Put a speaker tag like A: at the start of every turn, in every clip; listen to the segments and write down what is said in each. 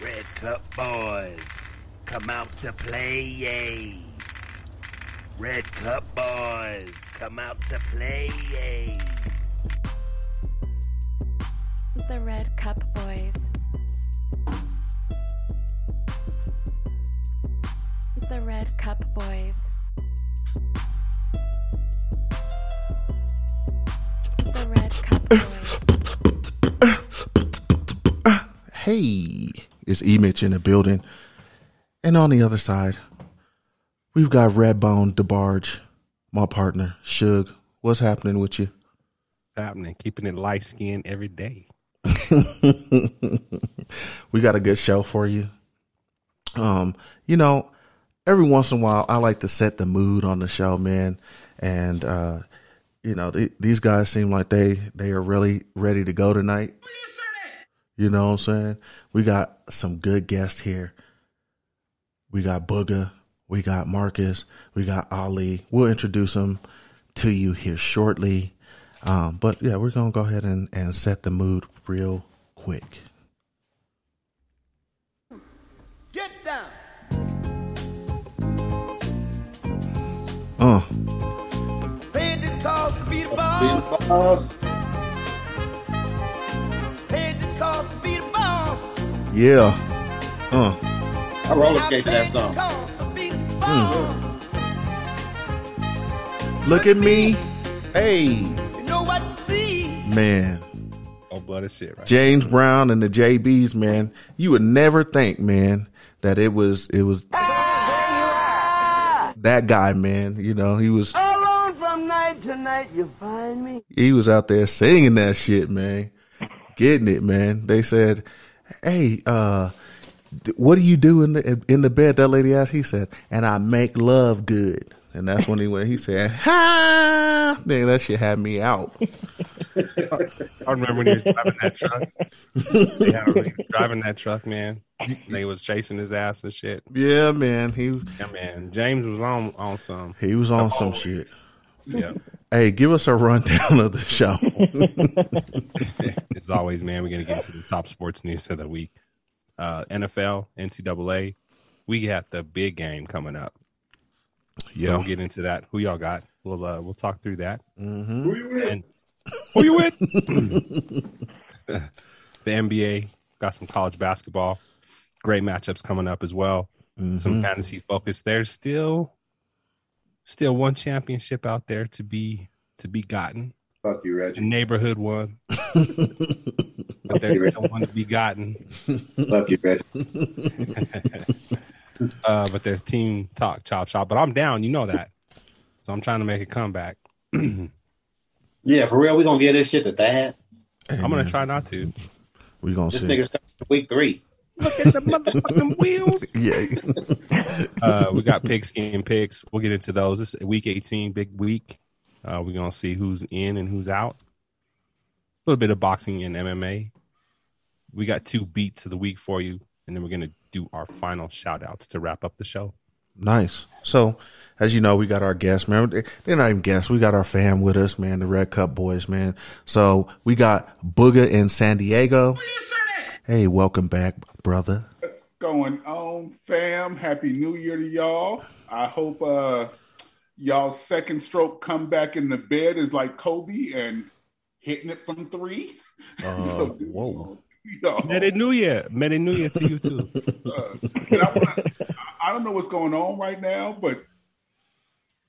A: What's up, boys? Come out to play, yay. Red Cup boys, come out to play, yay.
B: The Red Cup Boys. The Red Cup Boys. The Red Cup Boys.
C: Hey, it's E Mitch in the building. And on the other side, we've got Redbone DeBarge, my partner, Suge. What's happening with you?
D: happening, keeping it light skinned every day.
C: we got a good show for you. Um, you know, every once in a while, I like to set the mood on the show, man. And uh, you know, th- these guys seem like they they are really ready to go tonight. You know what I'm saying? We got some good guests here. We got Booga, we got Marcus, we got Ali. We'll introduce them to you here shortly. Um, but yeah, we're gonna go ahead and, and set the mood real quick.
A: Get down.
C: Uh,
A: Paid the cost to be the boss. Paid the cost to be the boss.
C: yeah. Uh,
E: I roller skate to that song. Hmm.
C: look at me. Hey,
A: You know what you see.
C: man.
D: Oh, bloody shit, right?
C: James Brown and the JBs, man. You would never think, man, that it was it was that guy, man. You know, he was
F: Alone from night to night, you find me.
C: he was out there singing that shit, man. Getting it, man. They said, "Hey, uh, d- what do you do in the in the bed?" That lady asked. He said, "And I make love good." And that's when he went. He said, "Ha!" Then that shit had me out.
D: I remember when he was driving that truck. yeah, I remember he was driving that truck, man. They was chasing his ass and shit.
C: Yeah, man. He
D: Yeah, man. James was on on some.
C: he was on some shit.
D: Yeah,
C: Hey, give us a rundown of the show.
D: as always, man. We're gonna get into the top sports news of the week. Uh, NFL, NCAA. We got the big game coming up. So we'll get into that. Who y'all got? We'll uh, we'll talk through that. And who you with? the NBA got some college basketball. Great matchups coming up as well. Some fantasy focus. There's still still one championship out there to be to be gotten.
E: Fuck you,
D: The
E: Reggie.
D: neighborhood one. but there's still one to be gotten.
E: Fuck you, Reggie.
D: Uh, but there's team talk chop shop. But I'm down, you know that. So I'm trying to make a comeback.
E: Yeah, for real, we gonna get this shit to that.
D: I'm gonna try not to.
C: We gonna
E: This
C: see.
E: nigga started week three.
D: Look at the motherfucking wheels.
C: yeah,
D: Uh, we got picks and picks. We'll get into those. This is week 18, big week. Uh, we're gonna see who's in and who's out. A little bit of boxing and MMA. We got two beats of the week for you, and then we're gonna do our final shout outs to wrap up the show.
C: nice. So, as you know, we got our guests, man. They- They're not even guests. We got our fam with us, man. The Red Cup Boys, man. So we got Booga in San Diego. Hey, welcome back, brother.
G: going on, fam? Happy New Year to y'all. I hope uh y'all's second stroke comeback in the bed is like Kobe and hitting it from three. so, do
C: Uh, whoa.
G: y'all.
D: Merry New Year. Merry New Year to you too.
G: And I, wanna, I- I don't know what's going on right now, but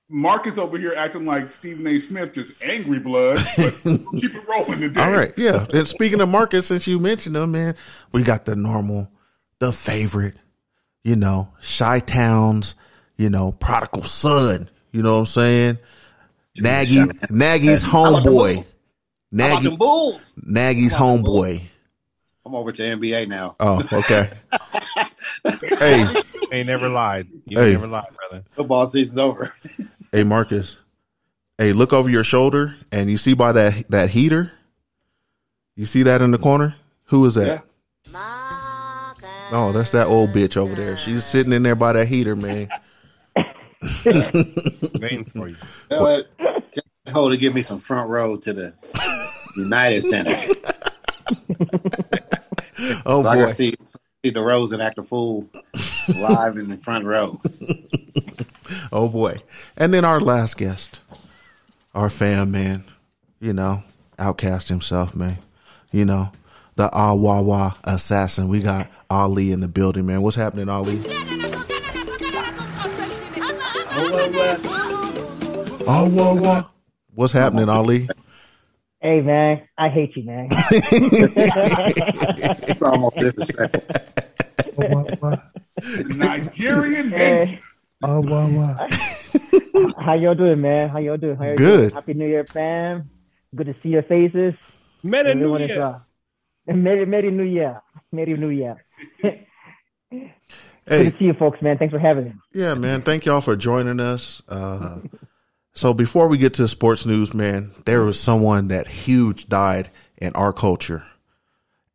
G: Marcus over here acting like Stephen A. Smith, just angry blood. But we'll keep it rolling today.
C: All right, yeah. And speaking of Marcus, since you mentioned him, man, we got the normal, the favorite, you know, Chi Town's, you know, prodigal son. You know what I'm saying? Nagy, Nagy's homeboy.
E: How about them
C: Nagy,
E: Bulls?
C: Nagy's homeboy.
E: I'm over to NBA now.
C: Oh, okay. Oh, hey,
D: Ain't never lied. You
C: Hey.
D: never lied, brother.
E: Football season's over.
C: hey, Marcus. Hey, look over your shoulder, and you see by that that heater. You see that in the corner? Who is that? Oh, that's that old bitch over there. She's sitting in there by that heater, man.
D: Waiting for you.
E: You know what? Tell that hoe to give me some front row to the United Center.
C: Oh
E: Like I
C: boy,
E: see some see DeRozan act a fool live in the front row.
C: Oh boy. And then our last guest, our fan man, you know, outcast himself, man. You know, the Awawa assassin. We got Ali in the building, man. What's happening, Ali? Awawa. What's happening, Ali?
H: Hey man, I hate you, man.
E: It's almost disrespectful.
G: Nigerian ninja.
H: How y'all doing, man? How y'all doing? How y'all
C: Good.
H: Doing? Happy New Year, fam. Good to see your faces.
D: Meta New
H: Everyone is
D: Year.
H: uh, Merry Merry New Year. Merry New Year. Good
C: Hey,
H: to see you, folks, man. Thanks for having me.
C: yeah, man. Thank y'all for joining us. Uh, so before we get to sports news, man, there was someone that huge died in our culture.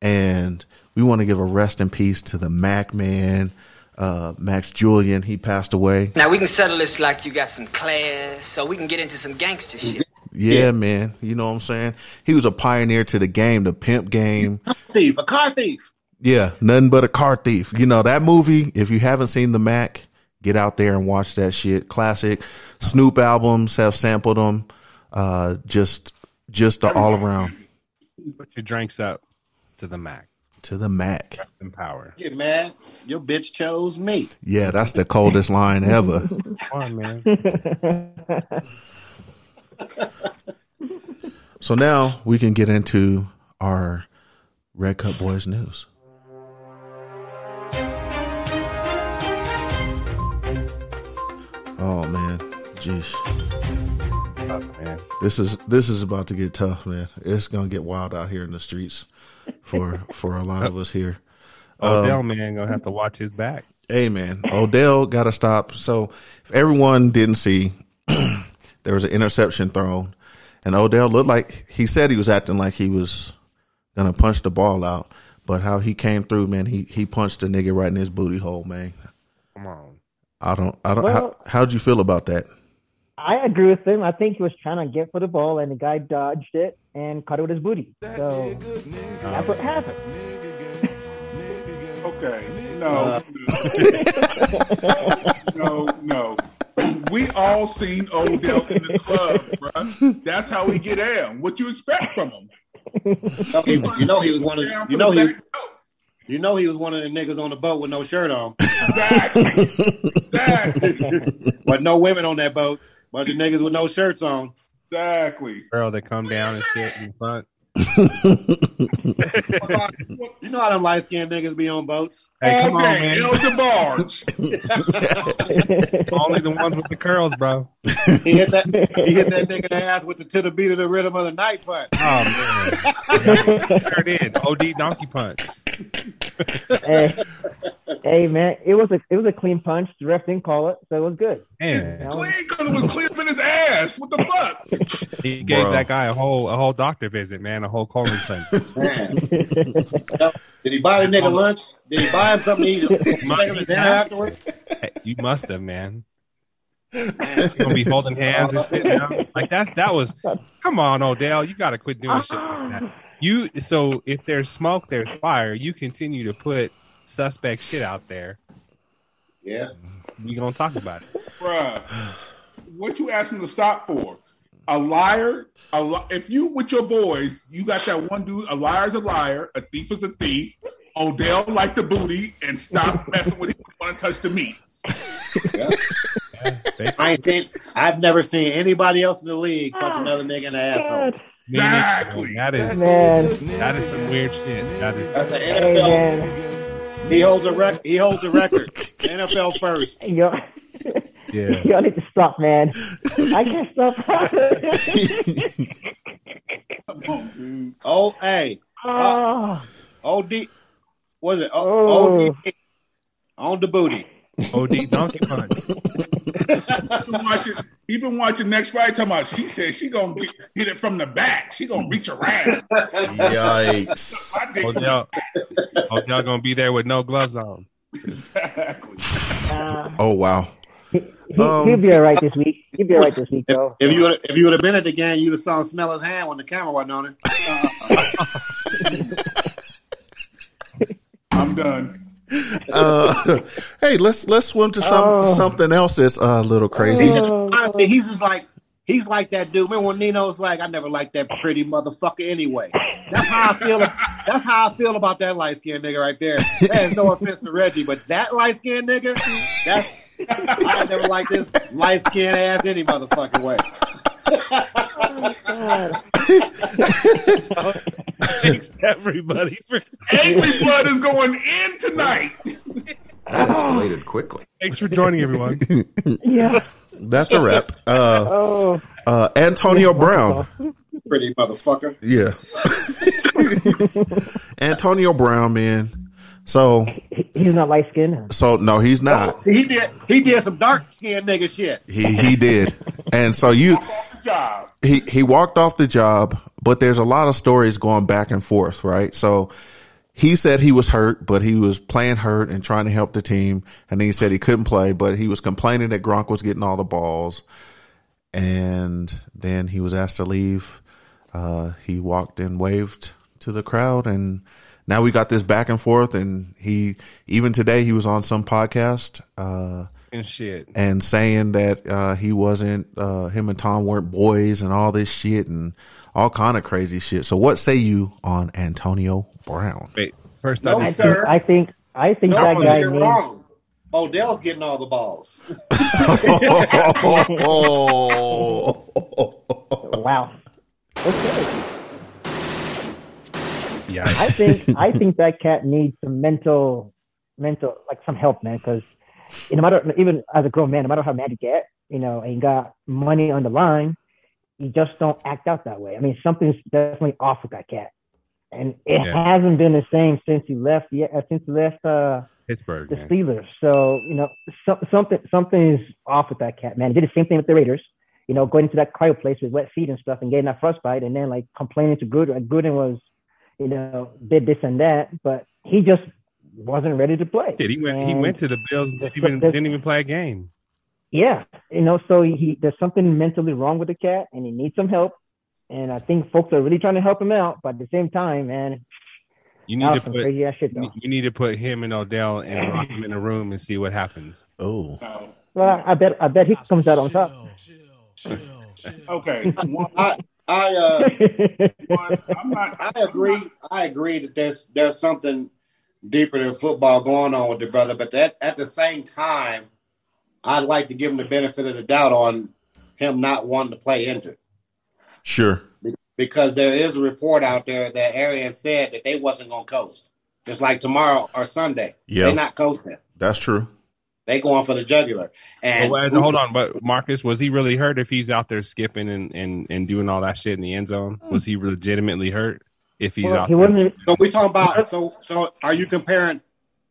C: and we want to give a rest in peace to the Mac man, uh, Max Julian. He passed away.
I: Now we can settle this like you got some class, so we can get into some gangster shit.
C: Yeah, man. You know what I'm saying? He was a pioneer to the game, the pimp game.
E: Thief, a car thief.
C: Yeah, nothing but a car thief. You know that movie. If you haven't seen the Mac, get out there and watch that shit. Classic. Snoop albums have sampled them. Uh, just, just the all around
D: Put your drinks up to the Mac.
C: to the Mac.
D: In power.
E: Get mad. Your bitch chose me.
C: Yeah, that's the coldest line ever.
D: Come on, man.
C: So now we can get into our Red Cup Boys news. Oh man, jeez,
D: Tough, man.
C: this is this is about to get tough, man. It's gonna get wild out here in the streets for for a lot of us here.
D: Odell, Oh, man, gonna have to watch his back.
C: Hey man, Odell got to stop. So if everyone didn't see, there was an interception thrown, and Odell looked like he said he was acting like he was gonna punch the ball out, but how he came through, man, he he punched the nigga right in his booty hole, man.
D: Come on.
C: I don't, I don't.
H: Well-
C: how, how'd you feel about that?
H: I agree with him. I think he was trying to get for the ball, and the guy dodged it and caught it with his booty. So that's what happened.
G: Okay. No.
E: Uh.
G: no, no. We all seen Odell in the club, bruh. That's how we get down. What you expect from him?
E: No, he- you know he was one of
G: Down for
E: you know
G: the
E: he
G: back door.
E: you know he was one of the niggas on the boat with no shirt on,
G: Exactly. Exactly.
E: but no women on that boat. Bunch of niggas with no shirts on.
G: Exactly.
D: Girl that come down and sit in front.
E: You know how them light skinned niggas be on boats.
D: Hey, come
G: All
D: on,
G: day,
D: man.
G: El DeBarge.
D: Only the ones with the curls, bro.
E: He hit that he hit that nigga in the ass with the to the beat of the rhythm of the night punch.
D: Oh man. sure did. OD donkey punch.
H: hey, hey, man, it was a it was a clean punch. The ref didn't call it, so it was good. You
D: Man,
H: know?
G: Clean because it was clean up in his ass. What the fuck?
D: he gave
C: Bro.
D: that guy a whole a whole doctor visit, man, a whole colon cleanse.
E: Man. Yep. Did he buy the nigga lunch? Did he buy him something to eat? Did he take him to dinner afterwards?
D: Hey, you must have, man. You gonna be holding hands and shit now? like that's that was. Come on, Odell, you gotta quit doing shit like that. You so if there's smoke, there's fire. You continue to put suspect shit out there.
E: Yeah.
D: We gonna talk about it.
G: Bruh, what you asking to stop for? A liar, a li- if you with your boys, you got that one dude. A liar's a liar, a thief is a thief. Odell like the booty, and stop messing with him. Want to touch the meat?
E: I ain't seen, I've never seen anybody else in the league punch another nigga in the asshole.
G: Exactly.
D: That is
H: Man,
D: that is some weird shit. That is
E: That's an
H: hey,
E: NFL.
H: man,
E: He holds a rec- He holds a record. NFL first.
H: y'all,
D: yeah.
H: y'all need to stop, man. I can't stop.
G: Come on, dude.
E: Oh, hey,
H: oh,
E: OD. Was it O-
H: Oh.
E: OD on the booty?
D: OD donkey punch.
G: He been watching. He been watching next Friday. Talking about she said she gonna get, hit it from the back. She gonna reach around.
C: Yikes!
G: I think
D: Odell, Odell gonna be there with no gloves on.
G: exactly.
H: uh,
C: Oh wow!
H: he,
C: Um,
H: he'll be all right this week. He'll be all right this week,
E: If,
H: though.
E: if you would've- if you would have been at the game, you'd have saw him smell his hand when the camera wasn't on it.
G: I'm done.
C: Uh, hey, let's let's swim to some
H: Oh.
C: something else that's uh, a little crazy.
E: He just honestly, he's just like he's like that dude. Remember when Nino's like, I never liked that pretty motherfucker anyway. That's how I feel. That's how I feel about that light skinned nigga right there. That is no offense to Reggie, but that light skinned nigga, that I never liked this light skinned ass any motherfucking way.
D: Thanks everybody for
G: Angry Blood is going in tonight.
H: Oh,
J: escalated quickly.
D: thanks for joining everyone.
H: Yeah.
C: That's a wrap. Uh,
H: Oh.
C: uh, Antonio Brown.
E: Pretty motherfucker.
C: Yeah. Antonio Brown, man. So
H: He's not light skinned.
C: so no, he's not.
E: See, he did he did some dark skinned nigga shit.
C: He he did. And so you
G: Good job.
C: he he walked off the job, but there's a lot of stories going back and forth, right? So he said he was hurt, but he was playing hurt and trying to help the team. And then he said he couldn't play, but he was complaining that Gronk was getting all the balls. And then he was asked to leave. Uh, he walked and waved to the crowd, and now we got this back and forth. And he even today he was on some podcast. Uh,
D: and shit.
C: and saying that uh, he wasn't uh, him and Tom weren't boys and all this shit and all kind of crazy shit. So what say you on Antonio Brown?
D: Wait, first
G: No,
D: I
H: I
D: did-
H: think,
G: Sir.
H: I think I think
E: No,
H: that guy
E: you're
H: needs
E: wrong. Odell's getting all the balls.
H: wow. Okay.
D: yeah.
H: I think I think that cat needs some mental mental like some help, man, because you know, no matter even as a grown man, no matter how mad you get, you know, and you got money on the line, you just don't act out that way. I mean, something's definitely off with that cat. And it
D: Yeah.
H: hasn't been the same since he left. Yeah, since he left uh,
D: Pittsburgh,
H: the
D: man.
H: Steelers. So you know, so, something something is off with that cat, man. He did the same thing with the Raiders. You know, going into that cryo place with wet feet and stuff, and getting that frostbite, and then like complaining to Gruden. Like, Gruden was, you know, did this and that, but he just wasn't ready to play.
D: Shit, he went. He
H: And-
D: went to the Bills. and
H: That's-
D: Didn't even,
H: that's-
D: didn't even play a game.
H: yeah, you know, so he there's something mentally wrong with the cat, and he needs some help. And I think folks are really trying to help him out, but at the same time, man,
D: You
H: that
D: need
H: was
D: to
H: some
D: put.
H: crazy ass shit. Though.
D: You need to put him and Odell and lock him in a room and see what happens.
C: oh,
G: No.
H: Well, I, I bet I bet he comes out on top.
G: Okay. One,
E: I I uh
G: one, I'm not.
E: I agree. I agree that there's there's something deeper than football going on with the brother, but that at the same time, I'd like to give him the benefit of the doubt on him not wanting to play injured
C: sure.
E: because there is a report out there that Arian said that they wasn't going to coast, just like tomorrow or Sunday.
C: Yeah.
E: they're not coasting.
C: That's true.
E: They going for the jugular. And
D: Well, hold on, but Marcus, was he really hurt? If he's out there skipping and, and, and doing all that shit in the end zone, was he legitimately hurt? If he's
H: Well,
D: out
H: he
D: there,
H: wasn't
E: So we talking about so so are you comparing?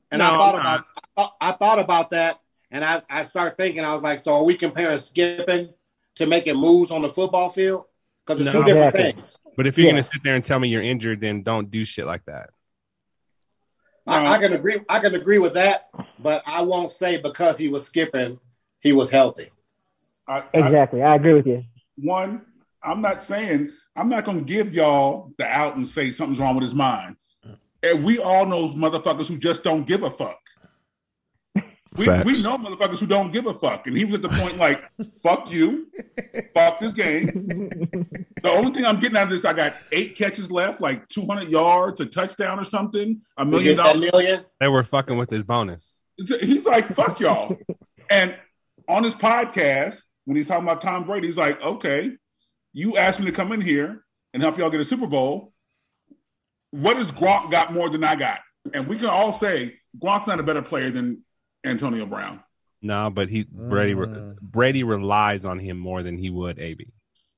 E: And I
D: No,
E: thought
D: I'm
E: about I thought, I thought about that, and I I start thinking I was like, so are we comparing skipping to making moves on the football field? Because it's
D: No.
E: two different
H: Exactly.
E: things.
D: but if you're
H: yeah.
D: gonna sit there and tell me you're injured, then don't do shit like that.
E: I, I can agree. I can agree with that, but I won't say because he was skipping, he was healthy.
G: I, I,
H: Exactly. I agree with you.
G: one, I'm not saying I'm not going to give y'all the out and say something's wrong with his mind. And we all know motherfuckers who just don't give a fuck. We,
C: Facts.
G: we know motherfuckers who don't give a fuck. And he was at the point like, fuck you, fuck this game. The only thing I'm getting out of this, I got eight catches left, like 200 yards, a touchdown or something, a
E: You
G: million
E: get that
G: dollars.
E: million?
D: They were fucking with his bonus.
G: He's like, fuck y'all. And on his podcast, when he's talking about Tom Brady, he's like, okay, you asked me to come in here and help y'all get a Super Bowl. What has Gronk got more than I got? And we can all say Gronk's not a better player than Antonio Brown.
D: No, but he Brady re- Brady relies on him more than he would AB.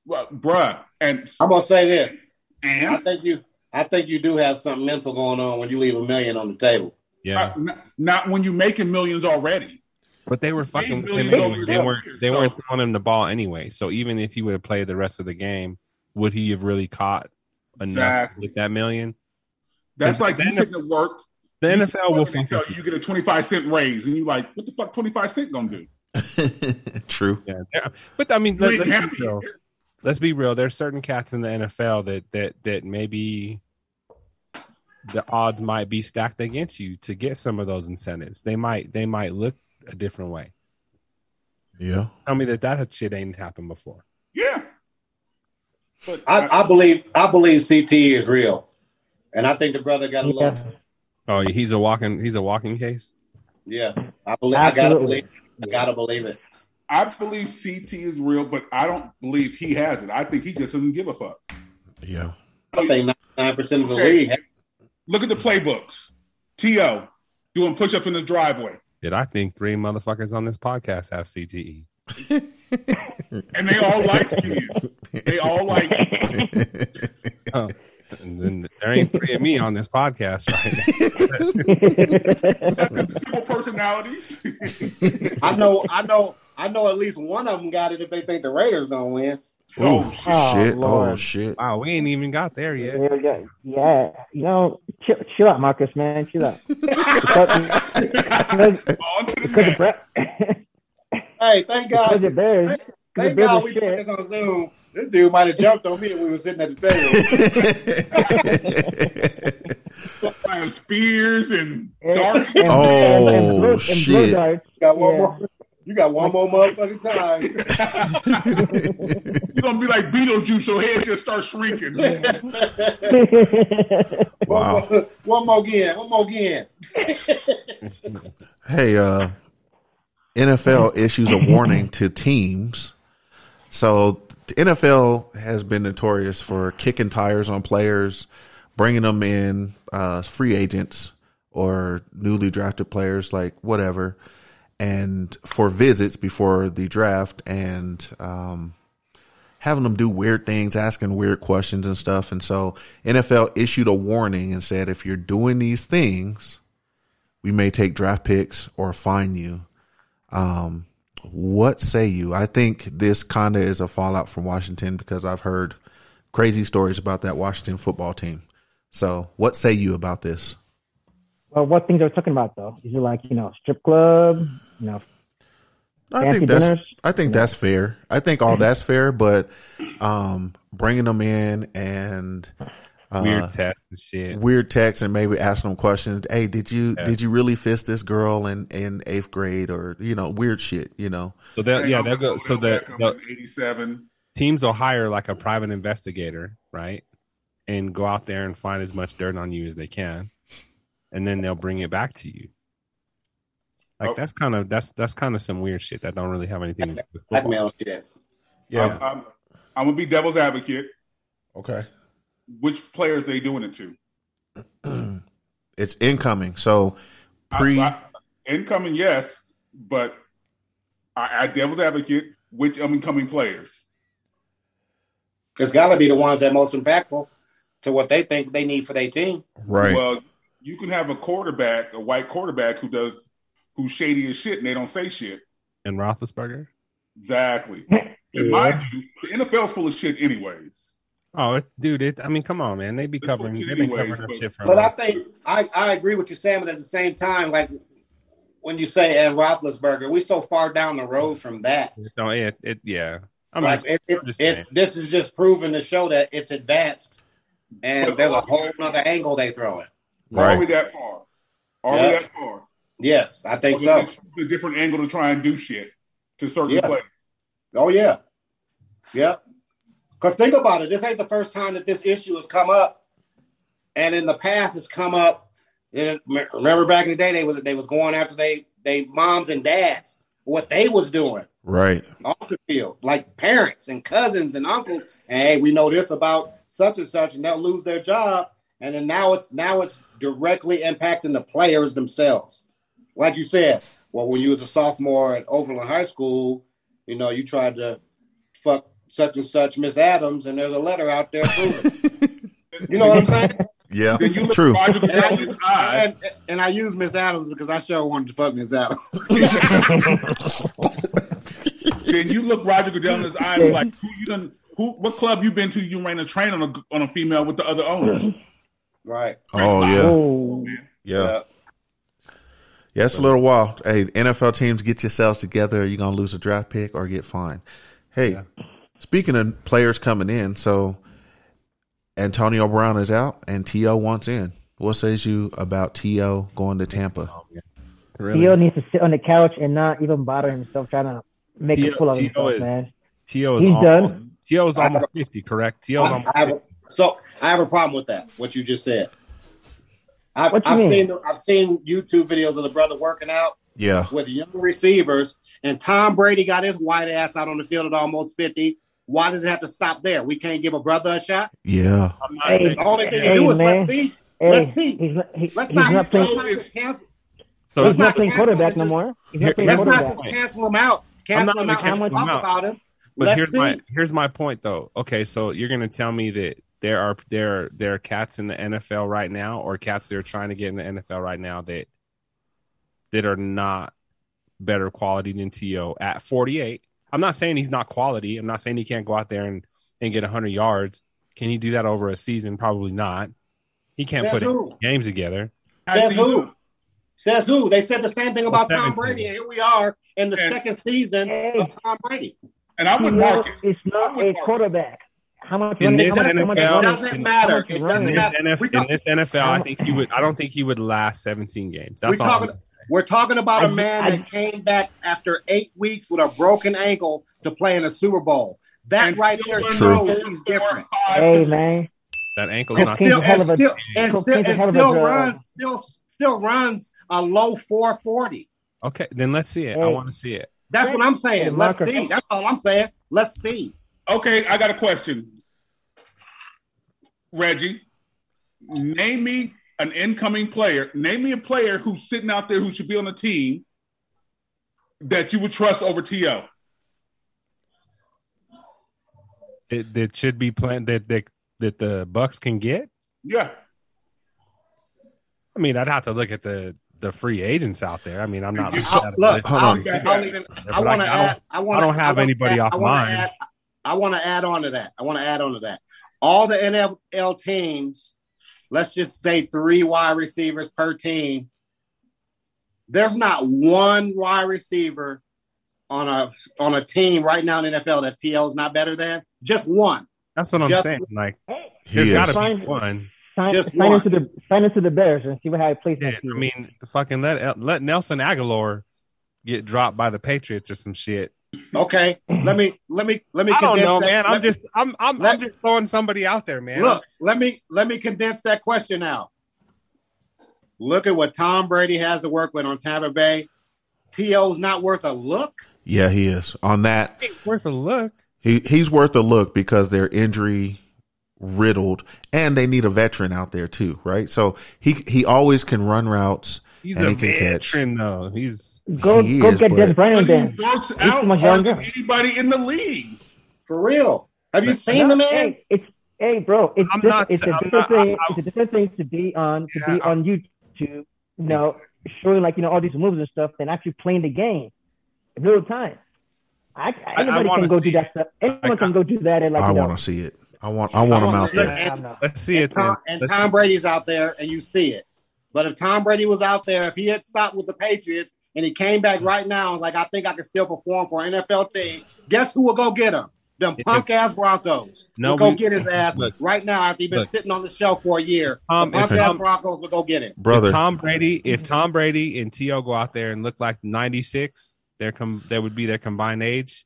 G: Well, bruh. And,
E: I'm gonna say this. I
G: and
E: think you. I think you do have something mental going on when you leave a million on the table.
D: Yeah,
G: uh, n- not when you're making millions already.
D: but they were fucking with
G: million
D: him anyway.
G: dollars
D: They
G: up
D: weren't
G: here,
D: they
G: so-
D: weren't throwing him the ball anyway. So even if he would have played the rest of the game, would he have really caught enough
G: Exactly.
D: with that million?
G: That's
D: Because
G: like
D: the
G: you
D: N-
G: sitting at work.
D: The
G: you
D: NFL will
G: sitting at
D: fucking
G: work and You get a 25 cent raise, and you're like, what the fuck 25 cent gonna do?
C: true.
D: Yeah, there- but I mean,
G: You
D: let,
G: ain't
D: us
G: happy
D: be real. Let's be real. There's certain cats in the NFL that that that maybe the odds might be stacked against you to get some of those incentives. They might they might look a different way.
C: Yeah.
D: Tell me that that shit ain't happened before.
G: Yeah. But
E: I, I believe I believe CT is real, and I think the brother got a little.
H: Yeah.
D: Oh, he's a walking he's a walking case.
E: Yeah, I believe. I gotta
H: Absolutely.
E: believe. I gotta believe it.
G: I believe CT is real, but I don't believe he has it. I think he just doesn't give a fuck.
C: Yeah.
E: I think ninety-nine percent of the
G: Okay.
E: league. had-
G: Look at the playbooks. T.O. doing push ups in his driveway.
D: Did I think three motherfuckers on this podcast have E. CTE?
G: And they all like you. They all like you.
D: Oh, and then there ain't three of me on this podcast right now.
G: Simple personalities.
E: I know. I know. I know. At least one of them got it. If they think the Raiders don't win,
C: Oh,
G: Oh,
C: shit. Oh
H: Lord.
C: shit.
D: Wow, we ain't even got there
H: Yeah,
D: yet.
H: yeah, yeah. You know, chill, chill out, Marcus, man. Chill out. because, because,
G: on to the
H: because the
G: next.
H: Bra-
E: hey, thank
H: because the
E: God.
H: Bears.
E: Thank,
H: Because
E: thank
H: the Bears
E: God
H: are
E: we did
H: shit.
E: this on Zoom. This dude might have jumped on me and we were sitting at the table.
G: Fire Spears and
H: And-
G: Dark.
H: and- and- and
C: Oh,
H: blue- and blue
C: shit.
H: darts.
E: You got one
H: Yeah.
E: more. You got one more motherfucking time.
G: You're going to be like Beetlejuice. Your head just starts shrinking.
C: wow.
E: One, more, one more again. One more again.
C: Hey, uh, NFL issues a warning to teams. So the NFL has been notorious for kicking tires on players, bringing them in uh, as free agents or newly drafted players, like whatever, and for visits before the draft and um, having them do weird things, asking weird questions and stuff. And so NFL issued a warning and said, if you're doing these things, we may take draft picks or fine you. Um, what say you? I think this kinda is a fallout from Washington because I've heard crazy stories about that Washington football team. So, what say you about this?
H: Well, what things are we talking about though? Is it like you know strip club? You know,
C: I
H: Fancy
C: think that's
H: dinners?
C: I think that's fair. I think all that's fair, but um, bringing them in and uh,
D: Weird test and shit.
C: weird texts and maybe asking them questions. Hey, did you did you really fist this girl in in eighth grade or you know weird shit? You know,
D: So they'll, yeah, they'll go. So the,
G: Beckham
D: the
G: in 87.
D: teams will hire like a private investigator, right? And go out there and find as much dirt on you as they can, and then they'll bring it back to you. Like
G: Oh.
D: that's kind of that's that's kind of some weird shit that don't really have anything to do with football.
E: Blackmail shit.
C: Yeah.
G: I'm, I'm, I'm going to be devil's advocate.
C: okay.
G: Which players they doing it to?
C: it's incoming. So pre
G: I- I- incoming, yes, but I, I devil's advocate. Which incoming players?
E: It's got to be the ones that most impactful to what they think they need for their team.
C: right.
G: Well, you can have a quarterback, a white quarterback who does who's shady as shit, and they don't say shit.
D: And Roethlisberger.
G: Exactly. And mind you, the NFL's full of shit, anyways.
D: Oh, it, dude! It, I mean, come on, man. They be
G: It's
D: covering.
G: bullshit
D: They've been
G: anyways,
D: covering up
G: but-
D: shit for. a
E: But I
D: long-
E: think I, I agree with you, Sam. But at the same time, like when you say and Roethlisberger, we're so far down the road from that.
D: no, it, it, yeah. I'm
E: Like
D: just,
E: it, it-
D: I'm just
E: it's
D: saying.
E: this is just proving to show that it's advanced, and
G: But-
E: there's a whole other angle they throw in.
G: Are we
C: right.
G: that far? Are
E: Yeah.
G: we that far?
E: Yes, I think
G: Or
E: so.
G: is it A different angle to try and do shit to certain
E: Yeah.
G: players.
E: Oh yeah, yeah. Because think about it, this ain't the first time that this issue has come up, and in the past it's come up. And it- remember back in the day, they was they was going after they they moms and dads what they was doing
C: Right.
E: off the field, like parents and cousins and uncles. And hey, we know this about such and such, and they'll lose their job. And then now it's now it's directly impacting the players themselves. Like you said, well, when you was a sophomore at Overland High School, you know, you tried to fuck such and such Miss Adams, and there's a letter out there proving. it. you know what I'm saying?
C: Yeah.
G: Then you look
C: True.
G: at Roger
E: And I,
G: Goodell's
E: use,
G: eyes.
E: and, and I use Miss Adams because I sure wanted to fuck Miss Adams.
G: Then you look Roger Goodell in his eyes like, who you done? Who? What club you been to? You ran a train on a on a female with the other owners.
E: right.
C: Oh yeah.
H: oh,
C: Yeah. Yeah, it's a little wild. Hey, NFL teams, get yourselves together. You're gonna lose a draft pick or get fined. Hey, speaking of players coming in, so Antonio Brown is out and T.O. wants in. What says you about T.O. going to Tampa?
H: Really? Theo needs to sit on the couch and not even bother himself trying to make
D: Theo-
H: a fool of
D: Theo
H: himself,
D: is-
H: man.
D: T.O. is
H: He's
D: almost,
H: done.
D: T.O. is almost 50, correct? T.O. is
E: I,
D: almost
E: I have a, so I have a problem with that. What you just said. I've,
H: What you
E: I've
H: mean?
E: seen I've seen YouTube videos of the brother working out
C: Yeah.
E: with young receivers, and Tom Brady got his white ass out on the field at almost fifty. Why does it have to stop there? We can't give a brother a shot.
C: Yeah.
D: I'm not
H: Hey,
E: The only thing to
H: Hey,
E: do is
H: man.
E: let's see.
H: Hey,
E: Let's see.
H: He's not, he,
E: Let's
H: he's
E: not,
H: not playing.
E: let's not just cancel.
D: So
H: he's
E: let's
D: it's
H: not
E: not
H: playing
E: cancel
H: quarterback
E: it.
H: no more. He's not playing
D: That's
E: Let's not
H: quarterback.
E: just cancel him out. Cancel
D: I'm
E: him
D: not
E: out.
D: gonna
E: Let's
D: cancel him
E: talk
D: out.
E: about him.
D: But
E: let's
D: here's
E: see.
D: my here's my point though. Okay, so you're gonna tell me that there are there there are cats in the NFL right now, or cats that are trying to get in the NFL right now that that are not better quality than To at 48. I'm not saying he's not quality. I'm not saying he can't go out there and and get 100 yards. Can he do that over a season? Probably not. He can't
E: Says
D: put
E: who?
D: games together.
E: Says who? Says who? They said the same thing about
D: Well,
E: Tom
D: technically.
E: Brady, and here we are in the
G: And-
E: second season
H: Hey.
E: of Tom Brady.
G: And I would
H: He's
G: mark
H: not,
G: it.
H: it's
G: I
H: not
G: would
H: a
G: mark it.
H: quarterback. How much
D: In
H: running?
D: this
H: How much, how
D: NFL,
H: much
E: It
H: running?
E: doesn't matter. It
D: In
E: doesn't
D: this,
E: matter.
D: NF
E: We
D: in
E: talk-
D: this NFL, I think he would. I don't think he would last 17 games.
E: We're
D: That's all.
E: talking, we're talking about
H: I-
E: a man
H: I-
E: that came back after eight weeks with a broken ankle to play in a Super Bowl. That
G: And
E: right there
C: True.
E: shows he's different.
H: Hey man,
D: that ankle's
E: And
D: not.
H: Cocaine-
E: still,
H: Cocaine's a hell
E: and
H: of a-
E: still, and
H: cocaine's
E: still,
H: a
E: and
H: hell of a
E: still
H: drug.
E: runs, still, still runs a low 440.
D: Okay, then let's see it. I
H: Hey.
D: want to see it.
E: That's what I'm saying. Let's
H: Marker.
E: see. That's all I'm saying. Let's see.
G: Okay, I got a question. Reggie, name me an incoming player. Name me a player who's sitting out there who should be on the team that you would trust over T.O.
D: It, that should be planned that that that the Bucks can get.
G: Yeah.
D: I mean, I'd have to look at the the free agents out there. I mean, I'm not.
G: You-
D: looking at a
E: look,
D: list.
C: Hold
E: I'll-
C: on.
E: I'll even-
D: But
E: I want
D: I
E: to
D: don't-
E: add. I want.
D: I don't have anybody off mine.
E: I want to add on to that. I want to add on to that. All the NFL teams, let's just say three wide receivers per team. There's not one wide receiver on a on a team right now in the NFL that TL is not better than. Just one.
D: that's what I'm
E: Just-
D: saying. Like,
H: Hey,
D: there's
C: He
D: got
C: is.
D: to be
H: Fine.
D: one.
H: sign,
E: Just
H: sign
E: one.
H: into the sign into the Bears and see what how it plays
D: Yeah,
H: next
D: I
H: season.
D: mean, fucking let let Nelson Aguilar get dropped by the Patriots or some shit.
E: Okay. let me let me let me.
D: I don't
E: condense
D: know,
E: that-
D: man.
E: let
D: I'm
E: me-
D: just I'm I'm,
E: let-
D: I'm just throwing somebody out there, man.
E: Look, let me let me condense that question now. Look at what Tom Brady has to work with on Tampa Bay. To's not worth a look.
C: Yeah, he is. On that,
D: Ain't worth a look.
C: he he's worth a look because they're injury riddled and they need a veteran out there too, right? So he he always can run routes
D: He's
C: and
D: a
C: he can catch.
D: veteran, though. He's
H: go
C: He
H: go
C: is,
H: get
C: but-
H: Des Bryant
G: And
H: then.
G: he works
H: He's
G: out
H: much
G: harder
H: younger.
G: than anybody in the league.
E: For real. Have you seen
H: No,
E: the man?
H: Hey, it's hey, bro. It's
D: I'm
H: diff-
D: not-
H: It's a
D: I'm
H: different
D: not-
H: thing.
D: I- I-
H: it's a different thing to be on to
D: Yeah,
H: be on YouTube. You know, showing like you know all these moves and stuff, than actually playing the game in real time. I, anybody
D: wanna
H: can go
D: see
H: do that stuff. Anyone
D: I-
H: can go do that. And like,
C: I
H: you know,
C: want to see it. I want I want him out there.
H: I'm not-
D: Let's see it.
E: And Tom,
D: then.
E: and
D: Let's-
E: Tom Brady's out there, and you see it. But if Tom Brady was out there, if he had stopped with the Patriots and he came back right now, and was like, I think I can still perform for an NFL team. Guess who will go get him? Them
D: Yeah.
E: punk ass Broncos.
D: No,
E: will go
D: we-
E: get his ass
D: Look.
E: right now after he's been
D: Look.
E: sitting on the shelf for a year.
D: Tom,
E: the punk
D: if
E: ass
D: Tom-
E: Broncos will go get him.
C: Brother,
D: If Tom Brady, if Tom Brady and T.O. go out there and look like 96, their com- that would be their combined age.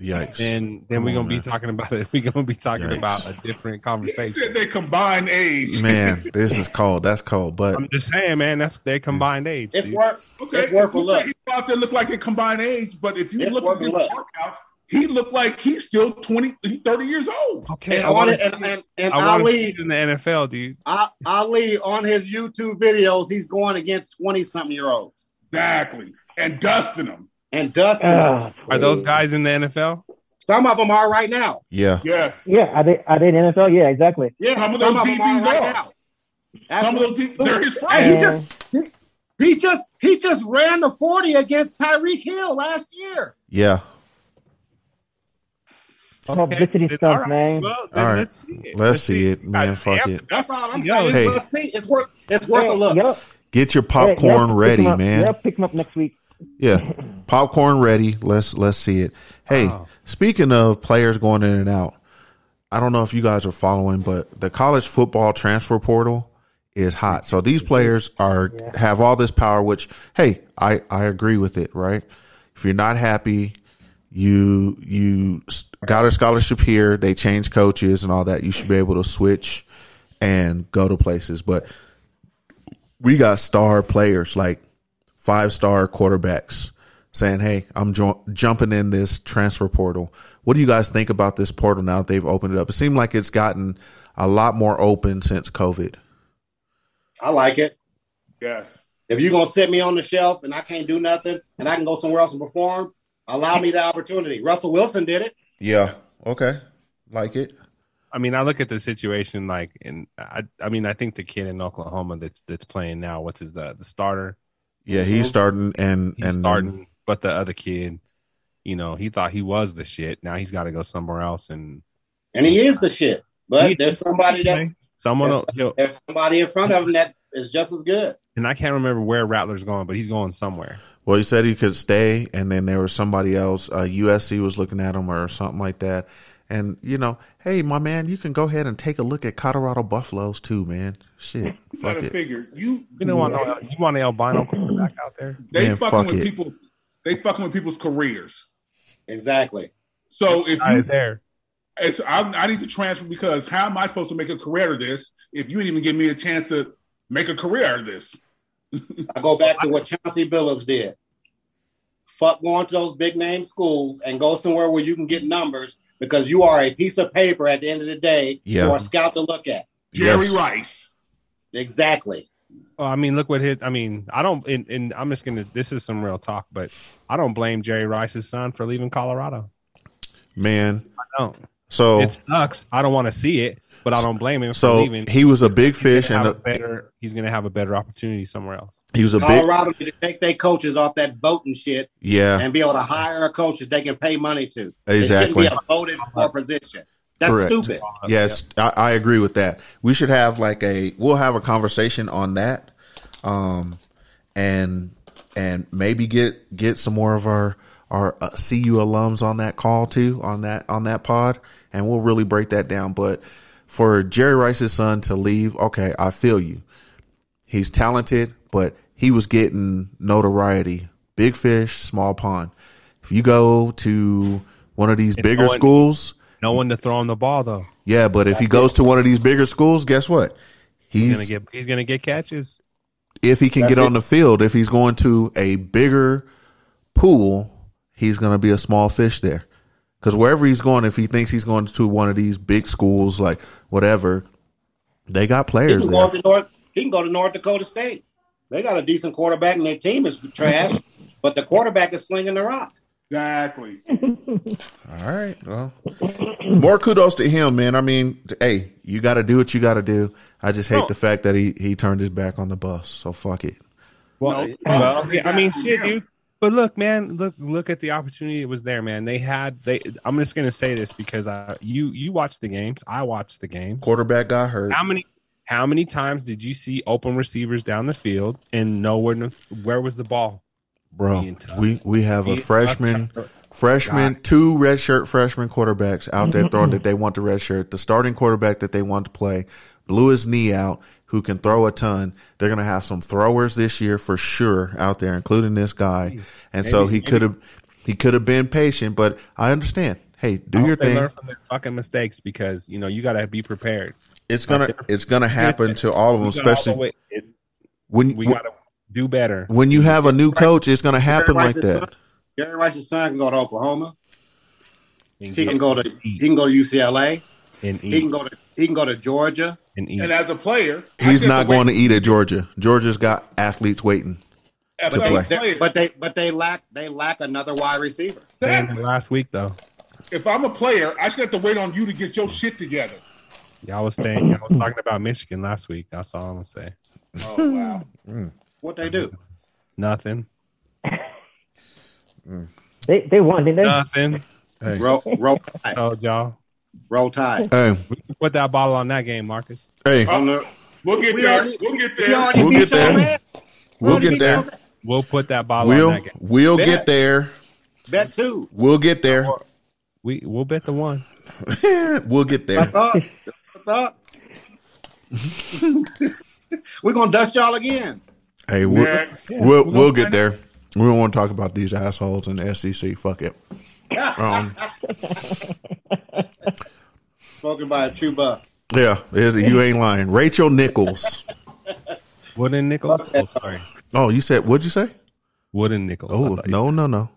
C: yikes.
D: Then then
C: Come
D: we're
C: on,
D: gonna be
C: man.
D: talking about it. We're gonna be talking
C: Yikes.
D: about a different conversation.
G: They combine age.
C: Man, this is cold. That's cold. But
D: I'm just saying, man, that's their combined age.
E: It's
D: dude.
E: worth
G: Okay,
E: It's worth a
G: you say
E: look.
G: He go out there look like a combined age, but if you
E: It's
G: look
E: worth a
G: at his
E: look.
G: workouts, he looked like he's still 20, 30 years old.
D: okay,
E: and
D: I
E: on
D: want
E: it,
D: to
E: and, and, and
D: I want to see
E: Ali,
D: it in the NFL, dude.
E: I, Ali on his YouTube videos, he's going against twenty something year olds
G: Exactly. And dusting him.
E: and Dustin.
H: Ah,
D: Are those
H: please.
C: Uh,
D: guys in the NFL?
E: some of them are right now.
C: yeah,
G: Yes.
H: Yeah, are they are they in the NFL? Yeah, exactly.
E: Yeah,
G: Some of those DBs are. Some of
E: Absolutely.
G: those people, they're his
E: Hey, he
G: friends.
E: just
H: And-
E: he, he just he just ran the forty against Tyreek Hill last year.
C: yeah.
H: Publicity
D: then-
H: stuff,
D: all right,
H: man.
D: Well, then
C: All right.
D: let's see it.
C: Let's see it,
D: God
C: man. Fuck
D: damn.
C: it.
E: That's all I'm
D: Yo,
E: saying.
C: hey.
E: Let's see. It's worth it's worth a
H: Hey,
E: look.
H: y'all- hey,
C: Get your
H: y'all
C: popcorn
H: pick
C: ready,
H: them up.
C: man.
H: Y'all pick them up next week.
C: Yeah, popcorn ready. Let's let's see it. Hey, speaking of players going in and out, I don't know if you guys are following, but the college football transfer portal is hot. So these players are have all this power. Which hey, I I agree with it. Right? If you're not happy, you you s- got a scholarship here. They change coaches and all that. You should be able to switch and go to places. But we got star players like five star quarterbacks saying, "Hey, I'm jo- jumping in this transfer portal." What do you guys think about this portal now that they've opened it up? It seemed like it's gotten a lot more open since COVID.
E: I like it.
G: Yes.
E: If you're gonna sit me on the shelf and I can't do nothing and I can go somewhere else and perform, allow me the opportunity. Russell Wilson did it.
C: Yeah. Okay. Like it.
D: I mean, I look at the situation like, and I, I mean, I think the kid in Oklahoma that's that's playing now, what's his uh, the starter?
C: Yeah, he's starting and
D: He's
C: and
D: starting, but the other kid, you know, he thought he was the shit. Now he's got to go somewhere else, and
E: And he is the shit. But there's somebody that's
D: someone
E: Yes,
D: else. he'll-
E: there's somebody in front of him that is just as good.
D: and I can't remember where Rattler's going, but he's going somewhere.
C: Well, he said he could stay, and then there was somebody else. Uh, USC was looking at him or something like that. And you know, hey, my man, you can go ahead and take a look at Colorado Buffaloes too, man. Shit,
G: You
C: fuck
G: gotta
C: it.
G: figure you.
D: You know, want you want an albino quarterback out there?
G: They
C: Man,
G: fucking
C: fuck
G: with
C: it.
G: people. They fucking with people's careers.
E: Exactly.
G: So if
D: Right
G: you,
D: there,
G: it's, I, I need to transfer because how am I supposed to make a career of this if you didn't even give me a chance to make a career out of this?
E: I go back to what Chauncey Billups did. Fuck going to those big name schools and go somewhere where you can get numbers because you are a piece of paper at the end of the day
C: Yeah.
E: for a scout to look at.
G: Jerry
C: Yes.
G: Rice.
E: Exactly.
D: Well, I mean, look what his. I mean, I don't. And, and I'm just gonna. This is some real talk, but I don't blame Jerry Rice's son for leaving Colorado.
C: man.
D: I don't.
C: So
D: It sucks. I don't want to see it, but I don't blame him for
C: so
D: leaving.
C: he was a big
D: He's
C: fish,
D: gonna
C: and
D: have
C: a-
D: a better. He's gonna have a better opportunity somewhere else.
C: he was a big
E: Colorado needs to take their coaches off that voting shit
C: yeah.
E: and be able to hire a coach that they can pay money to.
C: Exactly.
E: It shouldn't be a voted for position. That's
C: Correct.
E: stupid.
C: Yes, I, I agree with that. We should have like a we'll have a conversation on that, um, and and maybe get get some more of our our uh, CU alums on that call too on that on that pod, and we'll really break that down. But for Jerry Rice's son to leave, okay, I feel you. He's talented, but he was getting notoriety. Big fish, small pond. If you go to one of these bigger
D: no one-
C: schools,
D: No one to throw him the ball though.
C: yeah, but if he goes to one of these bigger schools, guess what?
D: He's,
C: He's
D: gonna get. He's gonna get catches.
C: if he can
E: That's
C: get on
E: it.
C: the field, if he's going to a bigger pool, he's going to be a small fish there. Because wherever he's going, if he thinks he's going to one of these big schools, like whatever, they got
E: He
C: players
E: can,
C: there.
E: go up to North, he can go to North Dakota State. They got a decent quarterback and their team is trash, but the quarterback is slinging the rock.
G: Exactly.
C: All right. Well, more kudos to him, man. I mean, t- hey, you got to do what you got to do. I just hate
D: No.
C: the fact that he he turned his back on the bus. So fuck it.
D: Well,
G: No.
D: well, yeah, I mean,
G: Yeah.
D: shit, dude. But look, man, look, look at the opportunity that was there, man. They had they. I'm just gonna say this because I, you, you watched the games. I watched the games.
C: Quarterback got hurt.
D: How many, how many times did you see open receivers down the field and nowhere, where was the ball?
C: Bro,
D: Being tough.
C: we, we have a
D: Being
C: freshman,
D: tough.
C: freshman,
D: God.
C: two redshirt freshman quarterbacks out there throwing that they want to redshirt. The starting quarterback that they want to play blew his knee out, who can throw a ton. They're going to have some throwers this year for sure out there, including this guy. And so he could have, he could have been patient, but I understand. Hey,
D: I
C: do
D: hope
C: your
D: they
C: thing.
D: learn from their fucking mistakes because you know you got to be prepared.
C: It's gonna, it's gonna happen to all of them,
D: We gotta
C: especially
D: always- it-
C: when,
D: we got to do better.
C: when you have a new coach, it's gonna happen
E: Jerry
C: like
E: Rice's
C: that.
E: son- Jerry Rice's son can go to Oklahoma.
D: And
E: He
D: get-
E: can go to he can go to UCLA.
D: and
E: He can
D: eat
E: go to he can go to Georgia.
D: and eat.
G: And as a player, I
C: He's
G: get
C: not
G: the way-
C: going to eat at Georgia. Georgia's got athletes waiting.
G: as
C: to
G: a
C: play.
E: They-
G: player,
E: but they but they lack they lack another wide receiver.
D: Damn,
G: Exactly.
D: last week though,
G: if I'm a player, I should have to wait on you to get your shit together.
D: y'all was saying y'all was talking about Michigan last week. That's all I'm gonna say.
G: Oh wow.
C: Hmm.
E: What they do?
D: Nothing.
H: They they won, didn't they?
D: Nothing.
E: Roll roll tide.
D: Told y'all.
E: Roll tide.
C: Hey,
D: Put that bottle on that game, Marcus.
C: hey,
G: Oh,
E: On the-
G: We'll get
E: We
G: there.
E: already-
G: we'll get
E: we
G: there.
E: already
C: We'll
E: beat
C: get there.
E: y'all's ass. We
C: We'll
E: already
C: get
E: beat
C: there.
E: y'all's ass.
D: We'll put that bottle on
C: we'll
D: that game.
C: we'll
E: Bet.
C: get there.
E: Bet two.
C: We'll get there.
D: We we'll bet the one.
C: we'll get
E: I
C: there.
E: thought. I thought. We're gonna dust y'all again.
C: Hey, we'll,
E: Yeah.
C: we'll,
E: We're
C: we'll
E: gonna
C: get
E: find
C: there. We don't want to talk about these assholes in the SEC. Fuck it. Um,
E: Spoken by a true buff.
C: yeah, it- you ain't lying. Rachel Nichols.
D: Wooden Nichols. Oh, sorry.
C: Oh, you said what'd you say?
D: Wooden Nichols. I
C: Oh
D: thought you-
C: no no no.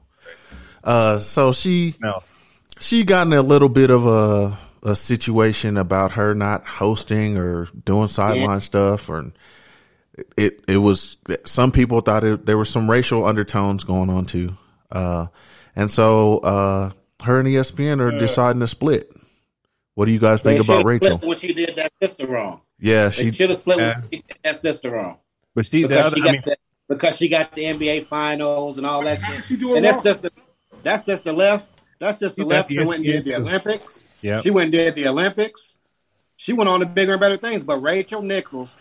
C: Uh, so she she got in a little bit of a a situation about her not hosting or doing sideline stuff, or it it was some people thought it, there were some racial undertones going on too, uh, and so uh, her and ESPN are deciding to split. What do you guys think
E: They
C: about
E: should've
C: Rachel?
E: split When she did that sister wrong.
C: Yeah,
E: They
C: she
E: should have split
D: Yeah.
E: when she did that sister wrong.
D: But she, the
E: because
D: other,
E: she got
D: I mean,
E: the, because she got the NBA finals and all that shit.
G: She do it
E: And that
G: wrong.
E: sister, that sister left. That sister
D: She
E: left
D: left E
E: and went and did the
D: ESPN too.
E: Olympics.
D: yeah.
E: She went and did the Olympics. She went on to bigger and better things. But Rachel Nichols,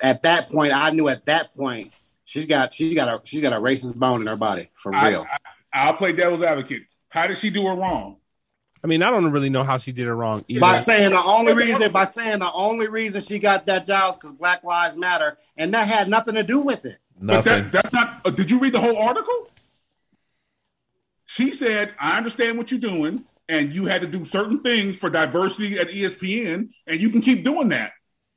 E: at that point, I knew at that point she's got she got a she's got a racist bone in her body for
G: I,
E: real.
G: I, I'll play devil's advocate. How did she do it wrong?
D: I mean, I don't really know how she did it wrong either.
E: by saying the only reason by saying the only reason she got that job is because Black Lives Matter, and that had nothing to do with it.
G: But
C: nothing.
G: that, that's not. Uh, did you read the whole article? She said, "I understand what you're doing, and you had to do certain things for diversity at E ESPN, and you can keep doing that.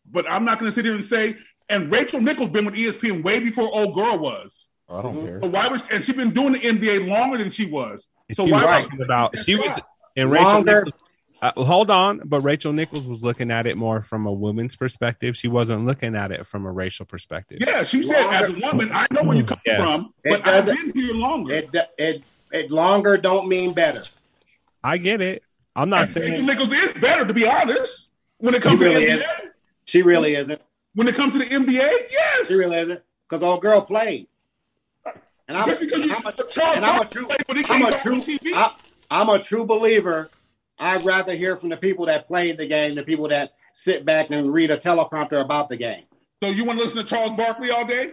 G: But I'm not going to sit here and say." And Rachel Nichols been with E ESPN way before old girl was.
C: I don't care.
G: So why was and she's been doing the NBA longer than she was. So
D: she
G: why?
D: was
E: right.
D: talking about she was and Rachel
E: Longer-
D: Nichols- uh, hold on, but Rachel Nichols was looking at it more from a woman's perspective. She wasn't looking at it from a racial perspective.
G: Yeah, she said as a
E: Longer-
G: woman, I know where you come
D: Yes.
G: from,
E: It
G: but I've
E: doesn't-
G: been here longer.
E: It it it longer don't mean better.
D: I get it. I'm not
G: And Rachel
D: saying
G: Nichols is better, to be honest. When it comes
E: She really
G: to the
E: is.
G: NBA,
E: She really isn't.
G: when it comes to the NBA, yes.
E: She really isn't. Because old girl played. And I'm,
G: Just because you-
E: I'm, a,
G: Charles
E: and I'm a
G: Barkley
E: true,
G: played, but he
E: I'm
G: can't
E: a
G: talk
E: true,
G: on TV.
E: I, am a true believer. I'd rather hear from the people that plays the game than people that sit back and read a teleprompter about the game.
G: so you want to listen to Charles Barkley all day?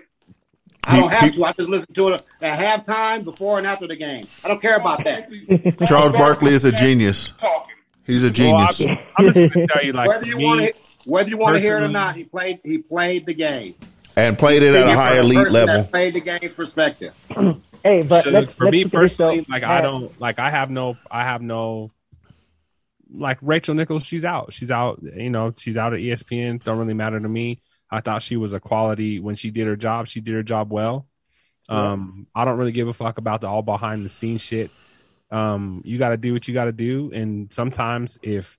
E: I don't
C: He-
E: have
C: he-
E: to. I just listen to it at halftime, before, and after the game. I don't care about that.
C: Charles Barkley is a genius.
G: Talking.
C: He's a
D: Well,
C: genius.
D: I'm, I'm just gonna tell you like
E: Whether you
D: me-
E: want to, whether you want to hear it or
D: personally-
E: not, he played. He played the game.
C: and played it at a
E: Speaking
C: high
E: from
C: elite
E: person
C: level.
E: That played the game's perspective.
H: Hey, but
D: So,
H: let's,
D: for
H: let's
D: me
H: keep it this, though.
D: personally, like I
H: Uh,
D: don't like I have no I have no like Rachel Nichols, she's out. She's out, you know, she's out E at ESPN. Don't really matter to me. I thought she was a quality when she did her job, she did her job well. Um, I don't really give a fuck about the all behind the scenes shit. Um, you gotta do what you gotta do. And sometimes if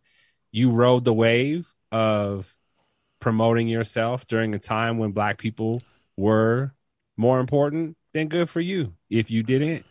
D: you rode the wave of promoting yourself during a time when black people were more important, then good for you. If you didn't,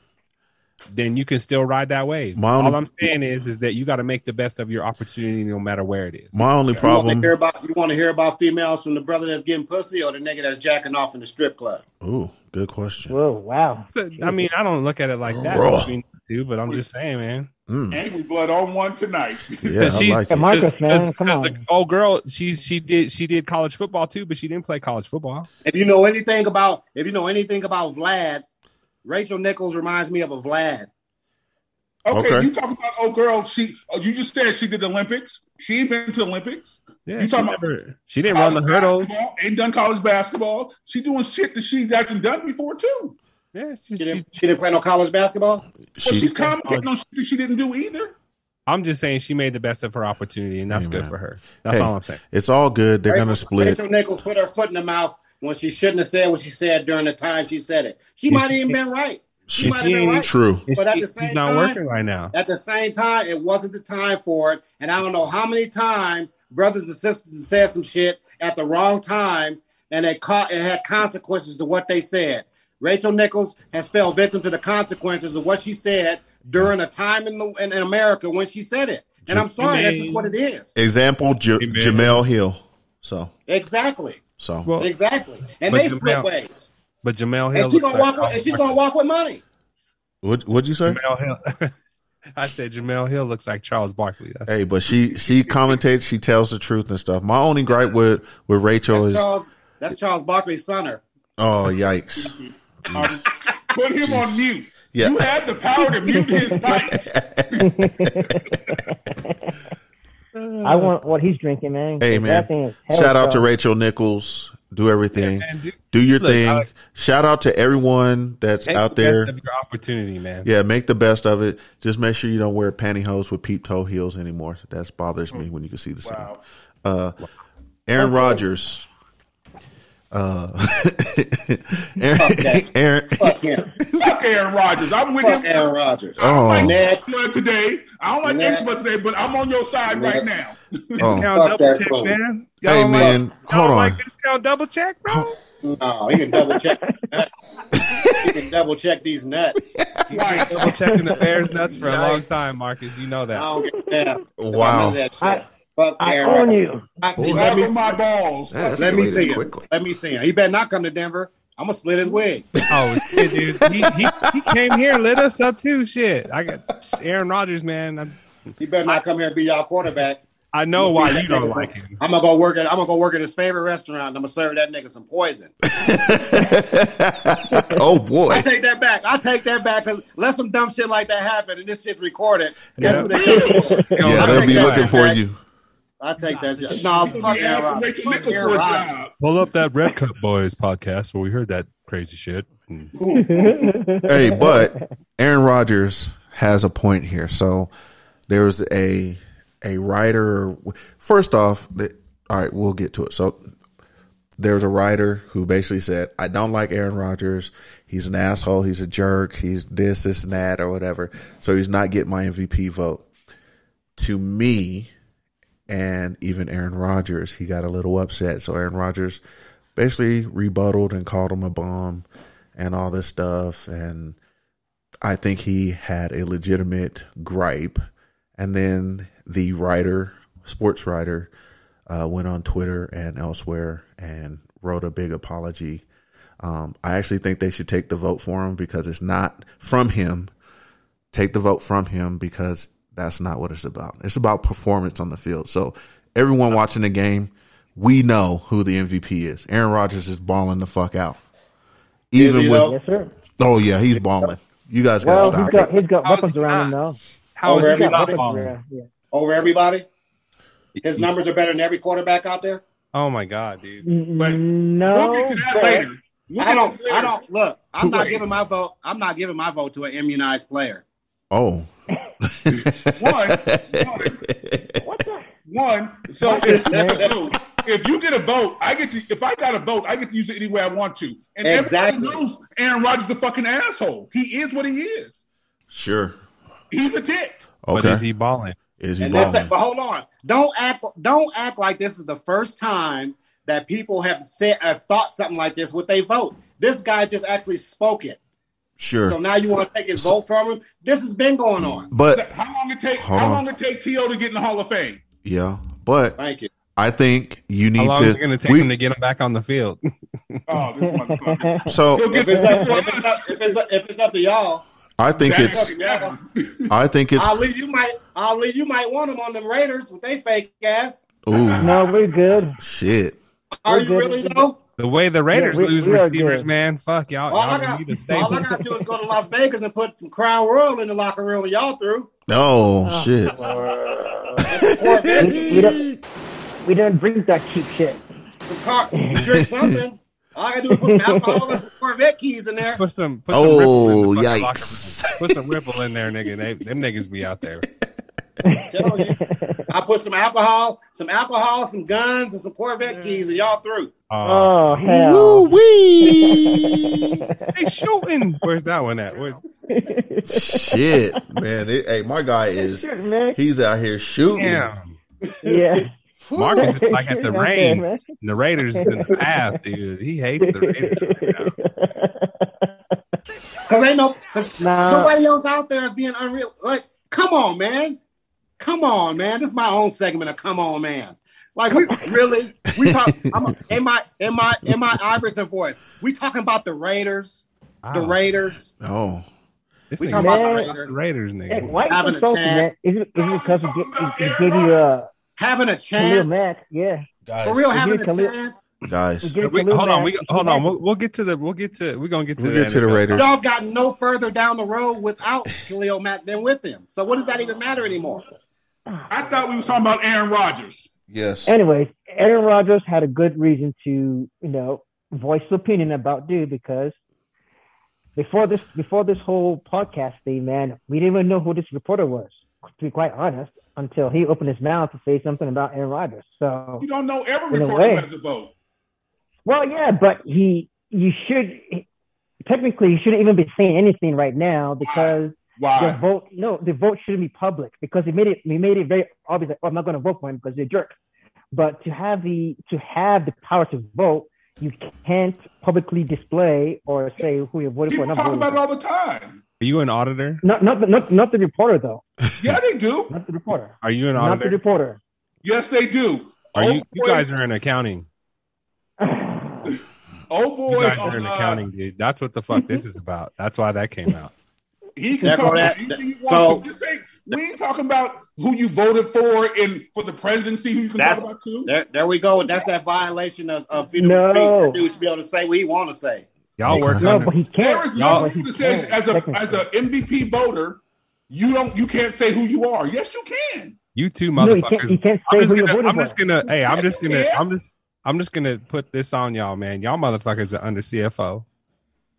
D: then you can still ride that wave.
C: My only-
D: All I'm saying is, is that you got to make the best of your opportunity, no matter where it is.
C: My only
E: You want to
C: problem.
E: hear about you want to hear about females from the brother that's getting pussy or the nigga that's jacking off in the strip club.
C: Ooh, good question.
H: Whoa, wow.
D: So, I mean, I don't look at it like that,
C: Raw.
D: I mean, dude, but I'm just saying, man.
C: Mm,
G: Angry blood on one tonight.
C: yeah, I
D: she-
C: like
H: Hey,
C: it.
H: Marcus,
D: Because-
H: man,
D: because-
H: come
D: because
H: on.
D: The old girl, she she did she did college football too, but she didn't play college football.
E: If you know anything about if you know anything about Vlad, Rachel Nichols reminds me of a Vlad.
G: Okay,
C: Okay.
G: you talking about oh girl? She oh, you just said she did the Olympics. She ain't been to Olympics.
D: Yeah,
G: You
D: she,
G: talking about-
D: never, she didn't run the
G: College
D: hurdle.
G: basketball, Ain't done college basketball. She doing shit that she hasn't done before too.
D: Yeah, she,
E: She
D: she,
E: didn't, she didn't play no college basketball.
G: But
C: She-
G: she's commenting on shit that she didn't do either.
D: I'm just saying she made the best of her opportunity, and that's
C: Hey,
D: good
C: man.
D: for her. That's
C: Hey.
D: all I'm saying.
C: it's all good. They're gonna
E: Rachel-
C: split.
E: Rachel Nichols put her foot in the mouth when she shouldn't have said what she said during the time she said it. She
D: Yeah,
E: might have
D: she-
E: even been right. She
D: she
E: might have been
D: ain't
E: right.
C: True.
E: But at
D: She-
E: the
D: she's
E: same
D: not
E: time-
D: working right now.
E: At the same time, it wasn't the time for it. And I don't know how many times brothers and sisters have said some shit at the wrong time and it caught it had consequences to what they said. Rachel Nichols has fell victim to the consequences of what she said during a time in the in, in America when she said it. And I'm sorry, that's just what it is.
C: Example: J- Jamel Hill. So,
E: Exactly.
C: so
D: Well,
E: Exactly. And
D: But
E: they
D: Jamel-
E: split ways.
D: but Jamel Hill.
E: And
D: looks
E: she's gonna
D: like-
E: walk with, and she's gonna walk with money.
C: what what'd you say?
D: Jamel Hill. I said Jamel Hill looks like Charles Barkley. That's,
C: Hey, but she she commentates. She tells the truth and stuff. My only gripe with with Rachel
E: That's
C: is
E: Charles that's Charles Barkley's son. her.
C: oh yikes.
G: Um, put him on mute.
C: Yeah.
G: You have the power to mute his mic.
H: I want what he's drinking, man.
C: Hey
H: That thing
C: man,
H: is hella
C: shout out to
H: strong.
C: Rachel Nichols do everything,
D: man,
C: do,
D: do-
C: your
D: look,
C: thing.
D: I-
C: Shout out to everyone that's
D: Take
C: out
D: the
C: there.
D: best of your opportunity, man.
C: Yeah, make the best of it. Just make sure you don't wear pantyhose with peep toe heels anymore. That bothers
D: Oh,
C: me when you can see the same.
G: Wow.
C: Uh, Aaron Rodgers. Uh, Aaron,
E: that.
C: Aaron,
E: Fuck him.
G: Fuck Aaron Rodgers. I'm with
E: Fuck
G: him.
E: Aaron Rodgers.
C: oh,
G: I don't like
E: Next.
G: Next. today. I don't like
E: Next.
G: Next. today, but I'm on your side right
E: Next.
G: now.
C: oh.
D: Discount double
E: Fuck that
D: check,
E: phone.
D: man. Y'all
C: hey
D: don't
C: man,
D: Like,
C: hold
D: y'all don't
C: on.
D: like discount double check, bro.
E: No, Oh, he can double check. he can double check these nuts.
G: Right.
D: double checking the Bears nuts for a
E: Nice.
D: long time, Marcus. You know
E: I
D: that.
E: don't give a damn.
C: Wow.
E: None of that shit.
H: I-
E: Fuck
H: I
E: Aaron
H: own
E: Rodgers.
H: you.
E: I see,
J: Boy.
E: let me
G: Grab my balls.
J: That
E: Let me
J: escalated
E: see him.
J: quickly.
E: Let me see him. He better not come to Denver. I'm gonna split his wig.
D: Oh shit, dude. He, he, he came here, lit us up too. Shit, I got Aaron Rodgers, man. I,
E: He better not come here and be y'all quarterback.
D: I know why you don't like him.
E: I'm gonna go work at I'm gonna go work at his favorite restaurant. and I'm gonna serve that nigga some poison.
C: oh boy,
E: I take that back. I take that back because let some dumb shit like that happen and this shit's recorded. Guess
D: Yeah.
E: what they do?
C: yeah,
E: I
C: they'll
E: take
C: be
E: that
C: looking
E: back.
C: for you.
E: I take that shit. No, fuck
G: He
E: Aaron
G: asked
E: Rodgers.
G: Rachel
E: Fuck
G: Nichols
E: Aaron
G: for a
E: Rodgers.
G: job.
D: Pull up that Red Cup Boys podcast where we heard that crazy shit.
C: hey, but Aaron Rodgers has a point here. So there's a a writer. First off, the, all right, we'll get to it. So there's a writer who basically said, "I don't like Aaron Rodgers. He's an asshole. He's a jerk. He's this, this, and that, or whatever." So he's not getting my MVP vote. To me, and even Aaron Rodgers, he got a little upset. So Aaron Rodgers basically rebutted and called him a bum and all this stuff. And I think he had a legitimate gripe. And then the writer, sports writer, uh, went on Twitter and elsewhere and wrote a big apology. Um, I actually think they should take the vote for him because it's not from him. Take the vote from him because that's not what it's about. It's about performance on the field. So everyone watching the game, we know who the MVP is. Aaron Rodgers is balling the fuck out.
E: Is he
C: Even with
E: though?
H: Yes, sir.
C: Oh yeah, he's balling. You guys gotta
H: Well,
C: stop
H: he's
C: it.
H: got he's got
D: How's
H: weapons
D: he
H: around him
D: not?
H: though.
D: How is
E: Over
D: he
H: He's got
D: not
E: everybody.
C: Hmm.
H: weapons
D: balling?
H: around. Yeah.
E: Over everybody. His numbers are better than every quarterback out there.
D: Oh my god, dude.
G: But
H: No,
G: We'll get to that
H: but-
G: later. We'll
E: I
G: get
E: don't.
G: to that
E: I
G: later.
E: don't look. I'm not
G: Wait.
E: giving my vote. I'm not giving my vote to an immunized player.
C: Oh.
H: What the?
G: One. So if, so if you get a vote, I get to. If I got a vote, I get to use it any way I want to. And
E: Exactly.
G: everyone knows Aaron Rodgers is a fucking asshole. He is what he is.
C: Sure.
G: He's a dick.
D: But is
C: Okay.
D: he balling?
C: Is he
E: And that's
C: balling?
E: it. But hold on. Don't act. Don't act like this is the first time that people have said have thought something like this with their vote. This guy just actually spoke it. So
C: Sure.
E: now you want to take his vote from him? This has been going on.
C: But
G: How long it take?
C: Hold
G: how
C: on.
G: long it take To to get in the Hall of Fame?
C: yeah. But
E: Thank you.
C: I think you
D: How
C: need
D: long is it going to
C: to,
D: take him
C: we,
D: to get him back on the field?
G: Oh, this motherfucker. He'll
C: so
G: get
E: If it's up, if it's up, if it's up, if it's up to y'all,
C: I think
G: That
C: it's
G: fucking happened.
C: I think it's
E: Ali, you might Ali, you might want him on them Raiders with they fake ass.
C: ooh
H: No, we're good.
C: shit.
E: Are
H: We're
E: you
H: good.
E: really though?
D: The way the Raiders
H: we-
D: lose
H: we are
D: receivers,
H: good.
D: man. Fuck y'all.
E: All I
D: y'all
E: got,
D: need to stay.
E: all I got to do is go to Las Vegas and put some Crown Royal in the locker room, and y'all through.
C: Oh shit.
E: Corvette,
H: We, we don't we don't drink that cheap shit.
E: some car, you drink something. All I got to do is put some alcohol and some Corvette keys in there.
D: Put some put
C: Oh,
D: some ripple in the fucking
C: yikes.
D: locker room. Put some ripple in there, nigga. They, them niggas be out there.
E: Telling you, I put some alcohol, some alcohol, some guns, and some Corvette keys, and y'all through.
D: Uh,
H: Oh hell.
C: wee
D: they shooting. Where's that one at? Where's,
C: shit, man. It, hey, my guy is
H: Shoot, man.
C: he's out here shooting.
D: damn.
H: Yeah.
D: Marcus is like at the
H: Okay,
D: rain.
H: man.
D: The Raiders in the path, dude. He hates the Raiders right now.
E: Cause ain't no, cause
D: Uh.
H: Nah.
E: nobody else out there is being unreal. Like, come on, man, come on, man. This is my own segment of come on, man. Like we really, we talk. I'm a, in my in my in my Iverson voice. We talking about the Raiders, the
D: Wow.
E: Raiders.
C: Oh.
D: This
E: We
D: nigga
E: talking about
H: Man.
E: the Raiders
D: the Raiders,
H: Hey,
D: nigga.
H: why are
E: Having
H: you
E: a
H: insulting man?
E: chance.
H: Is it, is it because he, get, he, he gave you uh,
E: having a
H: Khalil
E: chance
H: Mack? Yeah.
E: for
C: Guys,
E: real.
H: If you
E: Having a
H: can li-
E: chance.
H: He
C: guys.
H: gave
D: We-
H: Khalil
D: hold on,
H: Mack-
D: we, hold on. We'll, we'll get to the. We'll get to. We're gonna get to.
C: We'll
D: the
C: get to the
D: NFL.
C: Raiders.
E: Y'all got no further down the road without Khalil Mack than with him. So what does that even matter anymore?
G: I thought we was talking about Aaron Rodgers.
C: Yes.
H: Anyways, Aaron Rodgers had a good reason to, you know, voice opinion about Dude because before this before this whole podcast thing, man, we didn't even know who this reporter was, to be quite honest, until he opened his mouth to say something about Aaron Rodgers. So
G: You don't know every
H: In a
G: reporter
H: way.
G: has a vote.
H: well, yeah, but he, you should technically you shouldn't even be saying anything right now because the
G: Why?
H: vote, no, the vote shouldn't be public because he made it, he made it very obvious. Like, oh, I'm not going to vote for him because he's a jerk. But to have the to have the power to vote, you can't publicly display or say who you're voting
G: People
H: for. Not,
G: talk
H: voting
G: about it
H: for.
G: all the time.
D: Are you an auditor?
H: not, not, the- not, not the reporter though.
G: Yeah, they do.
H: Not the reporter.
D: Are you an
H: Not the
D: auditor?
H: reporter.
G: Yes, they do.
D: Are you? You
G: boys-
D: guys are in accounting.
G: old
D: You
G: boy,
D: guys are in
G: uh,
D: accounting, dude. That's what the fuck this is about. That's why that came out.
G: He
E: There go
G: can talk about
E: that-
G: anything he
E: so-
G: wants. to. This ain't- we ain't talking about who you voted for and for the presidency. Who you can
E: That's-
G: talk about too?
E: There, there we go. That's that violation of, of freedom of
H: No.
E: speech. That dude should be able to say what he want to say.
D: Y'all work.
H: No,
D: under-
H: but he
G: There
H: can't.
G: is no
H: but
G: rule
H: he
G: that says
H: can't,
G: as a
H: technically.
G: as an MVP voter, you don't you can't say who you are. Yes, you can.
D: You two
H: No, you can't.
D: motherfuckers
H: You can't say
D: I'm just
H: who you're
D: gonna,
H: voting
D: I'm
H: for.
D: just gonna hey, I'm just gonna
G: Yeah.
D: I'm just I'm just gonna put this on y'all, man. Y'all motherfuckers are under CFO.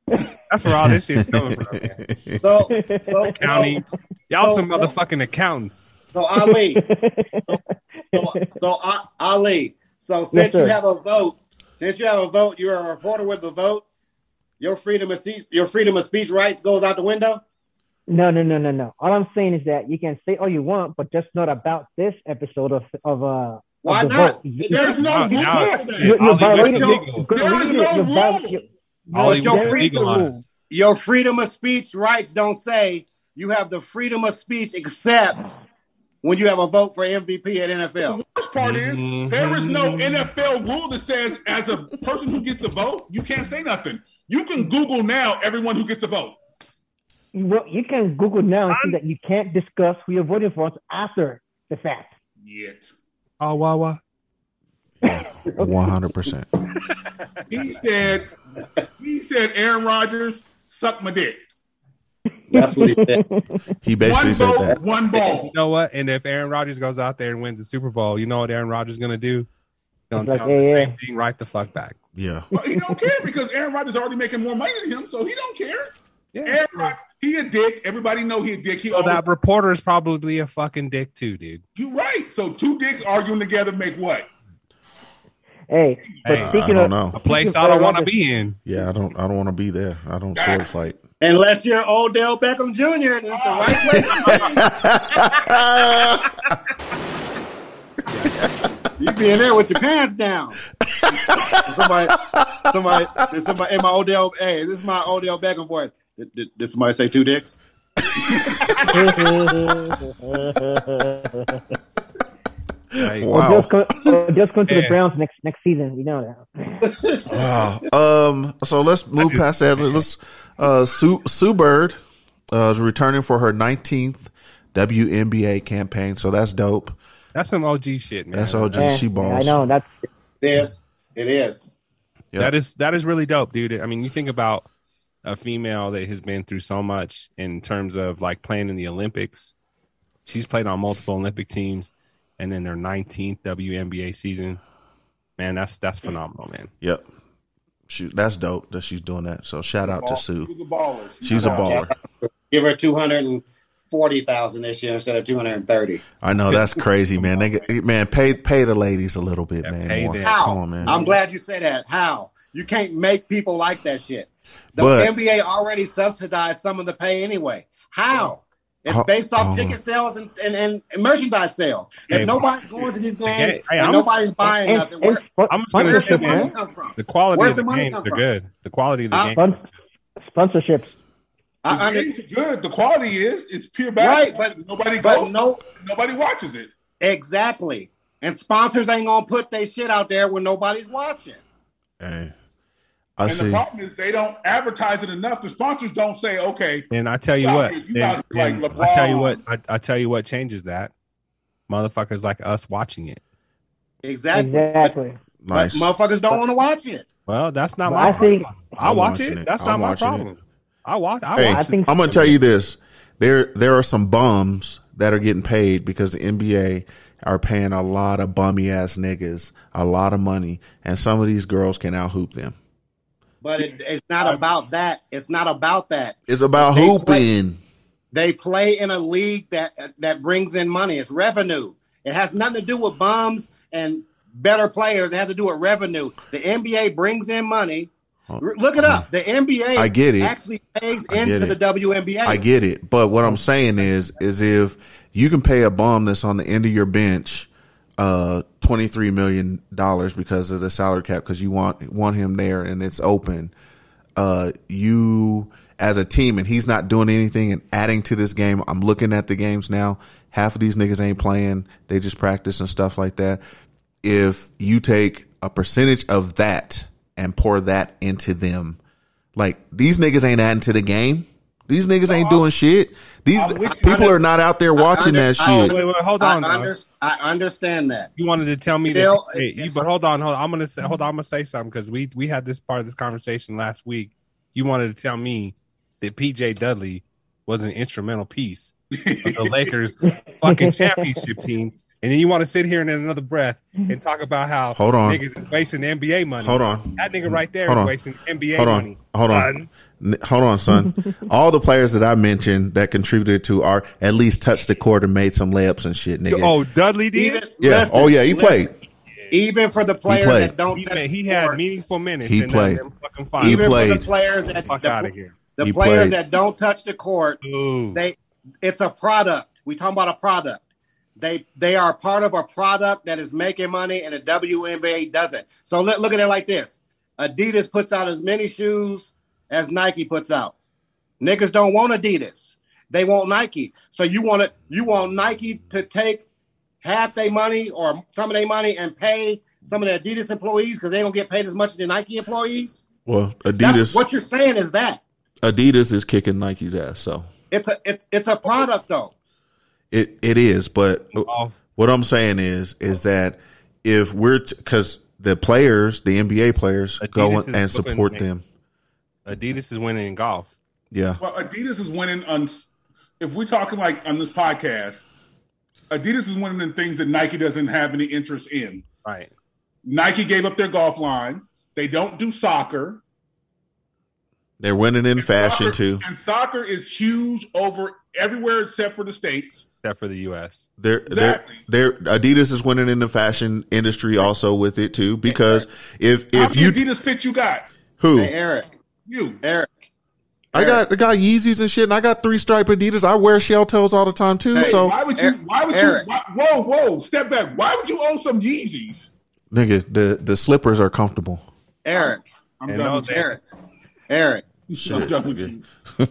D: That's where all this shit's coming from. man.
E: So, so, so,
D: Accounting. Y'all
E: So-
D: some
E: so-
D: motherfucking accountants.
E: so Ali, so, so uh, Ali, so since
H: sir.
E: you have a vote, since you have a vote, you're a reporter with a vote. Your freedom of speech, your freedom of speech rights goes out the window.
H: No, no, no, no, no. All I'm saying is that you can say all you want, but just not about this episode of of uh.
E: Why
H: of the
E: not?
H: Vote. You-
E: There's no
D: Nah,
E: rule
D: nah,
E: for that.
D: shit, Ollie
H: You're, you're
D: went
H: violating.
E: no-
H: You're,
D: legal.
H: you're
G: there is
H: reading
G: no
H: it. You're
G: rule.
H: viol- you're-
D: Ollie
H: you're
D: went
H: violating the
D: legal on us.
E: Your freedom of speech rights don't say you have the freedom of speech except when you have a vote for MVP at NFL.
G: First part is there is no NFL rule that says as a person who gets a vote, you can't say nothing. You can Google now everyone who gets a vote.
H: You, well, you can Google now and see that you can't discuss who you're voting for until after the fact.
G: Yet
D: Oh wah wah.
C: One hundred percent.
G: he said he said Aaron Rodgers suck my dick.
E: That's what he said.
C: He basically
G: one
C: said
G: vote,
C: that.
G: one ball.
D: You know what? And if Aaron Rodgers goes out there and wins the Super Bowl, you know what Aaron Rodgers gonna do? Gonna
H: Like,
D: tell him the
H: yeah,
D: same
H: yeah.
D: thing right the fuck back.
C: Yeah.
G: Well, he don't care because Aaron Rodgers already making more money than him, so he don't care.
D: Yeah.
G: Aaron Rodgers, he a dick. Everybody know he a dick. He
D: So
G: always-
D: that reporter is probably a fucking dick too, dude.
G: you right. So two dicks arguing together make what?
H: Hey, but
D: Hey,
H: speaking
C: I don't
H: of
C: know.
D: A place
H: speaking
D: I
H: of
D: don't want to
H: Rodgers-
D: be in.
C: Yeah, I don't I don't want to be there. I don't sword fight.
E: Unless you're Odell Beckham Jr. and it's the right place, you be in there with your pants down. somebody, somebody, did somebody, in my Odell, hey, this is my Odell Beckham voice. Did, did, did somebody say two dicks?
D: Like,
H: Odell's
C: wow.
H: co- Odell's going to the
D: Yeah.
H: Browns next next season. You know that.
C: Wow. Um. So let's move past that. Let's. Uh. Sue Sue Bird, uh, is returning for her nineteenth WNBA campaign. So that's dope.
D: That's some OG shit, man.
C: That's all
H: Yeah,
C: just she balls.
H: I know that's
E: Yes, it is.
C: Yep.
D: That is that is really dope, dude. I mean, you think about a female that has been through so much in terms of like playing in the Olympics. She's played on multiple Olympic teams, and then their 19th WNBA season. Man, that's that's phenomenal, man.
C: Yep. She, that's dope that she's doing that. So shout out to
G: Ball-
C: Sue.
G: She's a baller.
C: She's a baller.
E: Give her 240,000 this year instead of 230.
C: I know that's crazy, man. They get, man pay pay the ladies a little bit,
D: Yeah,
C: man.
D: pay
C: more.
D: them.
E: How?
C: Come on, man.
E: I'm glad you said that. How? You can't make people like that shit. The
C: But-
E: NBA already subsidized some of the pay anyway. How? It's
C: Huh,
E: based off
C: oh.
E: ticket sales and, and, and merchandise sales.
D: Hey,
E: If nobody's going to these games
D: hey, I'm-
E: and nobody's buying
H: and-
E: nothing,
H: and
E: where,
H: spo-
D: I'm just gonna
E: where's
D: say,
E: the
H: sponsorship,
E: money
H: man.
E: come from?
D: The quality
E: Where's
D: of
E: the
D: the,
E: money
D: games
E: come
D: are
E: from?
D: good. The quality of the
E: Huh?
D: game.
H: Spons- Sponsorships.
E: I, I
G: The
E: mean,
G: games are good. The quality is it's pure
E: right,
G: basketball.
E: but
G: nobody
E: but
G: goes.
E: no,
G: nobody watches it.
E: exactly. And sponsors ain't gonna put their shit out there when nobody's watching.
C: Hey. I
G: and the
C: see.
G: problem is they don't advertise it enough. The sponsors don't say, okay,
D: And I tell you
G: You
D: what,
G: gotta- you
D: and-
G: gotta be like
D: and
G: LeBron.
D: I tell you what, I, I tell you what changes that. Motherfuckers like us watching it.
E: Exactly.
H: Exactly.
E: But
C: Nice.
E: motherfuckers don't want to watch it.
D: Well, that's not
H: But
D: my.
H: I think-
D: problem. I
C: I'm
D: watch
C: watching it.
D: it. That's
C: I'm
D: not my
C: watching it.
D: problem. I watch. Oh, I
C: Hey,
D: watch.
H: I think-
C: I'm going to tell you this: there there are some bums that are getting paid because the NBA are paying a lot of bummy ass niggas a lot of money, and some of these girls can out hoop them.
E: But it, it's not about that. It's not about that.
C: It's about
E: They
C: hooping.
E: play- They play in a league that that brings in money. It's revenue. It has nothing to do with bums and better players. It has to do with revenue. The NBA brings in money. R- Look it up. The NBA
C: Oh. I get it.
E: actually pays
C: I get
E: into the
C: it.
E: WNBA.
C: I get it, but what I'm saying is, is if you can pay a bum that's on the end of your bench, uh, twenty three million dollars because of the salary cap, because you want want him there and it's open, uh, you as a team and he's not doing anything and adding to this game. I'm looking at the games now. Half of these niggas ain't playing; they just practice and stuff like that. If you take a percentage of that and pour that into them, like these niggas ain't adding to the game. These niggas ain't doing shit. These
E: I'm with you.
C: people are not out there watching
E: under-
C: that shit.
E: I-
D: Wait, wait, hold on.
E: I,
D: now.
E: under- I understand that.
D: you wanted to tell me that,
E: Bill,
D: hey, you, but hold on, hold on. I'm gonna say, hold on. I'm gonna say something because we we had this part of this conversation last week. You wanted to tell me that PJ Dudley was an instrumental piece of the Lakers fucking championship team, and then you want to sit here and in another breath and talk about how
C: Hold on.
D: niggas is wasting NBA money.
C: Hold on.
D: that nigga right there is
C: Hold on.
D: wasting NBA
C: hold on,
D: money.
C: hold on,
D: son.
C: N- hold on, son. All the players that I mentioned that contributed to are at least touched the court and made some layups and shit, nigga.
D: Oh, Dudley did.
E: Even,
C: yeah.
E: listen,
C: oh yeah, he
E: listen,
C: played.
E: Even for the players
C: played.
E: that don't
D: He,
E: touch
D: made- he
E: the
D: had
E: court,
D: meaningful minutes.
C: He
D: in that
C: played.
D: damn Fucking
C: He
D: finals.
E: even for
C: played.
E: the players that
D: Fuck
E: the,
D: out of here.
E: the
C: He
E: players
C: played.
E: that don't touch the court
D: Ooh.
E: they it's a product we talking about a product they they are part of a product that is making money and the WNBA doesn't so let, look at it like this Adidas puts out as many shoes as Nike puts out niggas don't want Adidas they want Nike so you want to you want Nike to take half their money or some of their money and pay some of the Adidas employees because they don't get paid as much as the Nike employees
C: Well,
E: That's,
C: Adidas,
E: what you're saying is that
C: Adidas is kicking Nike's ass, so
E: it's a it's it's a product though.
C: it it is. But
D: Oh.
C: what I'm saying is, is that if we're because the players, the NBA players, go
D: Adidas is
C: and support
D: whooping
C: them.
D: Adidas is winning in golf.
C: Yeah,
G: Well, Adidas is winning on. If we're talking like on this podcast, Adidas is winning in things that Nike doesn't have any interest in.
D: Right.
G: Nike gave up their golf line. They don't do soccer.
C: they're winning in fashion
G: Soccer-
C: too.
G: And soccer is huge over everywhere except for the states.
D: Except for the U.S.
C: They're,
G: Exactly.
C: they're, they're, Adidas is winning in the fashion industry also with it too because if
G: How
C: if
G: many
C: you
G: Adidas fit you got,
C: who
E: Hey, Eric,
G: you
E: Eric,
C: I got I got Yeezys and shit and I got three stripe Adidas I wear shell toes all the time too
E: Hey,
C: so
G: why would you? Why would you?
E: Eric.
G: Why, whoa, whoa! Step back. Why would you own some Yeezys?
C: nigga the the slippers are comfortable
E: Eric,
G: I'm
D: And
G: done
E: Oh,
D: no,
G: with
D: they-
G: you.
E: Eric, Eric,
G: I'm done with you.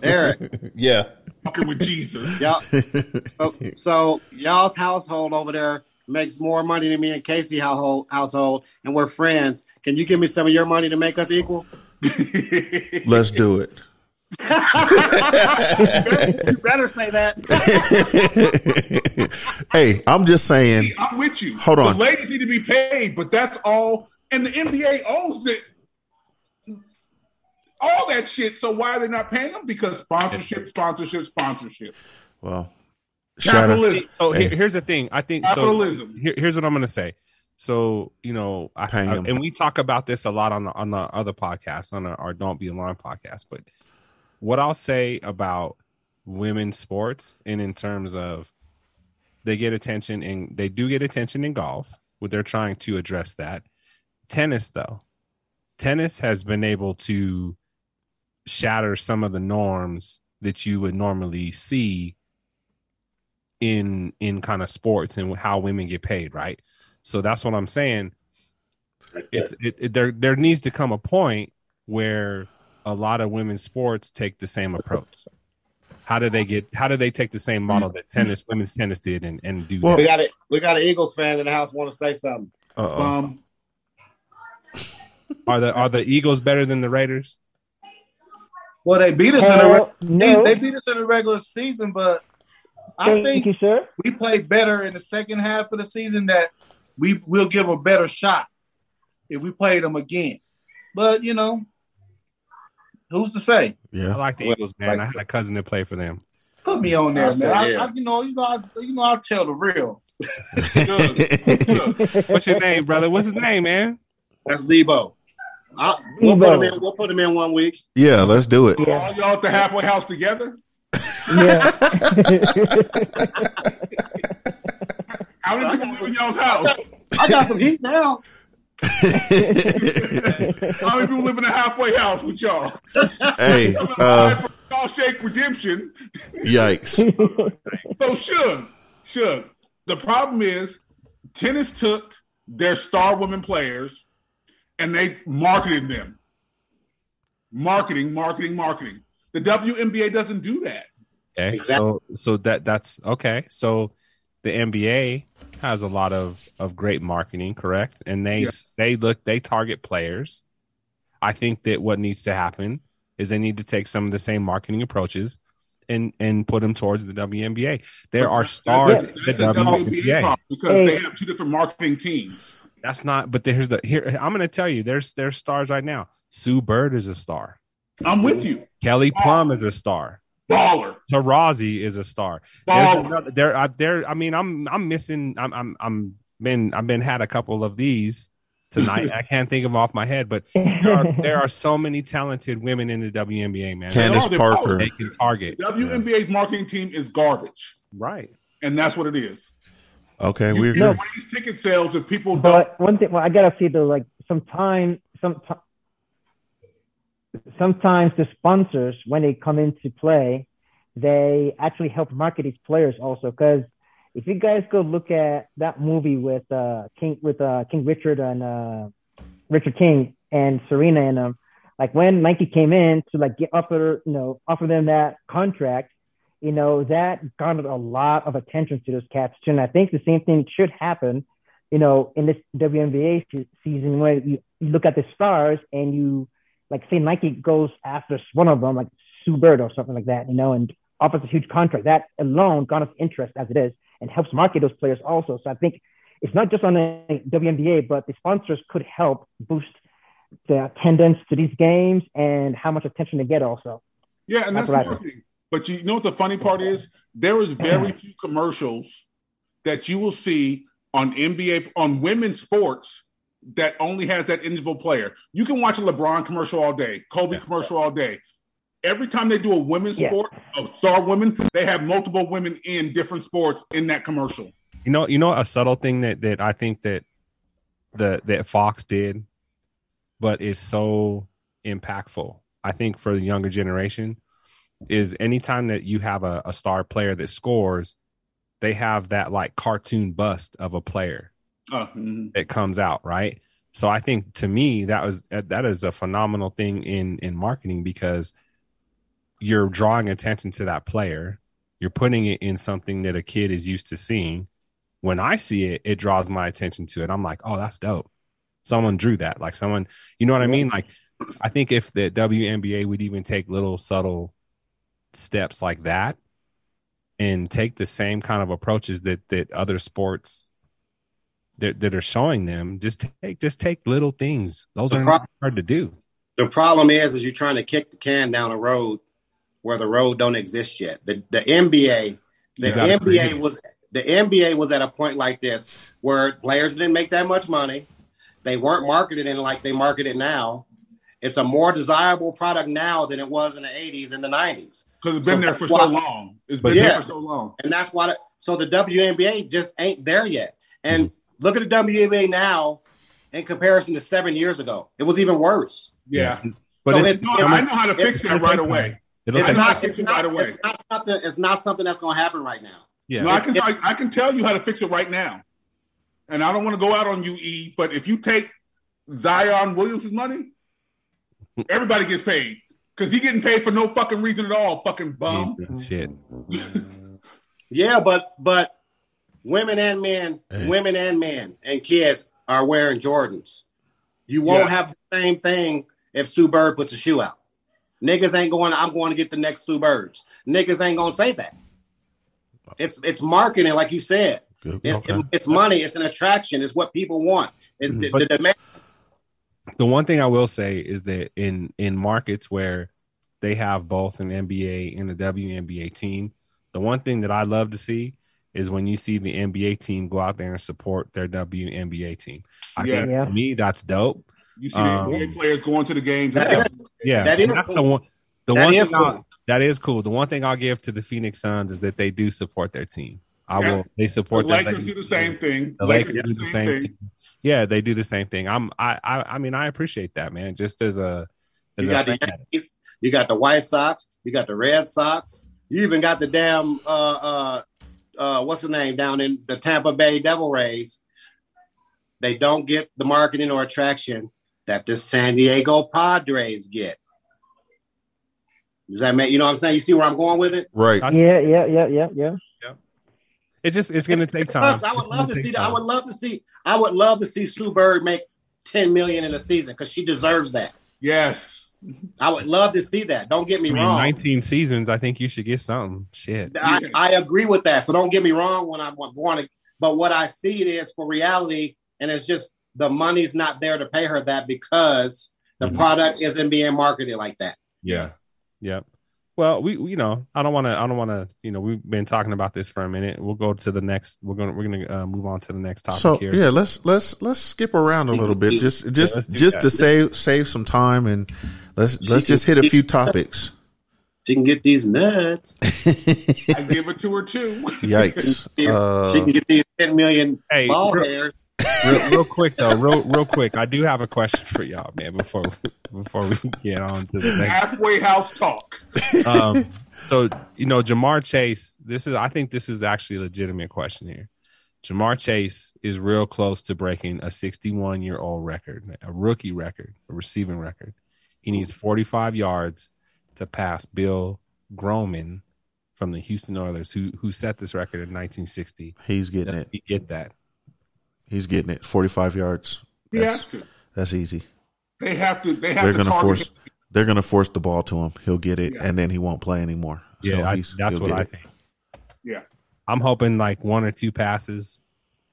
E: Eric.
C: yeah
G: Fucking with Jesus.
E: y'all, so, so y'all's household over there makes more money than me and Casey household, household, and we're friends. Can you give me some of your money to make us equal?
C: let's do it
E: You better say that.
C: hey I'm just saying
G: I'm with you.
C: Hold on.
G: The ladies need to be paid, but that's all. And the NBA owns it. All that shit. So why are they not paying them? Because sponsorship, sponsorship, sponsorship.
C: well shout out
G: Capitalism.
D: So here-
C: Hey.
D: here's the thing. I think so.
G: Capitalism.
D: Here, here's what I'm going to say. So you know, I,
C: Pay
D: I-
C: 'em.
D: and we talk about this a lot on the on the other podcast, on our, our Don't Be Alarmed podcast. But what I'll say about women's sports, and in terms of they get attention, and they do get attention in golf. What they're trying to address that tennis, though, tennis has been able to shatter some of the norms that you would normally see in in kind of sports and how women get paid right so that's what i'm saying it's it, it- there there needs to come a point where a lot of women's sports take the same approach how do they get how do they take the same model that tennis women's tennis did and and do
C: Well-
E: We
D: that?
E: got it. We got an Eagles fan in the house. Want to say something?
C: uh
G: Um,
D: are the are the eagles better than the raiders
E: Well, they beat
H: Hell Uh, no.
E: beat us in the regular season, but
H: Thank you, sir.
E: we played better in the second half of the season that we will give a better shot if we played them again. But you know, who's to say?
D: i
C: yeah
D: like the
E: Well,
D: eagles man
E: like-
D: i had a cousin that played for them
E: Put me on there,
K: I said,
E: man. I,
K: yeah.
E: I, you know, you know, I, you know, I tell the real.
D: What's your name, brother? What's his name, man?
E: That's Lebo. I, we'll, put him in, we'll put him in one week.
C: Yeah, let's do it.
G: All y'all at the halfway house together?
H: Yeah.
G: How many people live in y'all's house?
E: I got some heat now.
G: How many people live in a halfway house with y'all?
C: hey,
G: I'm in
C: uh,
G: line for y'all shake redemption.
C: yikes.
G: So Suge, Suge, the problem is tennis took their star women players and they marketed them. Marketing, marketing, marketing. The WNBA doesn't do that.
D: Okay,
E: Exactly.
D: so so that that's okay. So the NBA has a lot of of great marketing, correct? And they
G: Yeah.
D: they look they target players. I think that what needs to happen is they need to take some of the same marketing approaches and and put them towards the WNBA. There are stars
G: That's
D: in the
G: the WNBA
D: WNBA.
G: problem because they
H: Hey.
G: have two different marketing teams.
D: That's not. But here's the here. I'm going to tell you. There's there's stars right now. Sue Bird is a star.
G: I'm with you.
D: Kelly Plum is a star.
G: Baller.
D: Tarazi is a star. There's
G: Baller.
D: another- there, I, there. I mean, I'm, I'm missing. I'm, I'm, I'm been, I've been had a couple of these tonight. I can't think of 'em off my head, but there are, there are so many talented women in the WNBA, man.
G: Can-
C: Candace
G: They're
C: Parker.
D: they can target.
G: WNBA's marketing team is garbage.
D: Right.
G: And that's what it is.
C: Okay, we
G: You
C: agree.
G: can raise ticket sales if people don't
H: But one thing, well, I gotta say though, like sometime, sometime, sometimes the sponsors when they come into play, they actually help market these players also. Because if you guys go look at that movie with uh King with uh King Richard and uh Richard King and Serena and um, like when Nike came in to like get offer you know offer them that contract. You know that garnered a lot of attention to those cats too, and I think the same thing should happen you know, in this WNBA se- season, where you, you look at the stars and you, like, say Nike goes after one of them, like Sue Bird or something like that, you know, and offers a huge contract. That alone garners interest as it is and helps market those players also. So I think it's not just on the WNBA, but the sponsors could help boost the attendance to these games and how much attention they get also.
G: Yeah, and that's,
H: That's
G: the
H: what I
G: marketing. But you know what the funny part is? There is very few commercials that you will see on NBA on women's sports that only has that individual player. You can watch a LeBron commercial all day, Kobe commercial all day. Every time they do a women's
H: Yeah.
G: sport, a star women, they have multiple women in different sports in that commercial.
D: You know, you know, a subtle thing that that I think that the that Fox did, but is so impactful. I think for the younger generation is anytime that you have a, a star player that scores, they have that like cartoon bust of a player.
G: Uh, mhm.
D: that comes out right so i think to me that was that is a phenomenal thing in in marketing because you're drawing attention to that player you're putting it in something that a kid is used to seeing when i see it it draws my attention to it i'm like oh that's dope someone drew that like someone you know what i mean like i think if the WNBA would even take little subtle steps like that and take the same kind of approaches that that other sports that, that are showing them just take just take little things those
E: The
D: are
E: pro-
D: not hard to do
E: The problem is, is you're trying to kick the can down a road where the road don't exist yet. The the NBA, the
D: You gotta create
E: NBA
D: it.
E: was the NBA was at a point like this where players didn't make that much money. They weren't marketed in like they market it now. It's a more desirable product now than it was in the 80s and the 90s.
G: 'Cause it's
E: So
G: been there for
E: that's why-
G: so long. It's
D: But
G: been
E: yeah.
G: there for so long.
E: And that's why, so the WNBA just ain't there yet. And
D: Mm-hmm.
E: look at the WNBA now in comparison to seven years ago. It was even worse.
G: Yeah.
D: but
E: So
D: it's,
E: it's-
G: No, I know how to
E: it's-
G: fix that right away.
D: it'll
E: It's
D: take,
G: Okay.
E: not, it's,
G: Right
E: not,
G: away.
E: it's not something. It's not something that's going to happen right now.
D: yeah
G: No, I can I, I can tell you how to fix it right now. And I don't want to go out on you, E, but if you take Zion Williams' money, everybody gets paid. Because he getting paid for no fucking reason at all, fucking bum.
D: shit
E: Yeah, but but women and men,
C: Hey.
E: women and men and kids are wearing Jordans. You won't
G: Yeah.
E: have the same thing if Sue Bird puts a shoe out. Niggas ain't going. I'm going to get the next Sue Birds. Niggas ain't going to say that. It's it's marketing, like you said.
C: Good.
E: It's
C: Okay.
E: it's money. It's an attraction. It's what people want. It's the,
D: But-
E: the demand.
D: the one thing I will say is that in in markets where they have both an NBA and a WNBA team, the one thing that I love to see is when you see the NBA team go out there and support their WNBA team. I
G: Yeah.
D: guess
G: Yeah.
D: to me that's dope.
G: You see
D: Um,
G: the NBA players going to the games. and
D: That
G: stuff.
D: Yeah,
G: That
D: and
G: is
D: that's the
G: cool.
D: one. The
G: That
D: one
G: is
D: thing I'll-
G: cool.
D: that is cool. The one thing I'll give to the Phoenix Suns is that they do support their team. I
G: Yeah.
D: will. They
G: The
D: support their
G: Lakers do the same thing.
D: the Lakers do the same thing. Yeah, they do the same thing. I'm. I. I, I mean, I appreciate that, man. Just as a. As
E: You
D: a
E: got the
D: fan.
E: Yankees, you got the White Sox, you got the Red Sox, you even got the damn uh uh uh what's the name down in the Tampa Bay Devil Rays. They don't get the marketing or attraction that the San Diego Padres get. Does that make you know what I'm saying? You see where I'm going with it?
K: Right.
H: Yeah, yeah, yeah, yeah, yeah.
D: It's just it's going to take time.
E: Sucks. I would
D: It's
E: love
D: gonna
E: to
D: take
E: see that. I
D: time.
E: would love to see I would love to see Sue Bird make 10 million in a season because she deserves that.
G: Yes.
E: I would love to see that. Don't get me
D: I mean,
E: wrong.
D: 19 seasons. I think you should get something. Shit.
E: I, I agree with that. So don't get me wrong when I'm going to, but what I see it is for reality, and it's just the money's not there to pay her that because the
D: Mhm.
E: product isn't being marketed like that.
D: Yeah. Yep. Well, we we- you know I don't want to I don't want to you know we've been talking about this for a minute. We'll go to the next. We're gonna we're gonna uh, move on to the next topic
C: So
D: here.
C: yeah, let's let's let's skip around a little bit just just
D: let's do
C: just to
D: that.
C: save save some time and let's let's just hit a few topics.
E: She can get these nuts.
G: I give it to her too.
C: Yikes.
E: These-
C: Uh,
E: she can get these ten million
D: Hey,
E: ball
D: real-
E: hairs.
D: real, real quick though, real real quick, I do have a question for y'all, man. Before before we get on to the next
G: Halfway house talk.
D: um, so you know Jamar Chase. This is I think this is actually a legitimate question here. Jamar Chase is real close to breaking a 61 year old record, a rookie record, a receiving record. He needs 45 yards to pass Bill Groman from the Houston Oilers, who who set this record in 1960.
C: He's getting
D: Does
C: it.
D: he get that?
C: He's getting it. Forty five yards.
G: He
C: That's,
G: has to.
C: that's easy.
G: They have to. They have
C: They're
G: to
C: gonna
G: target
C: force
G: him.
C: they're gonna force the ball to him. He'll get it
G: Yeah.
C: and then he won't play anymore. So
D: Yeah, I-
C: he's-
D: that's
C: he'll
D: what
C: get
D: I
C: it.
D: think.
G: Yeah.
D: I'm hoping like one or two passes,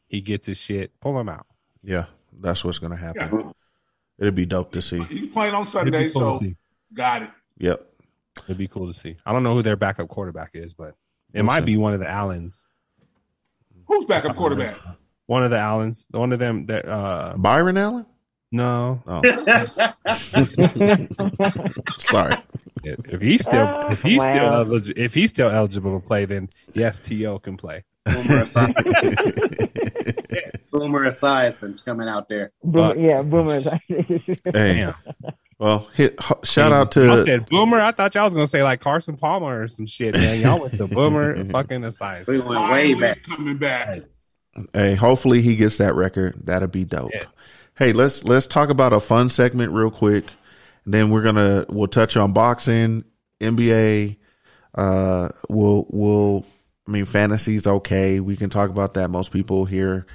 D: he gets his shit, pull him out.
C: Yeah. That's what's gonna happen.
G: Yeah.
C: It'd be dope to see.
G: He's playing on Sunday,
D: It'd be cool
G: so
D: to see.
G: got it.
C: Yep.
D: It'd be cool to see. I don't know who their backup quarterback is, but it
C: Who's
D: might
C: that?
D: be one of the Allens.
G: Who's backup quarterback?
D: One of the Allens. The One of them that uh
C: Byron Allen?
D: no.
C: Oh.
H: yeah,
C: Sorry.
D: If he's still if he's still
H: Wow.
D: eligible if he's still eligible to play, then yes, T.O. can play.
E: Boomer Esiason. Boomer Esiason's coming out there.
D: But-
H: boomers.
C: Hey.
D: Damn.
C: Well, hit ho- shout out
D: I
C: to
D: said Boomer. I thought y'all was gonna say like Carson Palmer or some shit, man. Y'all went to Boomer fucking Esiason.
E: We went way
G: Finally
E: back.
G: Coming back.
C: Hey, hopefully he gets that record. That'd be dope. Hey, let's let's talk about a fun segment real quick. Then we're gonna we'll touch on boxing, NBA. Uh, we'll we'll I mean fantasy's okay. We can talk about that. Most people here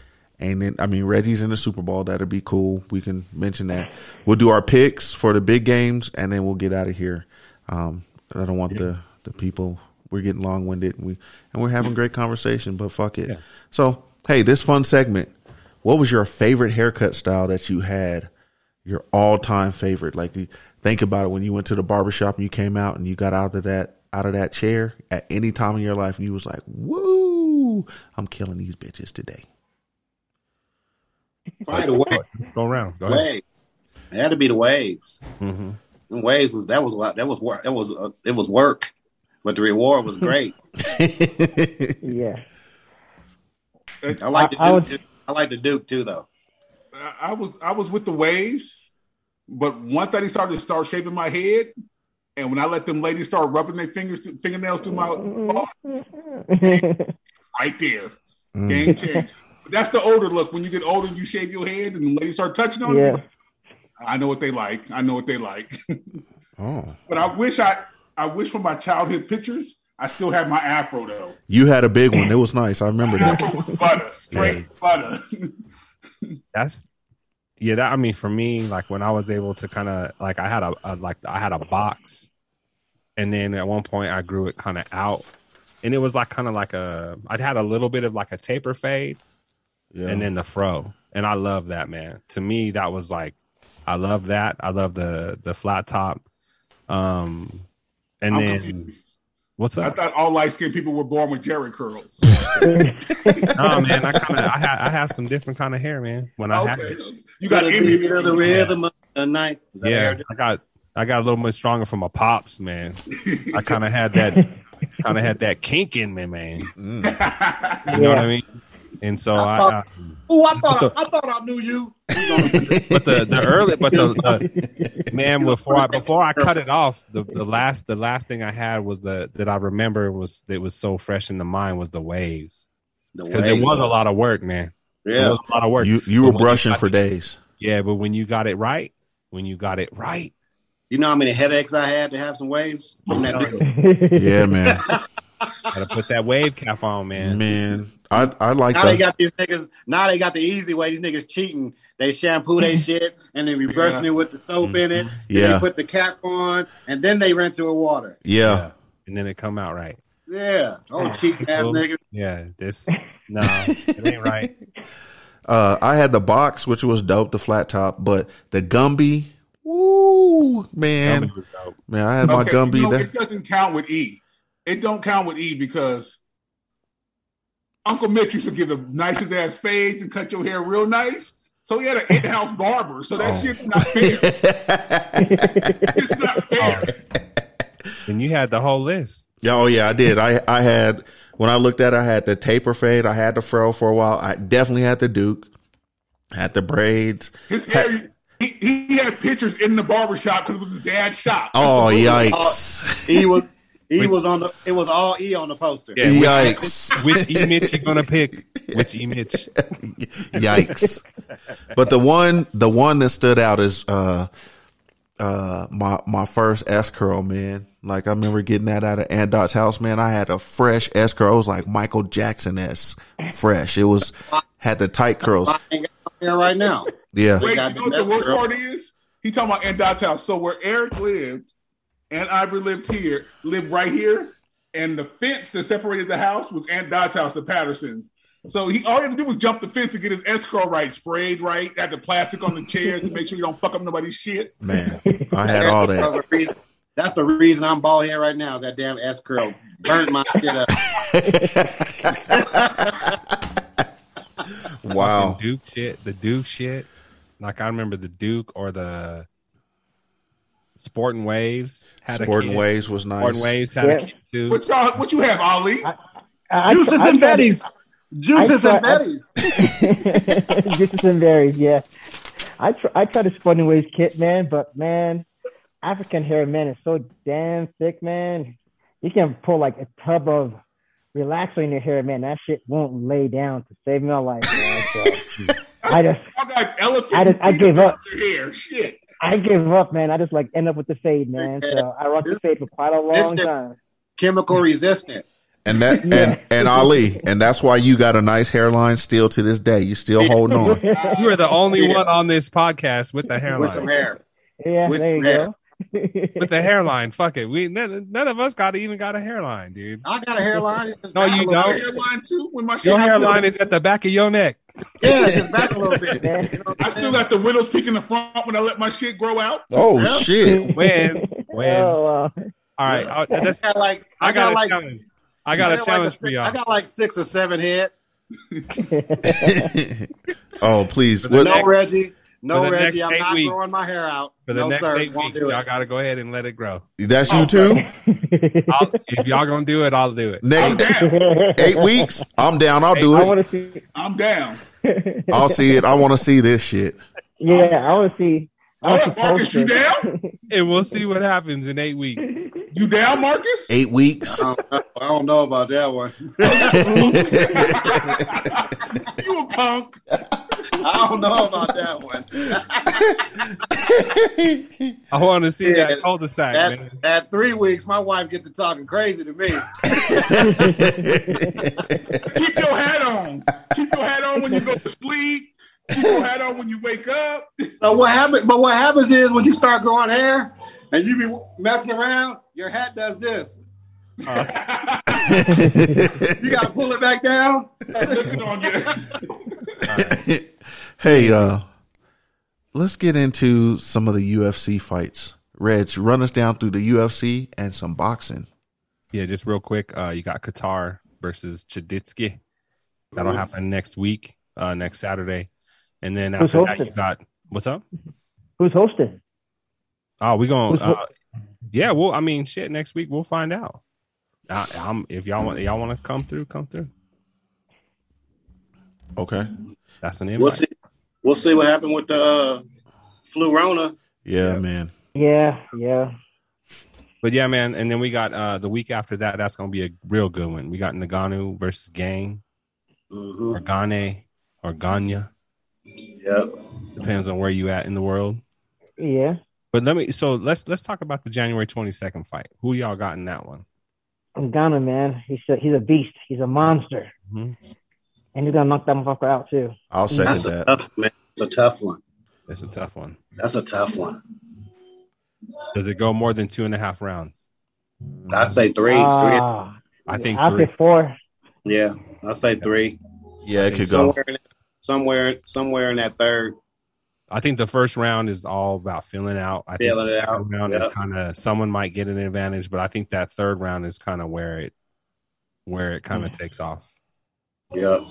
C: ain't in. I mean Reggie's in the Super Bowl. That'd be cool. We can mention that. We'll do our picks for the big games, and then we'll get out of here. Um, I don't want the the people. We're getting long winded. We and we're having great conversation, but fuck it. So hey, this fun segment. What was your favorite haircut style that you had? Your all time favorite. Like you think about it when you went to the barbershop and you came out and you got out of that out of that chair at any time in your life and you was like, Woo, I'm killing these bitches today.
E: Find a way.
D: Let's go around. Go ahead.
E: Wave. It had to be the waves.
D: hmm
E: Them waves was that was a lot. That was work. That was uh, it was work, but the reward was great.
H: yeah.
E: I like the Duke.
H: I- I would-
E: too. I like the Duke too, though.
G: I I was I was with the waves, but once I started to start shaving my head, and when I let them ladies start rubbing their fingers fingernails through my oh, right there,
C: Mm.
G: game changer. But That's the older look. When you get older, you shave your head, and the ladies start touching on
H: yeah.
G: you. I know what they like. I know what they like.
C: Oh.
G: but I wish I I wish for my childhood pictures. I still had my afro though.
C: You had a big one. It was nice. I remember that.
G: Afro was butter, straight butter.
D: that's yeah that i mean for me like when i was able to kind of like i had a, a like i had a box and then at one point i grew it kind of out and it was like kind of like a i'd had a little bit of like a taper fade
C: Yeah.
D: and then the fro and i love that man to me that was like i love that i love the the flat top um and
G: I'm
D: then
G: confused.
D: What's
G: I
D: up?
G: thought all light skinned people were born with Jerry curls.
D: nah, man, I kind of I had I had some different kind of hair, man. When I had
G: Okay.
D: it.
G: You got
E: Gotta
G: Indian
E: be to the rhythm of the night. Is that what
D: yeah,
E: you're doing?
D: I got I got a little bit stronger from my pops, man. I kind of had that kind of had that kink in me, man. You know what I mean? And so I, I
E: Ooh, I thought I, I thought I knew you.
D: but the, the early but the, the man before I before I cut it off the, the last the last thing I had was the that I remember was that was so fresh in the mind was the waves
E: The
D: because it
E: way-
D: was a lot of work man it
E: yeah.
D: was a lot of work
C: You you
D: But
C: were
D: when
C: brushing
D: got
C: for
D: it-
C: days.
D: yeah but when you got it right when you got it right
E: You know how many headaches I had to have some waves from that nigga.
C: Yeah, man.
D: gotta put that wave cap on man
C: Man, I I like
E: Now they
C: that.
E: got these niggas. Now they got the easy way. These niggas cheating. They shampoo they shit and then be brushing it with the soap in
D: Mm-hmm.
E: it. Then
C: Yeah.
E: they put the cap on and then they rinse it with water.
C: yeah.
D: and then it come out right
E: Yeah. Oh, cheating ass
D: Cool.
E: niggas.
D: yeah this no it ain't right
C: Uh, I had the box, which was dope, the flat top, but the Gumby, woo, man,
D: Gumby was dope.
C: man, I had my
G: Okay,
C: Gumby.
G: you know,
C: that,
G: it doesn't count with E. It don't count with E because Uncle Mitch used to give the nicest ass fades and cut your hair real nice. So he had an in-house barber. So that
C: Oh.
G: shit's not fair. it's not fair.
D: and you had the whole list
C: Yeah, oh yeah, I did. I I had when I looked at it, I had the taper fade, I had the fro for a while. I definitely had the Duke, had the braids.
G: His hair. He, he had pictures in the barber shop because it was his dad's shop.
C: Oh
E: yikes.
C: yikes.
E: He was he was on the it was all E on the poster.
D: Yeah.
C: Yikes.
D: which E Mitch you gonna pick which E Mitch
C: Yikes. But the one the one that stood out is uh uh my my first S curl, man. Like I remember getting that out of Aunt Dot's house, man. I had a fresh S curl. It was like Michael Jackson S fresh. It was had the tight curls.
E: I ain't got no hair right now.
C: Yeah.
G: Wait,
E: got
G: you
E: the
G: know what
E: best
G: the worst
E: girl.
G: part is? He talking about Aunt Dot's house. So where Eric lived and Ivory lived here, lived right here, and the fence that separated the house was Aunt Dot's house, the Pattersons. So he all he had to do was jump the fence to get his escrow right, sprayed right, had the plastic on the chairs to make sure you don't fuck up nobody's shit.
C: Man. I had all
E: That's
C: that.
E: the reason, that's the reason I'm bald head right now is that damn S curl burnt my shit up.
C: Wow.
D: Duke shit, the Duke shit. Like I remember the Duke or the Sporting Waves had a
C: Sporting
D: kid.
C: Waves was nice.
D: Sporting Waves had
H: Yeah.
D: a kid too.
G: What y'all what you have, Ali?
H: I- I-
E: Juices
H: I
E: and
H: tried to-
E: Betty's. Juices
H: I
E: and
H: tried- I-
E: Betty's.
H: Juices and berries, yeah. I tr- I tried to Sporting Ways kit, man, but man, African hair, man, is so damn thick, man. You can pull like a tub of relaxer in your hair, man. That shit won't lay down to save my life. Man. So, I just
G: Y'all got elephant
H: I just- I
G: feet
H: gave
G: under
H: up.
G: your hair. Shit.
H: I give up, man. I just like end up with the fade, man. So I rocked the fade for quite a long
E: This-
H: time.
E: Chemical resistant.
C: And that and, and Ali, and that's why you got a nice hairline still to this day. You still holding on.
D: you are the only
E: Yeah.
D: one on this podcast with the
E: With some
D: hairline.
E: hair.
H: Yeah,
E: With
H: there you
E: hair.
H: go.
D: With the hairline, fuck it. We none, none of us got even got a hairline, dude.
E: I got a hairline. It's just
D: No,
E: back a
D: you
E: little
D: don't.
G: My hairline too when my shit
D: Your
G: I still-
D: hairline is at the back of your neck.
E: Bit. Yeah, it's just back a little bit. You know what
G: I
E: I'm
G: still
E: saying?
G: got the widow's peak in the front when I let my shit grow out.
C: Oh shit.
D: When, when. All
H: Oh, wow.
D: right, I,
E: I
D: that's,
E: got like
D: I, got, a
E: like
D: challenge. I got a
E: like
D: challenge
E: a
D: for
E: six-
D: y'all.
E: I got like six or seven head.
C: oh please.
E: No
C: What,
D: next-
E: Reggie. No
D: for the
E: Reggie.
D: next
E: I'm
D: eight
E: not
D: weeks.
E: growing my hair out.
D: for the
E: no
D: next
E: sir,
D: eight
E: won't
D: weeks,
E: do
D: y'all
E: it.
D: got to go ahead and let it grow.
C: that's you too?
D: I'll, if y'all gonna do it, I'll do it.
G: I'm
C: Next
G: down.
C: eight weeks, I'm down. I'll do
H: I
C: it.
H: want to see.
G: I'm down.
C: I'll see it. I want to see this shit.
H: Yeah, I want to see. I
G: All
H: want to
G: right, Marcus, you down?
D: And we'll see what happens in eight weeks.
G: You down, Marcus?
C: Eight weeks.
E: I don't, know- Um, I don't know about that one.
G: you a punk.
E: I don't know about that one.
D: I want to see
E: Yeah.
D: that cul-de-sac, man.
E: At, at three weeks, my wife get to talking crazy to me.
G: Keep your hat on. Keep your hat on when you go to sleep. Keep your hat on when you wake up.
E: So what happen, But what happens is when you start growing hair and you be messing around, your hat does this.
C: Uh-huh.
E: You got to pull it back down.
G: Looking on you.
C: hey, uh, let's get into some of the UFC fights. Reg, run us down through the UFC and some boxing.
D: Yeah, just real quick. Uh, you got Qatar versus Chaditsky. That'll
E: Ooh.
D: happen next week, uh, next Saturday, and then
H: Who's
D: after that
H: hosting?
D: you got what's up?
H: Who's hosting?
D: Oh, we going.
H: Who's ho-
D: Uh, yeah, well, I mean, shit. Next week we'll find out. I, I'm if y'all want y'all want to come through, come through.
C: Okay.
D: That's an
E: We'll
D: invite.
E: see. We'll see what happened with the uh, flu Rona.
C: Yeah, man.
H: Yeah, yeah.
D: But yeah, man. And then we got uh, the week after that. That's gonna be a real good one. We got Nagano versus Gang
E: Mm-hmm.
D: or Gane or Ganya.
E: Yep.
D: Depends on where you at in the world.
H: Yeah.
D: But let me. So let's let's talk about the January 22nd fight. Who y'all got in that one?
H: I'm Ghana, man. He's a, he's a beast. He's a monster.
C: Mm-hmm.
D: Mhm.
H: And he's going to knock that motherfucker out, too.
C: I'll second
E: That's a
C: that.
E: tough man. It's a tough one.
D: It's a tough one.
E: That's a tough one.
D: Does it go more than two and a half rounds?
C: Mm.
E: I say three. three.
H: Ah,
D: I think
H: I'll
D: three.
H: say four.
E: Yeah, I say three.
C: Yeah, it could go.
E: Somewhere, in, somewhere, somewhere in that third.
D: I think the first round is all about feeling out. I
E: Feeling
D: think the
E: it
D: second
E: out,
D: round
E: yeah.
D: is kind of someone might get an advantage, but I think that third round is kind of where it where it kind of takes off.
E: Yep.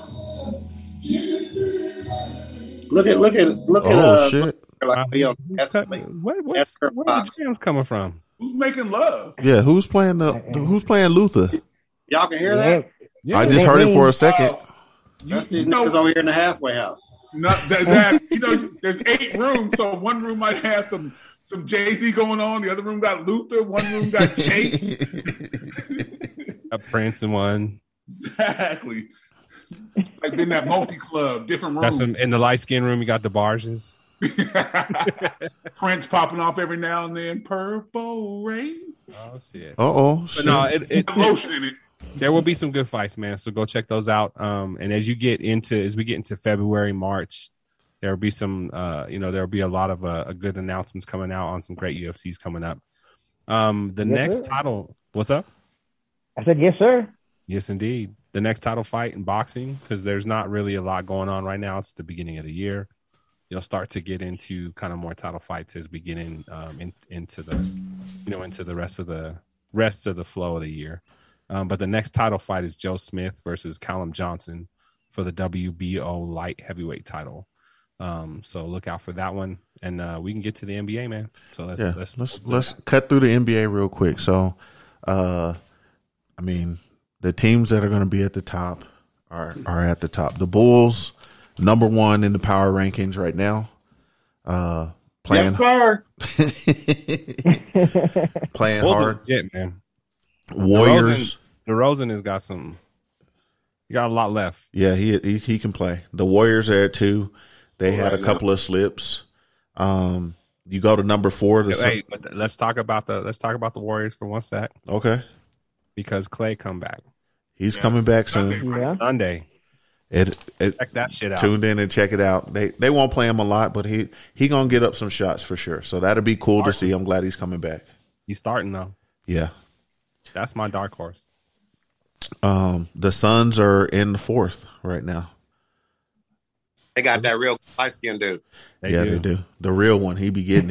E: Look at look at look at
C: Oh
E: uh,
C: shit.
E: like Leo
D: Where,
E: Escalade.
D: where's,
E: Esther
D: where are the
E: Fox.
D: jams coming from?
G: Who's making love?
C: Yeah, who's playing the who's playing Luther?
E: Y'all can hear
H: Yeah.
E: that?
C: I just heard it for a second.
G: Oh, you,
E: That's these
G: you know,
E: niggas over here in the halfway house.
G: no, that, that- you know, there's eight rooms, so one room might have some some Jay Z going on. The other room got Luther. One room
D: oh,
G: got Jake.
D: A Prince and one.
G: exactly. Like in that multi club, different
D: That's
G: rooms.
D: in, in the light skin room. You got the barges.
G: Prince popping off every now and then. Purple rain.
D: Oh shit!
C: Uh oh.
D: But no, it, it,
G: Got Lotion in it.
D: there will be some good fights, man. So go check those out. Um, and as you get into as we get into February, March, there will be some uh, you know, there'll be a lot of uh, a good announcements coming out on some great UFCs coming up. Um, the
H: Yes,
D: next
H: sir.
D: title, what's up?
H: I said, yes, sir.
D: Yes, indeed. The next title fight in boxing because there's not really a lot going on right now. It's the beginning of the year. You'll start to get into kind of more title fights as we get in, um, in into the you know into the rest of the rest of the flow of the year. Um, but the next title fight is Joe Smith versus Callum Johnson for the WBO light heavyweight title. Um, so look out for that one, and uh, we can get to the NBA, man. So let's
C: Yeah,
D: let's,
C: let's let's, cut through the NBA real quick. So, uh, I mean, the teams that are going to be at the top are are at the top. The Bulls, number one in the power rankings right now, uh, playing
E: Yes, sir.
C: playing
D: Bulls are
C: hard.
D: legit, man.
C: Warriors,
D: DeRozan has got some. He got a lot left.
C: yeah, he, he he can play. The Warriors are at two. They had
E: Right
C: a
E: now.
C: couple of slips. Um, you go to number four. The
D: Hey, but let's talk about the let's talk about the Warriors for one sec
C: okay,
D: because Clay come back
C: he's coming back
G: Okay.
C: soon.
H: Yeah.
D: Sunday.
C: It, it
D: Check that shit out.
C: tuned in and check it out. They they won't play him a lot, but he he gonna get up some shots for sure. So that'll be cool to see. I'm glad he's coming back.
D: He's starting though.
C: Yeah.
D: That's my dark horse.
C: Um, the Suns are in the fourth right now.
K: They got that real light skinned dude.
D: They
C: yeah,
D: do.
C: they do. The real one, he be getting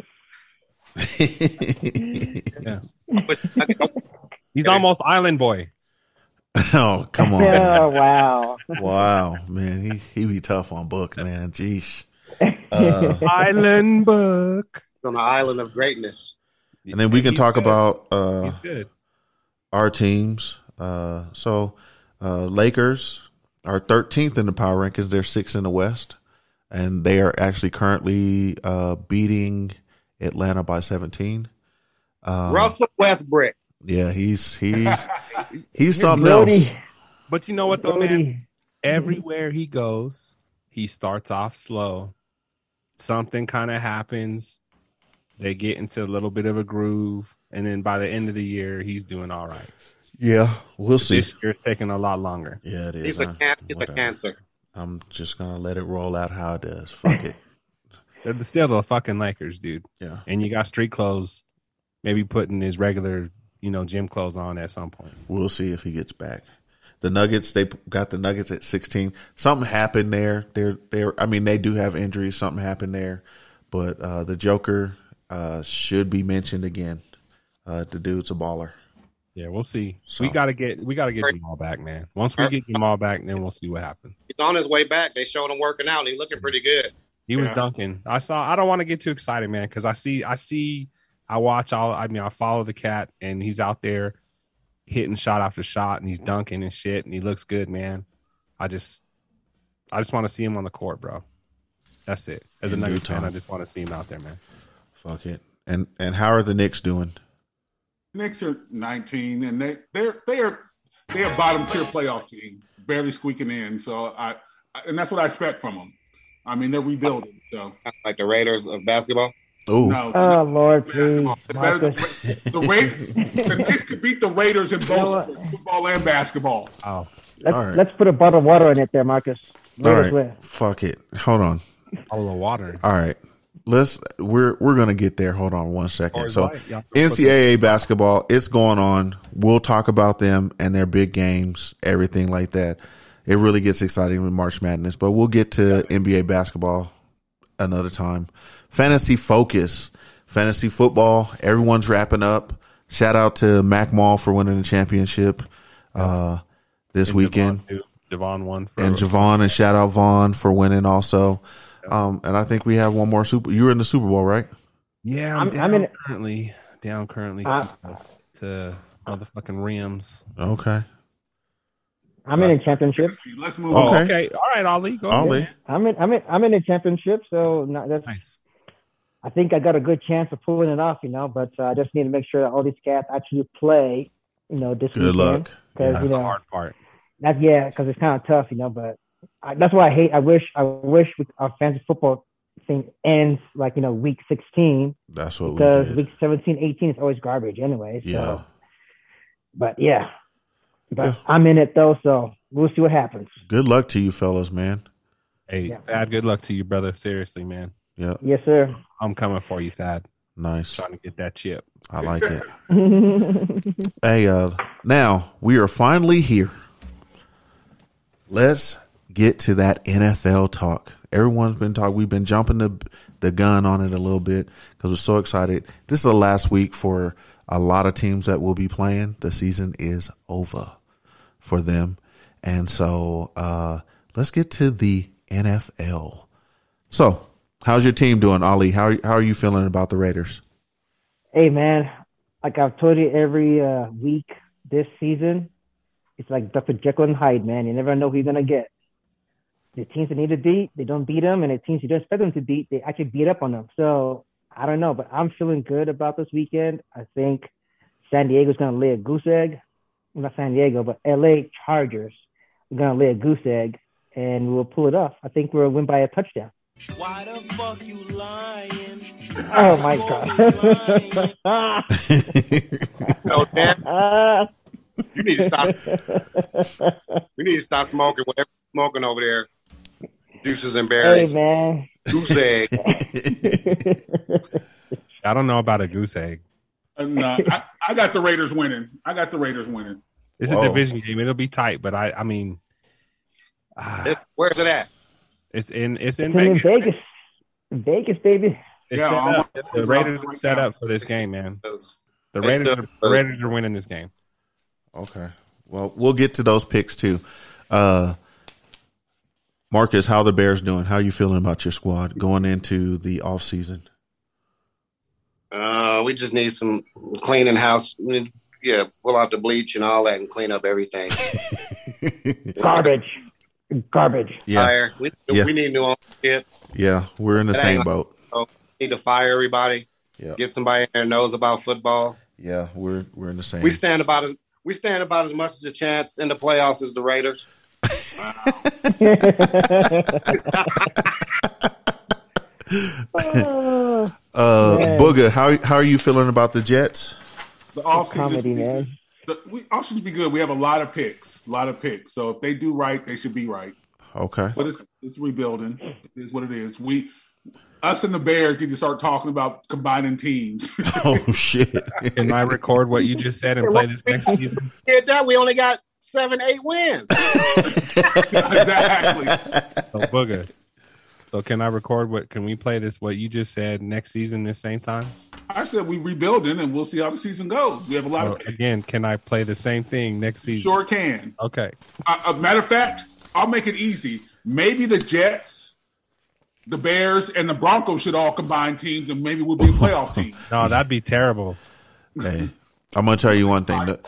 C: it.
K: But I think-
D: He's almost Island Boy.
C: oh, come on. man.
H: Oh, wow.
C: Wow, man. He he be tough on book, man. Jeez. Uh,
D: Island Book.
E: On the island of greatness.
C: and then we can
D: He's
C: talk
D: good.
C: about uh
D: He's good.
C: our teams. Uh, so uh, Lakers are 13th in the power rankings. They're six in the West, and they are actually currently uh, beating Atlanta by 17. Um,
E: Russell Westbrook.
C: yeah, he's he's he's something
H: Brody.
C: else.
D: But you know what though, man?
H: Brody.
D: Everywhere he goes, he starts off slow. Something kind of happens. They get into a little bit of a groove, and then by the end of the year, he's doing all right.
C: Yeah, we'll see.
D: This year's taking a lot longer.
C: Yeah, it is.
K: he's a
C: huh?
K: can- he's a
C: Whatever.
K: cancer.
C: I'm just gonna let it roll out how it does. Fuck it.
D: They're the- still the fucking Lakers, dude.
C: Yeah.
D: And you got street clothes, maybe putting his regular, you know, gym clothes on at some point.
C: We'll see if he gets back. The Nuggets, they got the Nuggets at 16. Something happened there. They're they're I mean, they do have injuries. Something happened there, but uh, the Joker uh, should be mentioned again. Uh, the dude's a baller.
D: Yeah, we'll see. we gotta get we gotta get them all back, man. Once we get them all back, then we'll see what happens.
K: He's on his way back. They showed him working out. He looking pretty good.
D: He was dunking. I saw. I don't want to get too excited, man, because I see. I see. I watch all. I mean, I follow the cat, and he's out there hitting shot after shot, and he's dunking and shit, and he looks good, man. I just, I just want to see him on the court, bro. That's it. As a
C: In due
D: Nuggets fan, I
C: time.
D: just want to see him out there, man.
C: Fuck it. And and how are the Knicks doing?
G: Knicks are 19, and they they're they're they're a bottom tier playoff team, barely squeaking in. So I, I and that's what I expect from them. I mean, they're rebuilding. So
K: Like the Raiders of basketball.
C: Oh,
G: No.
H: Oh Lord, please,
G: better the,
H: Marcus.
G: Ra- the, Ra- the Knicks could beat the Raiders in both football and basketball.
D: Oh,
H: Let's,
C: All right.
H: let's put a bottle of water in it, there, Marcus.
C: All right.
H: Raiders win.
C: Fuck it. Hold on.
D: all the water.
C: All right. Let's we're we're gonna get there. Hold on one second. So
D: right, yeah.
C: NCAA basketball, it's going on. We'll talk about them and their big games, everything like that. It really gets exciting with March Madness, but we'll get to NBA basketball another time. Fantasy focus, fantasy football. Everyone's wrapping up. Shout out to Mac Mall for winning the championship uh, this weekend
D: Devon, too. Devon won. For,
C: and Javon and shout out Vaughn for winning also. Um, and I think we have one more super. You were in the Super Bowl, right?
D: yeah, I'm,
H: I'm-
D: down
H: I'm in-
D: currently down currently
H: I-
D: to, to motherfucking Rams.
C: Okay.
H: I'm in a championship.
G: See, let's move
C: Okay.
G: on.
D: Oh, okay. All right, Ali. Go ahead.
C: Ollie.
H: I'm in. I'm in. I'm in a championship. So not, that's,
D: Nice.
H: I think I got a good chance of pulling it off, you know. But uh, I just need to make sure that all these cats actually play, you know, this
C: Good
H: weekend.
C: luck.
H: 'Cause,
C: Yeah.
H: you
D: The
H: know,
D: hard part.
H: That's yeah, because it's kind of tough, you know. But I, that's why I hate. I wish. I wish we- our fantasy football thing ends like you know week 16
C: That's what we
H: because
C: did.
H: week 17, 18 is always garbage anyway. So,
C: yeah.
H: but yeah, but
C: Yeah.
H: I'm in it though, so we'll see what happens.
C: Good luck to you, fellas, man.
D: Hey,
H: Yeah.
D: Thad. Good luck to you, brother. Seriously, man.
C: Yeah.
H: Yes, sir.
D: I'm coming for you, Thad.
C: Nice.
D: Trying to get that chip.
C: I like it. hey, uh, now we are finally here. Let's get to that NFL talk. Everyone's been talking. We've been jumping the the gun on it a little bit because we're so excited. This is the last week for a lot of teams that will be playing. The season is over for them, and so uh, let's get to the NFL. So, how's your team doing, Ali? How are- how are you feeling about the Raiders?
H: Hey man, like I've told you every uh, week this season, it's like Dr. Jekyll and Hyde, man. You never know who you're gonna get. The teams that need to beat, they don't beat them, and the teams you don't expect them to beat, they actually beat up on them. So I don't know, but I'm feeling good about this weekend. I think San Diego's gonna lay a goose egg. Not San Diego, but LA Chargers are gonna lay a goose egg, and we'll pull it off. I think we'll win by a touchdown.
F: Why the fuck you lying?
H: Oh my god.
K: No, Dan,
H: Ah.
K: Oh, you need to stop. you need to stop smoking whatever you're smoking over there. Juices and
H: Hey
K: berries,
H: man,
K: goose egg.
D: I don't know about a goose egg.
G: Uh, no, I, I got the Raiders winning. I got the Raiders winning.
D: It's
C: Whoa.
D: a division game. It'll be tight, but I, I mean, ah,
K: This- where's it at?
D: it's in, it's in
H: it's in
D: Vegas.
H: Vegas. Vegas, baby.
D: It's
G: Yeah,
D: set
G: I'm-
D: up. The Raiders are set up for this game, man. The
K: They
D: Raiders,
K: still-
D: are, the Raiders are winning this game.
C: Okay. Well, we'll get to those picks too. Uh, Marcus, how the Bears doing? How you feeling about your squad going into the off season?
K: Uh, we just need some cleaning house. We need- Yeah, pull out the bleach and all that, and clean up everything.
H: Garbage. Garbage.
C: Yeah,
K: Fire. We,
C: Yeah.
K: we need new own shit.
C: yeah, we're in the
K: That
C: same
K: ain't-
C: boat.
K: need to fire everybody.
C: Yeah.
K: Get somebody in there who knows about football.
C: Yeah, we're we're in the same.
K: We stand about as we stand about as much as a chance in the playoffs as the Raiders.
H: Oh,
C: Uh,
H: Yeah.
C: Booga, how how are you feeling about the Jets?
G: The off
H: comedy, man.
G: The, we all should be good. We have a lot of picks, a lot of picks. So if they do right, they should be right.
C: Okay,
G: But it's it's rebuilding. It is what it is. We us and the Bears need to start talking about combining teams.
C: oh shit,
D: Can I record what you just said and play this next season?
K: Did that? We only got seven, eight wins.
G: exactly.
D: So booger. So can I record what? Can we play this? What you just said next season, this same time?
G: I said we rebuilding and we'll see how the season goes. We have a lot
D: Well,
G: of
D: again, can I play the same thing next season?
G: sure can.
D: Okay.
G: Uh, a matter of fact, I'll make it easy. Maybe the Jets, the Bears, and the Broncos should all combine teams, and maybe we'll be a playoff team.
D: No, that'd be terrible.
C: Hey, I'm gonna tell you one thing. The,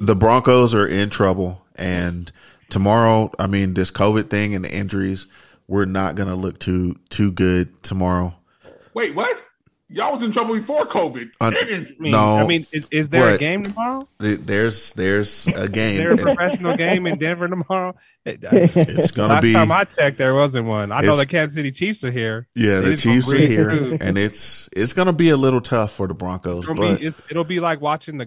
C: the Broncos are in trouble, and tomorrow, I mean, this COVID thing and the injuries, we're not gonna look too too good tomorrow.
G: Wait, what? Y'all was in trouble before COVID.
C: Uh,
G: They didn't-
C: no,
D: I mean, is, is there a
C: What?
D: game tomorrow?
C: Th- There's there's a game.
D: Is there a professional game in Denver tomorrow?
C: It's gonna
D: Last
C: be-
D: time I checked, there wasn't one. I know
C: It's-
D: the Kansas City Chiefs are here.
C: yeah,
D: They
C: the
D: just gonna
C: Chiefs are
D: breathe
C: here,
D: through.
C: and it's it's gonna be a little tough for the Broncos.
D: It's gonna
C: but
D: be, it's, it'll be like watching the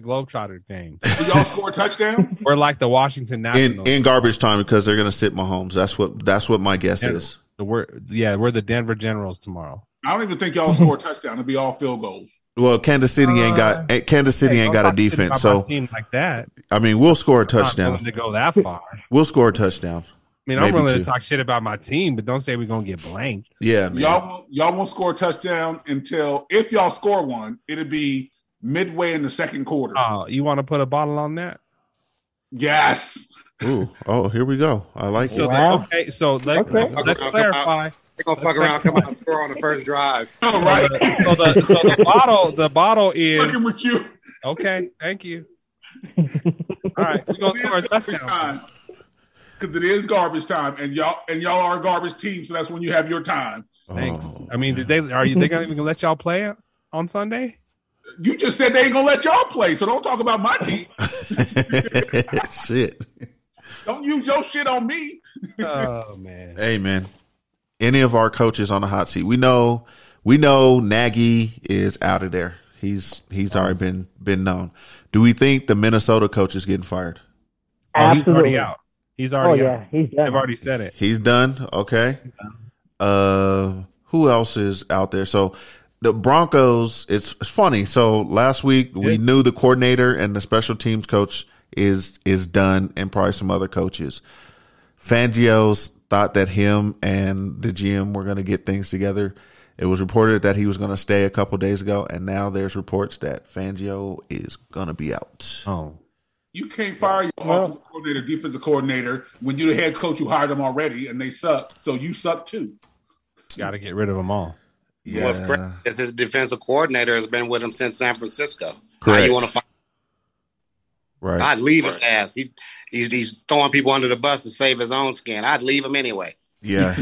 D: Globetrotter game.
G: y'all score a touchdown?
D: Or like the Washington
C: in,
D: Nationals.
C: in garbage time because they're gonna sit Mahomes. That's what that's what my guess
D: Yeah.
C: is.
D: The wor- yeah, we're the Denver Generals tomorrow.
G: I don't even think y'all score a touchdown. It'll be all field goals.
C: Well, Kansas City ain't got eh, Kansas City
D: Uh, Hey,
C: ain't
D: don't
C: got a
D: talk shit
C: defense,
D: about
C: so
D: my team like that.
C: I mean we'll score a
D: I'm not willing
C: touchdown.
D: to go that far. I
C: We'll score a touchdown.
D: mean, I'm
C: Maybe
D: willing
C: two.
D: to talk shit about my team, but don't say we're gonna get blanked.
C: Yeah, man.
G: Y'all won't, y'all won't score a touchdown until if y'all score one, it'll be midway in the second quarter.
D: Oh, you want to put a bottle on that?
G: yes.
C: Ooh, oh, here we go. I like
D: So
C: it.
D: that, okay, so let,
H: Okay.
D: let's,
K: Fuck
D: let's
K: around, come out-
D: clarify.
K: They gonna fuck around, come out and score on the first drive.
G: All right.
D: So the, so the bottle, the bottle is
G: Fucking with you.
D: okay. Thank you. All right, we're gonna score a touchdown.
G: Because it is garbage time, and y'all and y'all are a garbage team, so that's when you have your time.
D: Thanks.
C: Oh,
D: I mean, did they are you? They gonna even let y'all play on Sunday?
G: You just said they ain't gonna let y'all play, so don't talk about my team.
C: Oh. Shit.
G: Don't use your shit on me.
D: Oh man.
C: Hey man. Any of our coaches on the hot seat. We know we know Nagy is out of there. He's he's already been been known. Do we think the Minnesota coach is getting fired?
D: Oh, he's
H: Absolutely.
D: already out. He's
H: Oh
D: already out.
H: yeah, he's
D: I've
H: done.
D: already said it.
C: He's done. Okay. Uh, who else is out there? So the Broncos. It's, it's funny. So last week we knew the coordinator and the special teams coach is is done, and probably some other coaches. Fangio's thought that him and the GM were going to get things together. It was reported that he was going to stay a couple days ago, and now there's reports that Fangio is going to be out.
D: Oh,
G: You can't fire your offensive coordinator, defensive coordinator when you're the head coach. You hired them already, and they suck. So you suck too.
D: got to get rid of them all.
K: What's crazy is his defensive coordinator has been with him since San Francisco. Now
C: Correct.
K: you want to find
C: right.
K: I'd leave his ass. He he's he's throwing people under the bus to save his own skin. I'd leave him anyway.
C: yeah,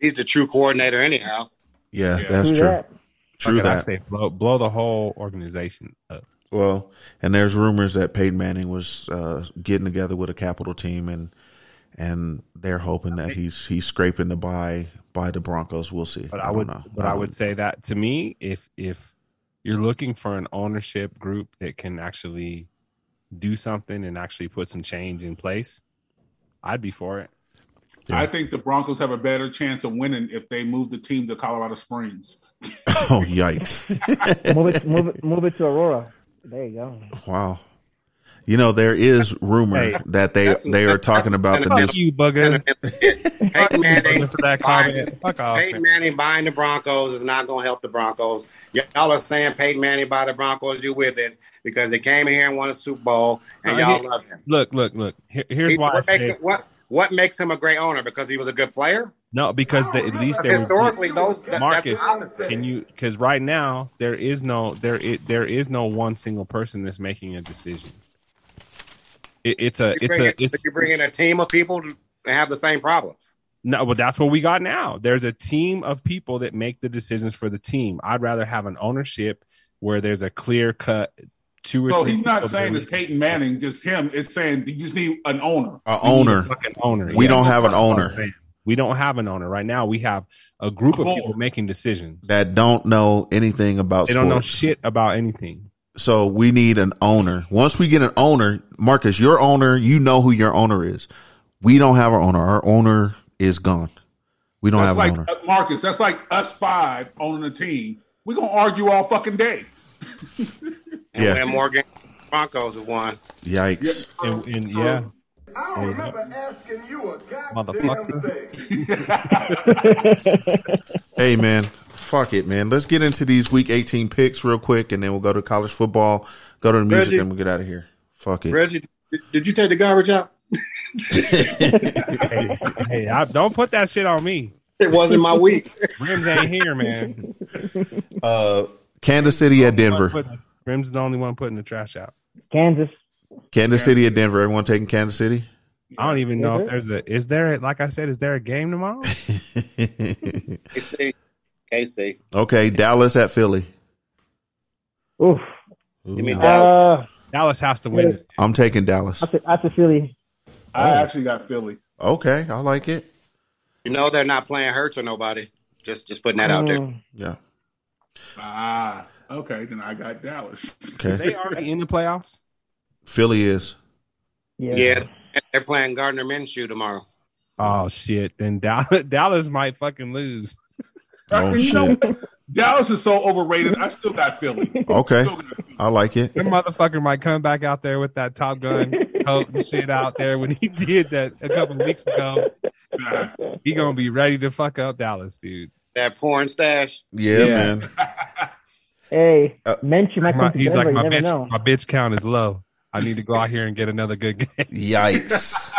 K: He's the true coordinator anyhow.
C: yeah, that's
H: Do
C: true.
H: that.
C: True
D: Fuck it, I
C: that.
D: say blow, blow the whole organization up.
C: Well, and there's rumors that Peyton Manning was uh, getting together with a capital team, and and they're hoping that he's he's scraping the buy by the Broncos. We'll see.
D: But I,
C: don't
D: would,
C: know.
D: but I would say that to me, if if you're looking for an ownership group that can actually do something and actually put some change in place, I'd be for it.
G: I think the Broncos have a better chance of winning if they move the team to Colorado Springs.
C: Oh yikes!
H: Move it, move it, move it to Aurora. There you go.
C: wow. You know there is rumor
D: Hey.
C: that they
K: That's-
C: they are talking about the
K: that's-
C: new.
D: Fuck you, bugger.
K: Peyton Manning,
D: for that comment. Fuck off.
K: Peyton
D: man.
K: Manning buying the Broncos is not going to help the Broncos. Y'all are saying Peyton Manning buy the Broncos. You with it because they came in here and won a Super Bowl, and
D: Uh,
K: y'all
D: he-
K: love him.
D: Look, look, look. Here, here's
K: He-
D: why. I
K: what, makes
D: say-
K: him, what what makes him a great owner? Because he was a good player.
D: no, because they, at least they were
K: Historically, those that,
D: Marcus,
K: that's opposite.
D: Can you? Because right now there is no there it, there is no one single person that's making a decision. It, it's a
K: you
D: it's
K: bring
D: a
K: in-
D: it's
K: you bring in a team of people to have the same problem.
D: no, but that's what we got now. There's a team of people that make the decisions for the team. I'd rather have an ownership where there's a clear cut two or
G: So
D: three.
G: he's not
D: people
G: saying
D: that-
G: it's Peyton Manning, just him. It's saying you just need an owner.
C: A owner.
D: fucking owner.
C: We
D: Yeah.
C: don't have an owner
D: We don't have an owner right now. We have a group of
G: Board.
D: people making decisions.
C: that don't know anything about.
D: They don't know
C: sports.
D: shit about anything.
C: So we need an owner. Once we get an owner, Marcus, your owner, you know who your owner is. We don't have our owner. Our owner is gone. We don't
G: That's
C: have
G: like
C: an owner.
G: uh, Marcus. That's like us five owning a team. We're gonna argue all fucking day.
K: And
C: Yeah.
K: win more games. than the Broncos have won.
C: Yikes.
D: And, and yeah,
L: I don't remember asking you a goddamn
D: Motherfucker.
L: thing.
C: Hey man, fuck it, man. Let's get into these week 18 picks real quick, and then we'll go to college football, go to the music,
E: Reggie.
C: and we'll get out of here. Fuck it.
E: Reggie, did- did you take the garbage out?
D: hey, hey, I, don't put that shit on me.
E: It wasn't my week.
D: Rims ain't here, man.
C: Uh, Kansas City at Denver.
D: Putting- Rims is the only one putting the trash out.
H: Kansas.
C: Kansas City at Denver. Everyone taking Kansas City?
D: I don't even know
H: Is
D: if there's a. Is there? a- Like I said, is there a game tomorrow?
K: KC, KC.
C: okay, Dallas at Philly.
H: Oof.
K: You mean Dallas?
H: Uh,
D: Dallas has to
H: win.
C: I'm taking Dallas.
H: I said, I said Philly.
C: Oh.
G: I actually got Philly.
C: Okay, I like it.
K: You know they're not playing Hurts or nobody. Just just putting that out
E: Mm.
K: there.
H: Mm,
C: Yeah.
G: Ah, okay. Then I got Dallas.
C: Okay.
D: They already in the playoffs.
C: Philly is.
K: Yeah. they're playing Gardner Minshew tomorrow.
D: Oh shit! Then Dallas, Dallas might fucking lose.
C: Oh,
G: you know
C: shit.
G: what? Dallas is so overrated. I still got Philly.
C: Okay. I like it.
D: That motherfucker might come back out there with that Top Gun coat and shit out there when he did that a couple weeks ago.
G: Nah.
D: He gonna be ready to fuck up Dallas, dude.
K: That porn stash.
C: Yeah,
D: Yeah.
C: man.
H: Hey,
C: Uh,
H: mention might
D: My-
H: come to
D: he's
H: Denver.
D: like
H: you
D: my
H: never
D: bitch.
H: know.
D: My bitch count is low. I need to go out here and get another good game.
C: Yikes.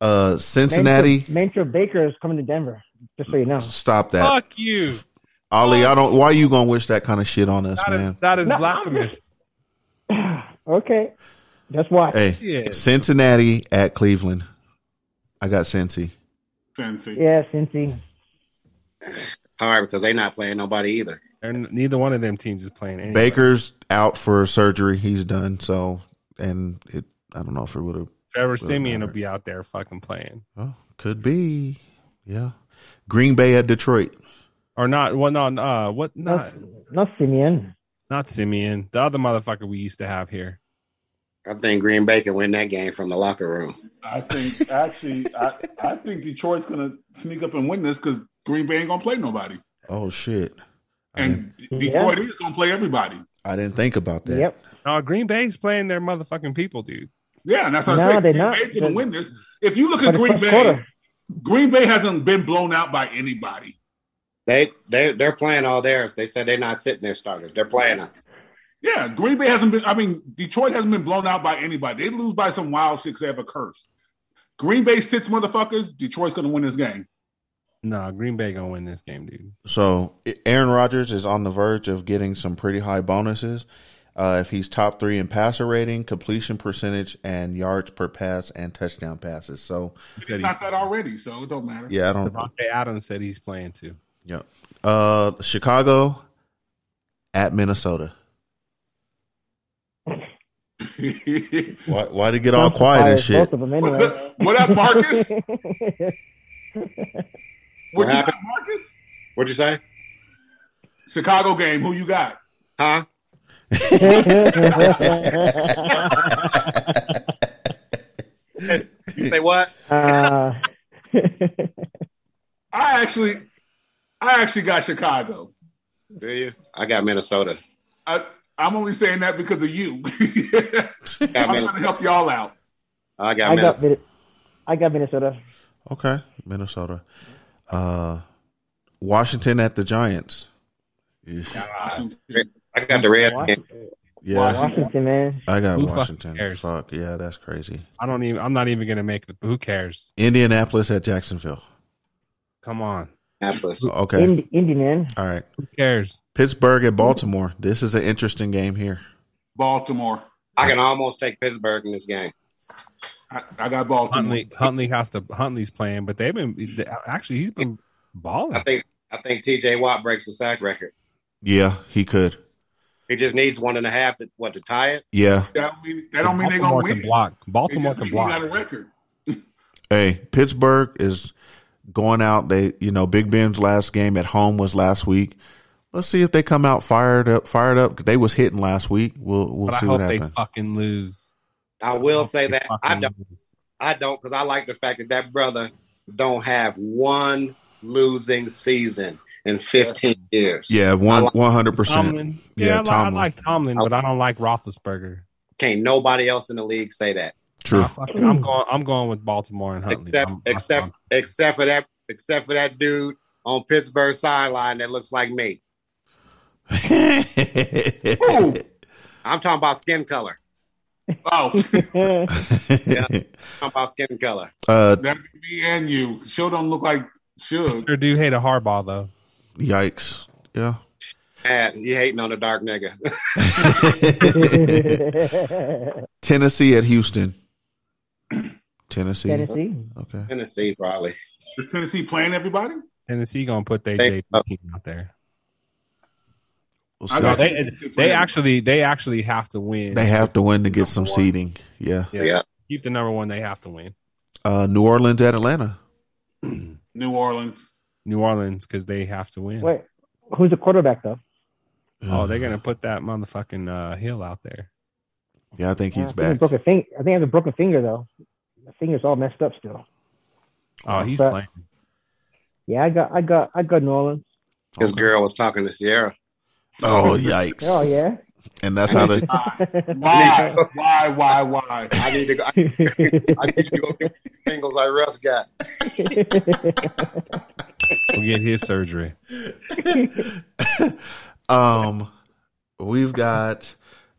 C: Uh, Cincinnati.
H: Mantra Baker is coming to Denver. Just so you know.
C: Stop that,
D: Fuck you.
C: Ollie. I don't. Why you gonna wish that kind of shit on us,
D: That is,
C: man?
D: that is
H: No.
D: blasphemous.
H: Okay. Just watch.
C: Hey,
D: Yeah.
C: Cincinnati at Cleveland. I got Cincy.
G: Cincy.
H: Yeah, Cincy.
K: Hard because they're not playing nobody either.
D: And neither one of them teams is playing. Anyway.
C: Baker's out for surgery. He's done. So, and it. I don't know if it would have.
D: Trevor Simeon will be out there fucking playing
C: Well, could be. Yeah. Green Bay at Detroit.
D: or not. Well, no, uh, what
H: Not,
D: not
H: not Simeon.
D: not Simeon. The other motherfucker we used to have here.
K: I think Green Bay can win that game from the locker room.
G: I think actually, I, I think Detroit's gonna sneak up and win this because Green Bay ain't gonna play nobody,
C: Oh shit!
G: and
H: Yeah.
G: Detroit is gonna play everybody.
C: I didn't think about that.
H: Yep.
D: No, Green Bay's playing their motherfucking people, dude.
G: Yeah, and that's what
H: No,
G: I said.
H: they're
G: Green
H: not.
G: Bay's gonna
H: They're-
G: win this. If you look
H: For
G: at
H: the
G: Green
H: first
G: Bay,
H: quarter.
G: Green Bay hasn't been blown out by anybody.
K: They they they're playing all theirs. They said they're not sitting their starters. They're playing them.
G: Yeah, Green Bay hasn't been. I mean, Detroit hasn't been blown out by anybody. They lose by some wild shit 'cause they have a curse. Green Bay sits motherfuckers. Detroit's gonna win this game.
D: No, Green Bay gonna win this game, dude.
C: So Aaron Rodgers is on the verge of getting some pretty high bonuses. Uh, if he's top three in passer rating, completion percentage, and yards per pass and touchdown passes. So
G: It's not that already, so it don't matter.
C: yeah, I don't.
D: Devontae Adams said he's playing too.
C: Yeah. Uh, Chicago at Minnesota. Why? Why did it get all
H: Johnson
C: quiet and
H: fires
C: shit?
H: Both of them anyway.
G: what up, Marcus? What,
K: What
G: you got,
K: happened?
G: Marcus?
K: What'd you say?
G: Chicago game. Who you got?
K: Huh? You say what?
H: uh,
G: I actually, I actually got Chicago.
K: Do you? I got Minnesota.
G: I, I'm only saying that because of you.
K: Got
G: I'm trying to
K: Minnesota.
G: help y'all out.
K: I got
H: I got
K: Minnesota.
H: Min- I got Minnesota.
C: Okay, Minnesota. Uh, Washington at the Giants. Yeah,
G: Washington.
K: I got the red.
H: Washington,
C: yeah
H: Washington, man.
C: I got
D: Who fucking
C: Washington.
D: cares?
C: Fuck yeah, that's crazy.
D: I don't even. I'm not even gonna make the. Who cares?
C: Indianapolis at Jacksonville.
D: Come on.
K: Minneapolis.
C: Okay,
H: Ind- Indy, man.
C: all right.
D: Who cares?
C: Pittsburgh at Baltimore. This is an interesting game here.
G: Baltimore.
K: I can almost take Pittsburgh in this game.
G: I, I got Baltimore.
D: Huntley. Huntley has to. Huntley's playing, but they've been. they- Actually, he's been balling.
K: I think I think TJ Watt breaks the sack record.
C: Yeah, he could.
K: He just needs one and a half to what to tie it.
C: Yeah.
G: That don't mean, that don't mean they're gonna
D: Baltimore
G: win.
D: can block.
G: They
D: Baltimore
G: just
D: can
G: mean you got a
D: block.
G: record.
C: Hey, Pittsburgh is going out. They, you know, Big Ben's last game at home was last week. Let's see if they come out fired up. Fired up. They was hitting last week. We'll we'll
D: But I
C: see what
D: hope they
C: happens.
D: fucking lose.
K: I will say
D: They
K: that I
D: fucking
K: don't.
D: lose.
K: I don't because I like the fact that that brother don't have one losing season in 15 years.
C: Yeah, one
K: I like-
C: one hundred percent.
D: Tomlin. Yeah, I,
C: Yeah,
D: li- I
C: Tomlin.
D: like Tomlin, but I don't like Roethlisberger.
K: Can't nobody else in the league say that
C: True.
D: I fucking- I'm going. I'm going with Baltimore and Huntley.
K: except
D: I'm- I'm-
K: except except for that except for that dude
E: on Pittsburgh sideline that looks like me.
C: Ooh.
E: I'm talking about skin color.
G: Oh,
E: Yeah, I'm talking about skin color.
C: Uh,
G: that be me and you. Sure don't look like Suge.
D: Sure do hate a hardball though.
C: Yikes. Yeah.
E: Mad, you hating on the dark nigga.
C: Tennessee at Houston. Tennessee.
E: Tennessee.
C: Okay.
E: Tennessee probably.
G: Is Tennessee playing everybody?
D: Tennessee gonna put their
E: They-
D: JV team out there.
C: We'll
G: I
C: see.
D: No,
G: got
D: they, they actually they actually have to win.
C: They have to win to get some seeding. Yeah.
D: yeah. Keep the number one. They have to win.
C: Uh, New Orleans at Atlanta.
G: New Orleans.
D: New Orleans because they have to win.
H: Wait, who's the quarterback though?
D: Oh, they're gonna put that motherfucking uh, Hill out there.
C: Yeah, I think
H: I
C: he's
H: think he
C: back.
H: broke a fing- I think I have a broken finger though. My finger's all messed up still.
D: Oh, he's
H: But-
D: playing.
H: Yeah, I got, I got, I got New Orleans.
E: This girl was talking to Sierra.
C: Oh yikes!
H: Oh yeah.
C: And that's how the
G: Why? why? Why? Why?
E: I need to go. I need to go get singles like Russ got.
D: We'll get his surgery.
C: um, we've got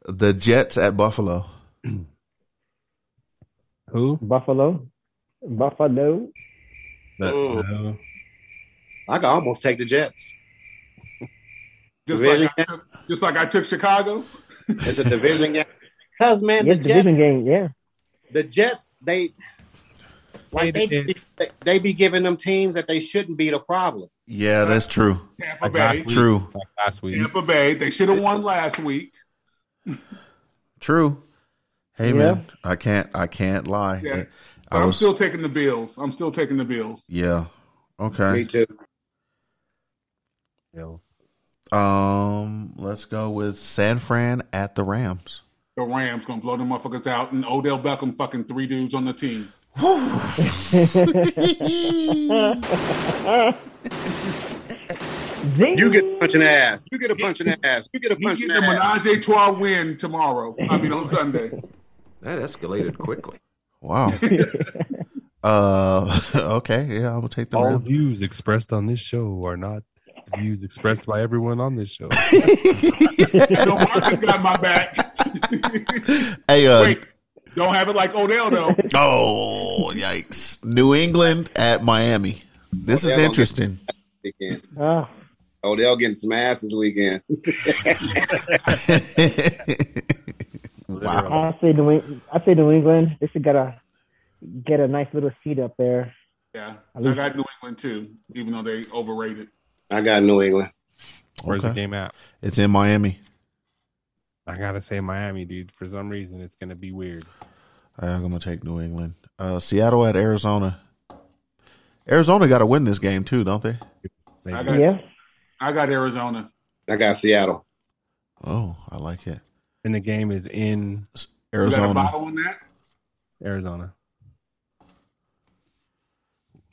C: the Jets at Buffalo.
D: Who?
H: Buffalo, Buffalo.
D: The-
E: Mm. I could almost take the Jets.
G: Just
E: Division
G: like, I took, just like I took Chicago.
E: It's a division game. Cause man,
H: Yeah,
E: the Jets,
H: division game. Yeah.
E: the Jets, they like they, be, they be giving them teams that they shouldn't be the problem.
C: Yeah, that's true.
G: Tampa
D: Like
G: Bay.
D: last week.
C: True.
D: Like last week.
G: Tampa Bay. They should have won last week.
C: True. Hey
H: Yeah.
C: man, I can't. I can't lie.
G: Yeah. But
C: I
G: I'm
C: was.
G: still taking the Bills. I'm still taking the Bills.
C: Yeah.
E: Me
C: Okay.
E: too.
D: Hill.
C: Um. Let's go with San Fran at the Rams.
G: The Rams gonna blow them motherfuckers out, and Odell Beckham fucking three dudes on the team.
H: Zing.
E: You get a punch in the ass. You get a punch in the ass. You get a
G: He
E: punch in
G: getting
E: the
G: a
E: ass.
G: menage a trois win tomorrow. I mean on Sunday.
M: That escalated quickly.
C: Wow. uh. Okay. Yeah. I'm gonna take the
D: All
C: Rams.
D: views expressed on this show are not the views expressed by everyone on this show.
G: No, Marcus got my back.
C: Hey. Uh,
G: Wait, don't have it like Odell though.
C: Oh, yikes. New England at Miami. This is
E: they're gonna
C: interesting.
E: Weekend.
H: Ah,
E: Odell Oh, getting some ass this weekend.
C: wow.
H: I say New, Eng- I say New England. They should get a get a nice little seat up there.
G: Yeah, I got New England too, even though they overrated.
E: I got New England.
D: Where's the
C: Okay.
D: game at?
C: It's in Miami.
D: I gotta say Miami, dude. For some reason, it's gonna be weird.
C: I'm going to take New England. Uh, Seattle at Arizona. Arizona got to win this game, too, don't they?
D: They-
G: I got,
H: Yeah.
G: I got Arizona.
E: I got Seattle.
C: Oh, I like it.
D: and the game is in
G: You got a
C: Arizona.
G: bottle on that?
D: Arizona.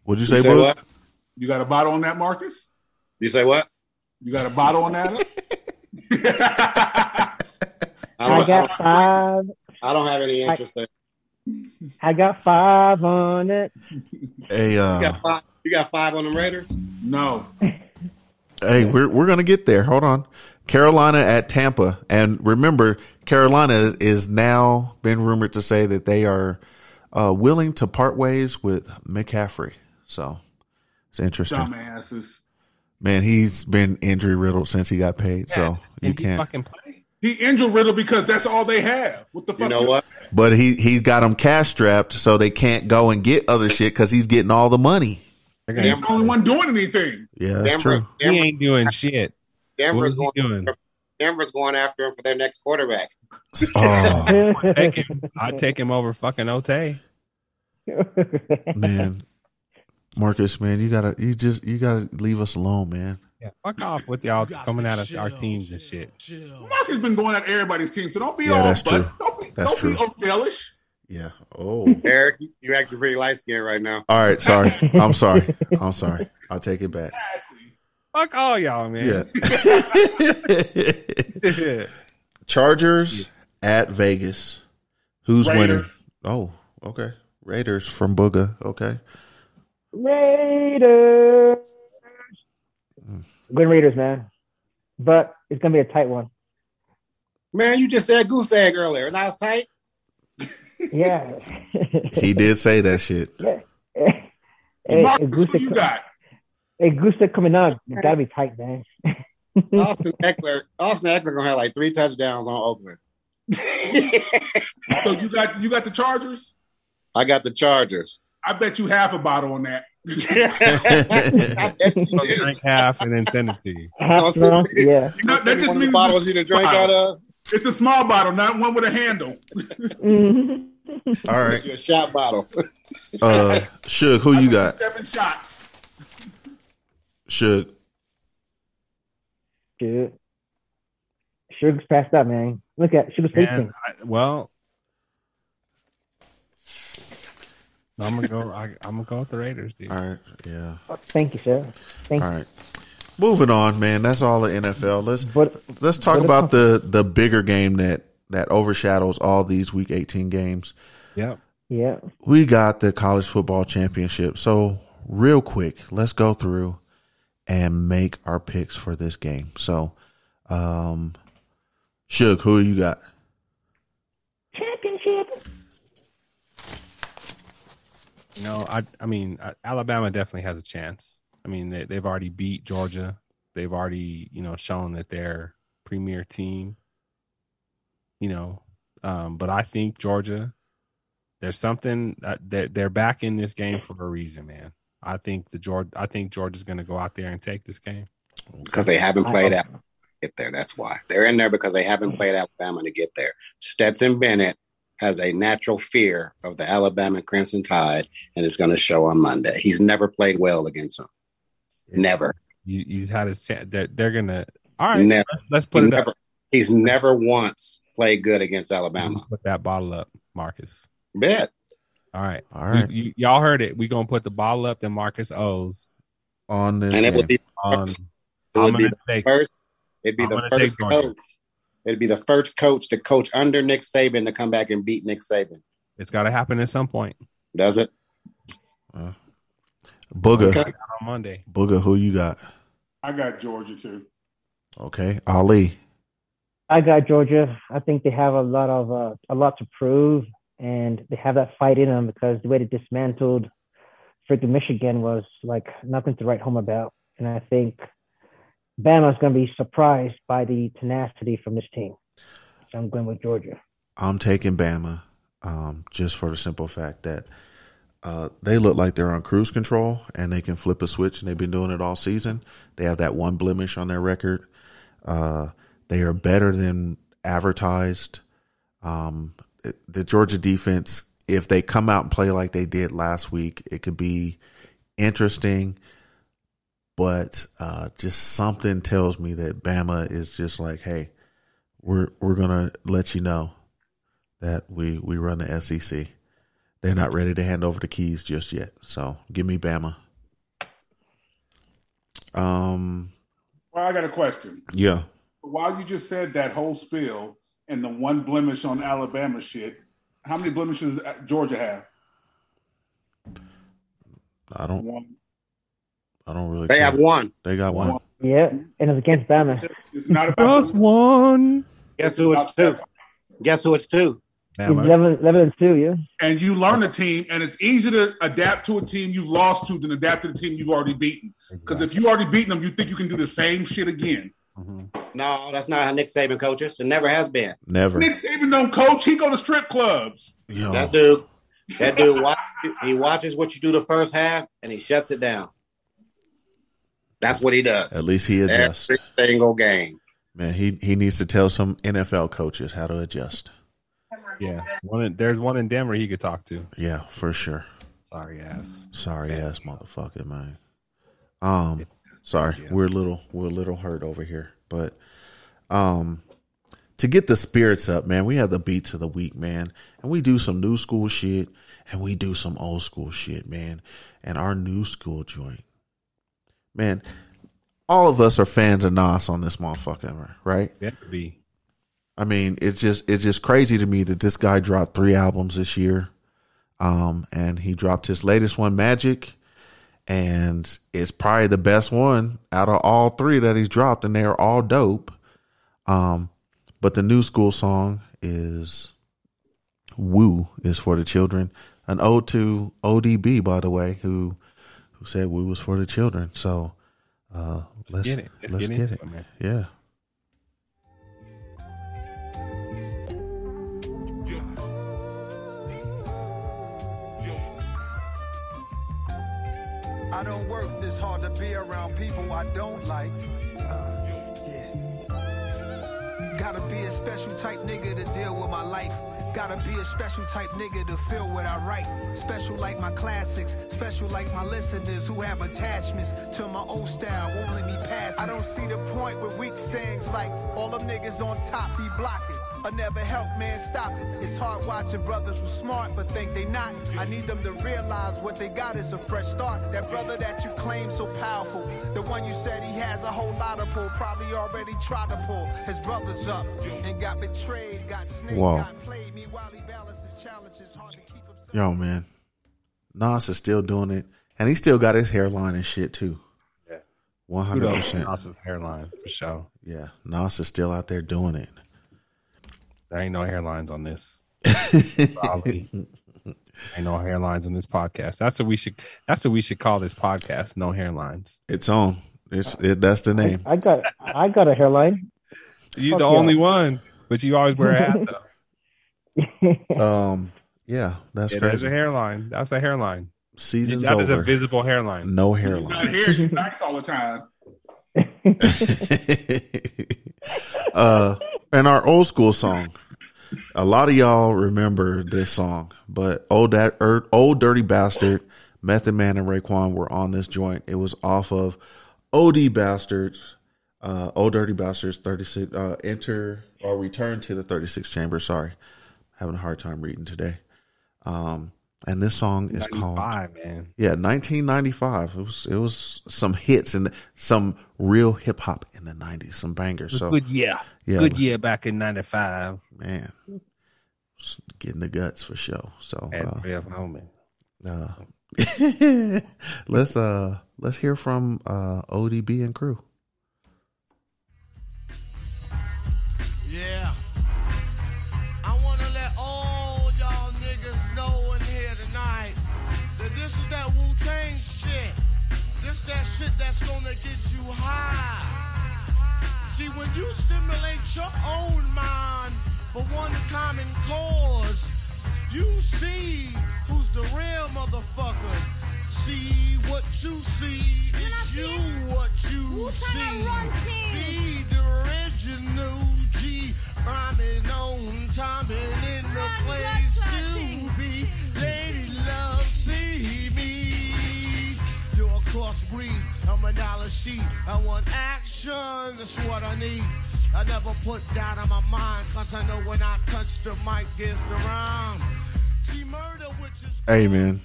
C: What'd you
E: You
C: say,
E: say
C: Blue?
E: what?
G: You got a bottle on that, Marcus?
E: You say what?
G: You got a bottle on that?
E: I
H: I
E: don't, I don't,
H: got five.
E: I don't have any interest in
H: I got five on it.
C: Hey,
E: you
C: uh,
E: got five you got five on them Raiders?
G: no.
C: hey, we're we're going to get there. Hold on. Carolina at Tampa. And remember, Carolina is now been rumored to say that they are uh, willing to part ways with McCaffrey. So it's interesting.
G: Dumbasses.
C: Man, he's been injury riddled since he got paid, so you
D: Did he
C: can't.
D: fucking play?
G: He injured Riddle because that's all they have. What the fuck?
E: You know what?
C: but he he got him cash strapped, so they can't go and get other shit because he's getting all the money.
D: They're
G: He's
D: gonna-
G: the only one doing anything.
C: Yeah, that's
E: Denver,
C: true.
D: he
E: Denver,
D: ain't doing shit. What
E: Denver's
D: is he
E: going
D: doing?
E: Denver's going after him for their next quarterback.
C: Oh
D: Take him. I'd take him over fucking Ote.
C: man, Marcus, man, you gotta you just you gotta leave us alone, man.
D: Yeah, fuck off with y'all coming out of our teams and shit.
G: Marcus been going at everybody's team, so don't be
C: Yeah,
G: all
C: that's
G: but-
C: true.
G: Don't be,
C: That's
G: don't
C: true.
G: be Odellish.
C: Yeah. Oh.
E: Eric, you- you acting pretty light skinned right now.
C: All right. Sorry. I'm sorry. I'm sorry. I'll take it back.
D: Fuck all y'all,
C: Yeah.
D: man.
C: Chargers at Vegas. Who's
G: Raiders.
C: winning? Oh, okay. Raiders from Booga. Okay.
H: Raiders. Glenn Raiders, man. But it's gonna be a tight one.
E: Man, you just said goose egg earlier, and I was tight.
H: Yeah.
C: He did say that shit.
H: yeah. Hey,
E: Marcus,
H: a goose
E: who you
H: egg-
E: got?
H: A goose egg coming up. It's gotta be tight, man.
E: Austin Eckler, Austin Eckler gonna have like three touchdowns on Oakland.
G: So you got you got the Chargers.
E: I got the Chargers.
G: I bet you half a bottle on that.
D: I Drink half and then send it to you.
E: Oh,
H: Half drunk, yeah.
G: You know, that just means bottles you to
E: drink out of.
G: It's a small bottle, not one with a handle.
C: All right.
E: You a shot bottle.
C: Uh, Suge, who you got?
G: Seven shots.
C: Suge.
H: Dude. Sugar's passed up, man. Look at Sugar's
D: And
H: facing.
D: I, well, I'm gonna go. I, I'm gonna go with the Raiders, dude.
C: All right. Yeah.
H: Thank you, sir. Thank
C: All right. Moving on, man. That's all the NFL. Let's let's talk
H: but-
C: about the the bigger game that that overshadows all these Week 18 games.
D: Yep.
H: you. Yeah.
C: We got the college football championship. So real quick, let's go through and make our picks for this game. So, um, Suge, who you got?
H: Championship.
D: You know, I I mean, I, Alabama definitely has a chance. I mean, they, they've already beat Georgia. They've already, you know, shown that they're premier team. You know, um, but I think Georgia, there's something uh, they're they're back in this game for a reason, man. I think the George, I think Georgia's going to go out there and take this game.
K: because they haven't played Alabama to get there. That's why they're in there because they haven't played Alabama to get there. Stetson Bennett has a natural fear of the Alabama Crimson Tide, and it's going to show on Monday. He's never played well against them. Never,
D: You you had a chance. They're, they're gonna. All right,
K: never.
D: let's put
K: He
D: it up.
K: never- He's never once played good against Alabama.
D: Put that bottle up, Marcus.
K: Bet.
D: All right.
C: All right.
D: You, you, y'all heard it. We're going to put the bottle up that Marcus owes.
C: On this
K: And it would
C: game.
K: be
D: On,
K: It
D: Um, I'm
K: would be the
D: going to take.
K: first. It'd be
D: I'm
K: the
D: gonna
K: first
D: take Georgia.
K: coach. It'd be the first coach to coach under Nick Saban to come back and beat Nick Saban.
D: It's got to happen at some point.
K: Does it?
C: Booger.
K: Okay.
D: Not on Monday.
C: Booger, who you got?
G: I got Georgia too.
C: Okay, Ali.
H: I got Georgia. I think they have a lot of uh, a lot to prove, and they have that fight in them because the way they dismantled freaking Michigan was like nothing to write home about. And I think Bama's going to be surprised by the tenacity from this team. So I'm going with Georgia.
C: I'm taking Bama, um, just for the simple fact that uh, they look like they're on cruise control and they can flip a switch, and they've been doing it all season. They have that one blemish on their record. Uh, they are better than advertised. Um, it- the Georgia defense, if they come out and play like they did last week, it could be interesting. But uh, just something tells me that Bama is just like, hey, we're we're gonna let you know that we we run the SEC. They're not ready to hand over the keys just yet. So give me Bama. Um.
G: Well, I got a question.
C: Yeah.
G: While you just said that whole spiel and the one blemish on Alabama shit, how many blemishes uh, Georgia have?
C: I don't.
G: One.
C: I don't really.
K: They
C: care.
K: have one.
C: They got one.
H: Yeah, and it's against Bama.
G: It's not about the-
D: one.
K: Guess who it's two? Guess who it's two?
D: Bama.
H: 11, 11 and two. Yeah,
G: and you learn a team, and it's easier to adapt to a team you've lost to than adapt to the team you've already beaten. Because if you already beaten them, you think you can do the same shit again.
K: No, that's not how Nick Saban coaches. It never has been.
C: Never.
G: Nick Saban don't coach; he go to strip clubs.
C: Yo.
K: That dude, that dude, watch, he watches what you do the first half and he shuts it down. That's what he does.
C: At least he adjusts.
K: Every single game.
C: Man, he he needs to tell some NFL coaches how to adjust.
D: Yeah. One in, there's one in Denver he could talk to.
C: Yeah, for sure.
D: Sorry, ass.
C: Sorry ass motherfucker, man. Um, sorry, we're a little we're a little hurt over here, but um, to get the spirits up, man, we have the beats of the week, man, and we do some new school shit and we do some old school shit, man, and our new school joint, man. All of us are fans of Nas on this motherfucker, right?
D: That could be.
C: I mean, it's just it's just crazy to me that this guy dropped three albums this year. Um, and he dropped his latest one, Magic, and it's probably the best one out of all three that he's dropped, and they're all dope. Um, but the new school song is "Woo" is for the children, an ode to ODB, by the way, who who said "Woo" was for the children. So uh, let's let's
D: get
C: get
D: it.
C: it.
D: Let's get into it, man.
C: yeah.
N: I don't work this hard to be around people I don't like. Uh, yeah. Gotta be a special type nigga to deal with my life. Gotta be a special type nigga to feel what I write. Special like my classics, special like my listeners who have attachments to my old style, won't let me pass. it. I don't see the point with weak sayings like all them niggas on top be blocking. I never help, man, stop it. It's hard watching brothers who smart but think they not. I need them to realize what they got is a fresh start. That brother that you claim so powerful, the one you said he has a whole lot of pull, probably already tried to pull his brothers up and got betrayed, got snaked,
C: Wow.
N: got played. Meanwhile, he balances challenges hard to keep.
C: Yo, man, Nas is still doing it, and he still got his hairline and shit too.
D: Yeah.
C: one hundred
D: Kudos to
C: percent.
D: Nas's hairline for sure.
C: Yeah, Nas is still out there doing it.
D: There ain't no hairlines on this. Probably. ain't no hairlines on this podcast. That's what we should. That's what we should call this podcast. No hairlines.
C: It's on. It's it, that's the name.
H: I got I got a hairline.
D: You're
H: Fuck
D: the
H: yeah.
D: only one, but you always wear a hat though.
C: Um, yeah, that's
D: Yeah, there's
C: crazy.
D: a hairline. That's a hairline.
C: Season's
D: That is a
C: over.
D: visible hairline.
C: No
G: Not
C: hairline.
G: here, you nice all the time.
C: uh, and our old school song. A lot of y'all remember this song, but old that er, old dirty bastard, Method Man and Raekwon were on this joint. It was off of OD Bastards, uh, Old Dirty Bastards thirty six. Uh, enter or return to the thirty six chamber. Sorry, having a hard time reading today. Um, and this song is called
D: Five man.
C: yeah, 1995. It was it was some hits and some real hip hop in the 90s, some bangers. So
D: good year.
C: Yeah.
D: Good year back in '95.
C: man, Just getting the guts for sure. So
D: At
C: uh,
D: Rev Hellman.
C: uh, let's uh let's hear from uh ODB and crew.
L: Yeah. I want to let all y'all niggas know in here tonight that this is that Wu Tang shit. This that shit that's gonna get you high. See, when you stimulate your own mind for one common cause, you see who's the real motherfuckers. See what you see. It's you what you see. Be the original G. Rhyming on time and in the place to be. Lady love, see me. You're a crossbreed. I'm a dollar sheet. I want action. That's what I need. I never put that on my mind. Cause I know when I touch the mic, there's the rhyme. See, murder, which is
C: Hey man,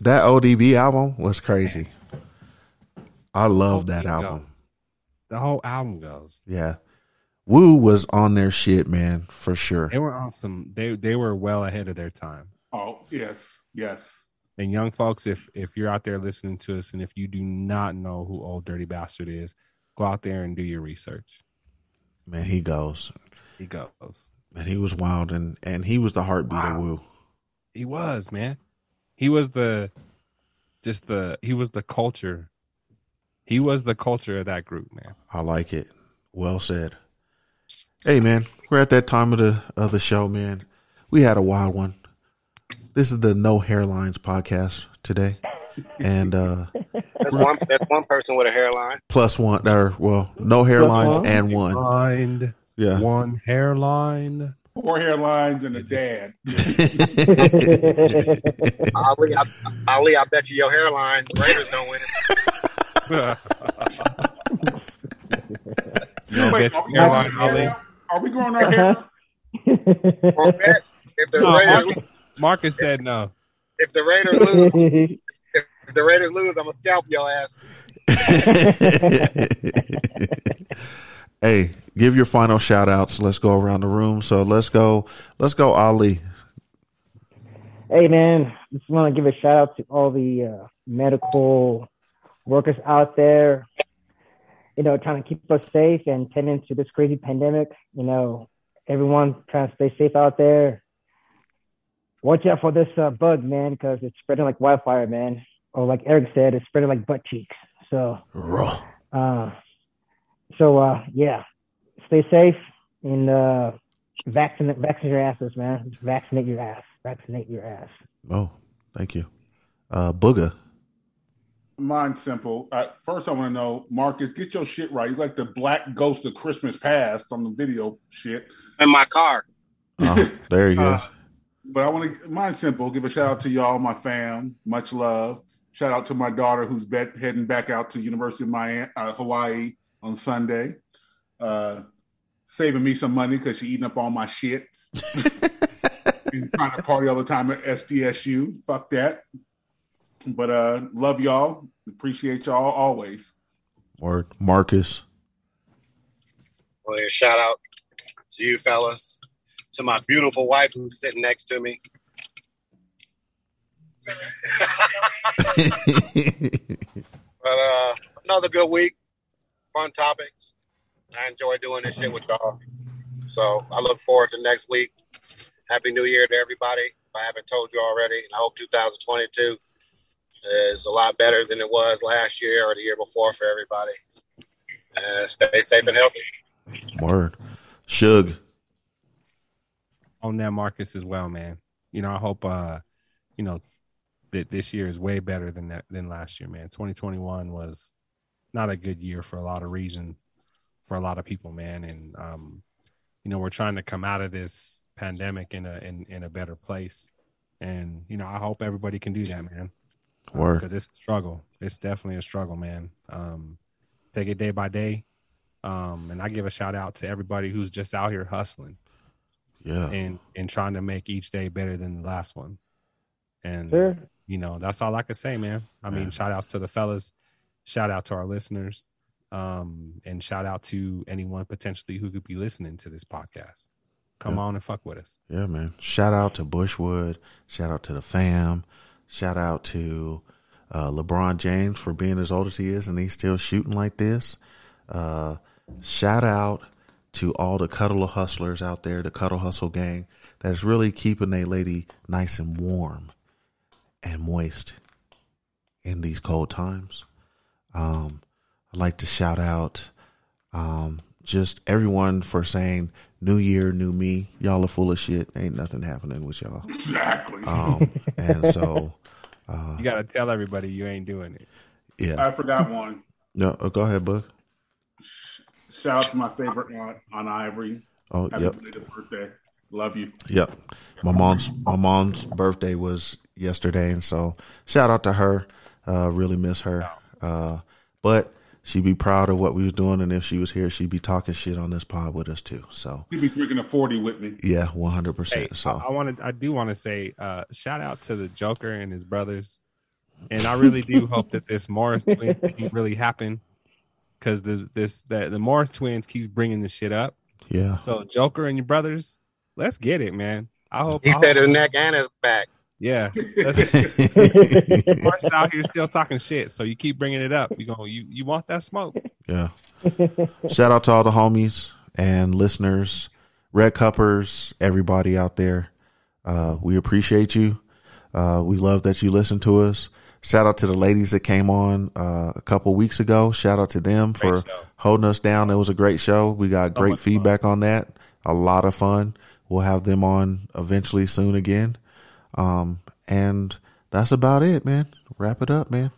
C: that ODB album was crazy. I love that album.
D: The whole album goes.
C: Yeah. Woo was on their shit, man, for sure.
D: They were awesome. They they were well ahead of their time.
G: Oh yes, yes.
D: And young folks, if if you're out there listening to us, and if you do not know who Old Dirty Bastard is, go out there and do your research.
C: Man, he goes.
D: He goes.
C: And he was wild and and he was the heartbeat of Woo.
D: He was man. He was the just the he was the culture. He was the culture of that group, man.
C: I like it. Well said. Hey man, we're at that time of the of the show, man. We had a wild one. This is the No Hairlines podcast today. And uh
K: That's one. That's one person with a hairline.
C: plus one or well, no hairlines and one.
D: Blind.
C: Yeah.
D: One hairline.
G: Four hairlines and a dad.
K: Ali, I, Ali, I bet you your hairline. Raiders don't win.
D: No,
G: Wait,
D: bitch,
G: are, we growing
D: hairline,
G: our
D: Ali.
G: hair now? Are we growing our hair?
K: Well, bet if the
D: No,
K: Raiders,
D: Marcus, Marcus said no.
K: if the Raiders lose, if the Raiders lose, I'm gonna scalp your ass.
C: hey, give your final shout outs. Let's go around the room. So let's go let's go Ali.
H: Hey man, just want to give a shout out to all the uh, medical workers out there. You know, trying to keep us safe and tending to this crazy pandemic. You know, everyone trying to stay safe out there. Watch out for this uh, bug, man, because it's spreading like wildfire, man. Or like Eric said, it's spreading like butt cheeks. So, uh, so uh, yeah, stay safe and uh, vaccinate, vaccinate your asses, man. Vaccinate your ass. Vaccinate your ass.
C: Oh, thank you. Uh, Booger.
G: Mine's simple. Uh, first, I want to know, Marcus, get your shit right. You like the black ghost of Christmas past on the video shit.
K: In my car.
C: Oh, there he goes.
G: But I want to, mine's simple. Give a shout out to y'all, my fam. Much love. Shout out to my daughter who's bet, heading back out to University of Miami, uh, Hawaii on Sunday. Uh, saving me some money because she eating up all my shit. and trying to party all the time at SDSU. Fuck that. But uh, love y'all. Appreciate y'all always.
C: Word. Marcus.
K: Well, a shout out to you fellas, to my beautiful wife who's sitting next to me. But uh, another good week, fun topics. I enjoy doing this shit with y'all. So I look forward to next week. Happy New Year to everybody. If I haven't told you already, and I hope 2022 is a lot better than it was last year or the year before for everybody. And stay safe and healthy.
C: Word. Shug.
D: on that Marcus as well, man. You know, I hope uh, you know, that this year is way better than that than last year, man. 2021 was not a good year for a lot of reason for a lot of people, man. And um, you know, we're trying to come out of this pandemic in a in, in a better place. And you know, I hope everybody can do that, man.
C: Word.
D: Because it's a struggle. It's definitely a struggle, man. Um, take it day by day. Um, and I give a shout out to everybody who's just out here hustling
C: Yeah.
D: and and trying to make each day better than the last one. And
H: Sure.
D: you know, that's all I could say, man. I mean,
H: Yeah.
D: shout outs to the fellas, shout out to our listeners, um, and shout out to anyone potentially who could be listening to this podcast. Come
C: Yeah.
D: on and fuck with us.
C: Yeah, man. Shout out to Bushwood. Shout out to the fam. Shout out to uh, LeBron James for being as old as he is and he's still shooting like this. Uh, shout out to all the cuddle hustlers out there, the cuddle hustle gang that's really keeping a lady nice and warm and moist in these cold times. Um, I'd like to shout out um, just everyone for saying "New Year, New Me." Y'all are full of shit. Ain't nothing happening with y'all.
G: Exactly.
C: Um, and so, uh,
D: You gotta tell everybody you ain't doing it.
G: I
C: yeah.
G: forgot one.
C: No, oh, go ahead, Buck.
G: Shout out to my favorite aunt, Aunt Ivory.
C: Oh,
G: Happy
C: yep.
G: belated birthday. Love you.
C: Yep. My mom's my mom's birthday was yesterday, and so shout out to her. Uh, really miss her. Uh, but she'd be proud of what we was doing, and if she was here, she'd be talking shit on this pod with us too. So
G: You be drinking a 40 with me.
C: yeah, one hundred percent.
D: Hey, I,
C: So
D: I wanted I do want to say uh shout out to the Joker and his brothers. And I really do hope that this Morris twin thing really happen cuz the this that the Morris twins keeps bringing this shit up.
C: Yeah.
D: So Joker and your brothers, let's get it, man. I hope
K: He
D: I
K: said
D: hope-
K: his neck and his back.
D: Yeah. Let's- Morris out here still talking shit, so you keep bringing it up. You going you you want that smoke?
C: Yeah. Shout out to all the homies and listeners, red cuppers, everybody out there. Uh, we appreciate you. Uh, we love that you listen to us. Shout out to the ladies that came on uh, a couple weeks ago. Shout out to them for holding us down. It was a great show. We got great feedback on that. A lot of fun. We'll have them on eventually soon again. Um, and that's about it, man. Wrap it up, man.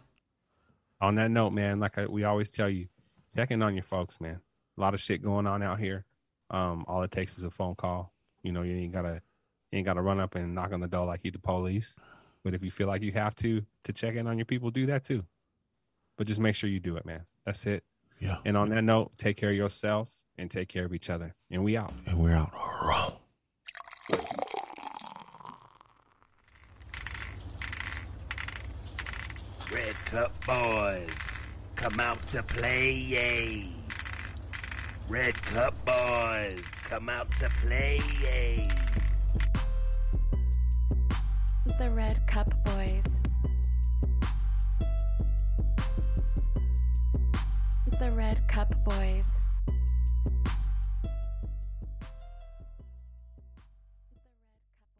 D: on that note, man, like I, we always tell you, check in on your folks, man. A lot of shit going on out here. Um, all it takes is a phone call. You know, you ain't gotta, you ain't gotta run up and knock on the door like you the police. But if you feel like you have to to check in on your people, do that too. But just make sure you do it, man. That's it.
C: Yeah.
D: And on that note, take care of yourself and take care of each other. And we out.
C: And we're out.
A: Red Cup Boys, come out to play, yay. Red Cup Boys, come out to play, yay.
B: The Red Cup Boys. The Red Cup Boys.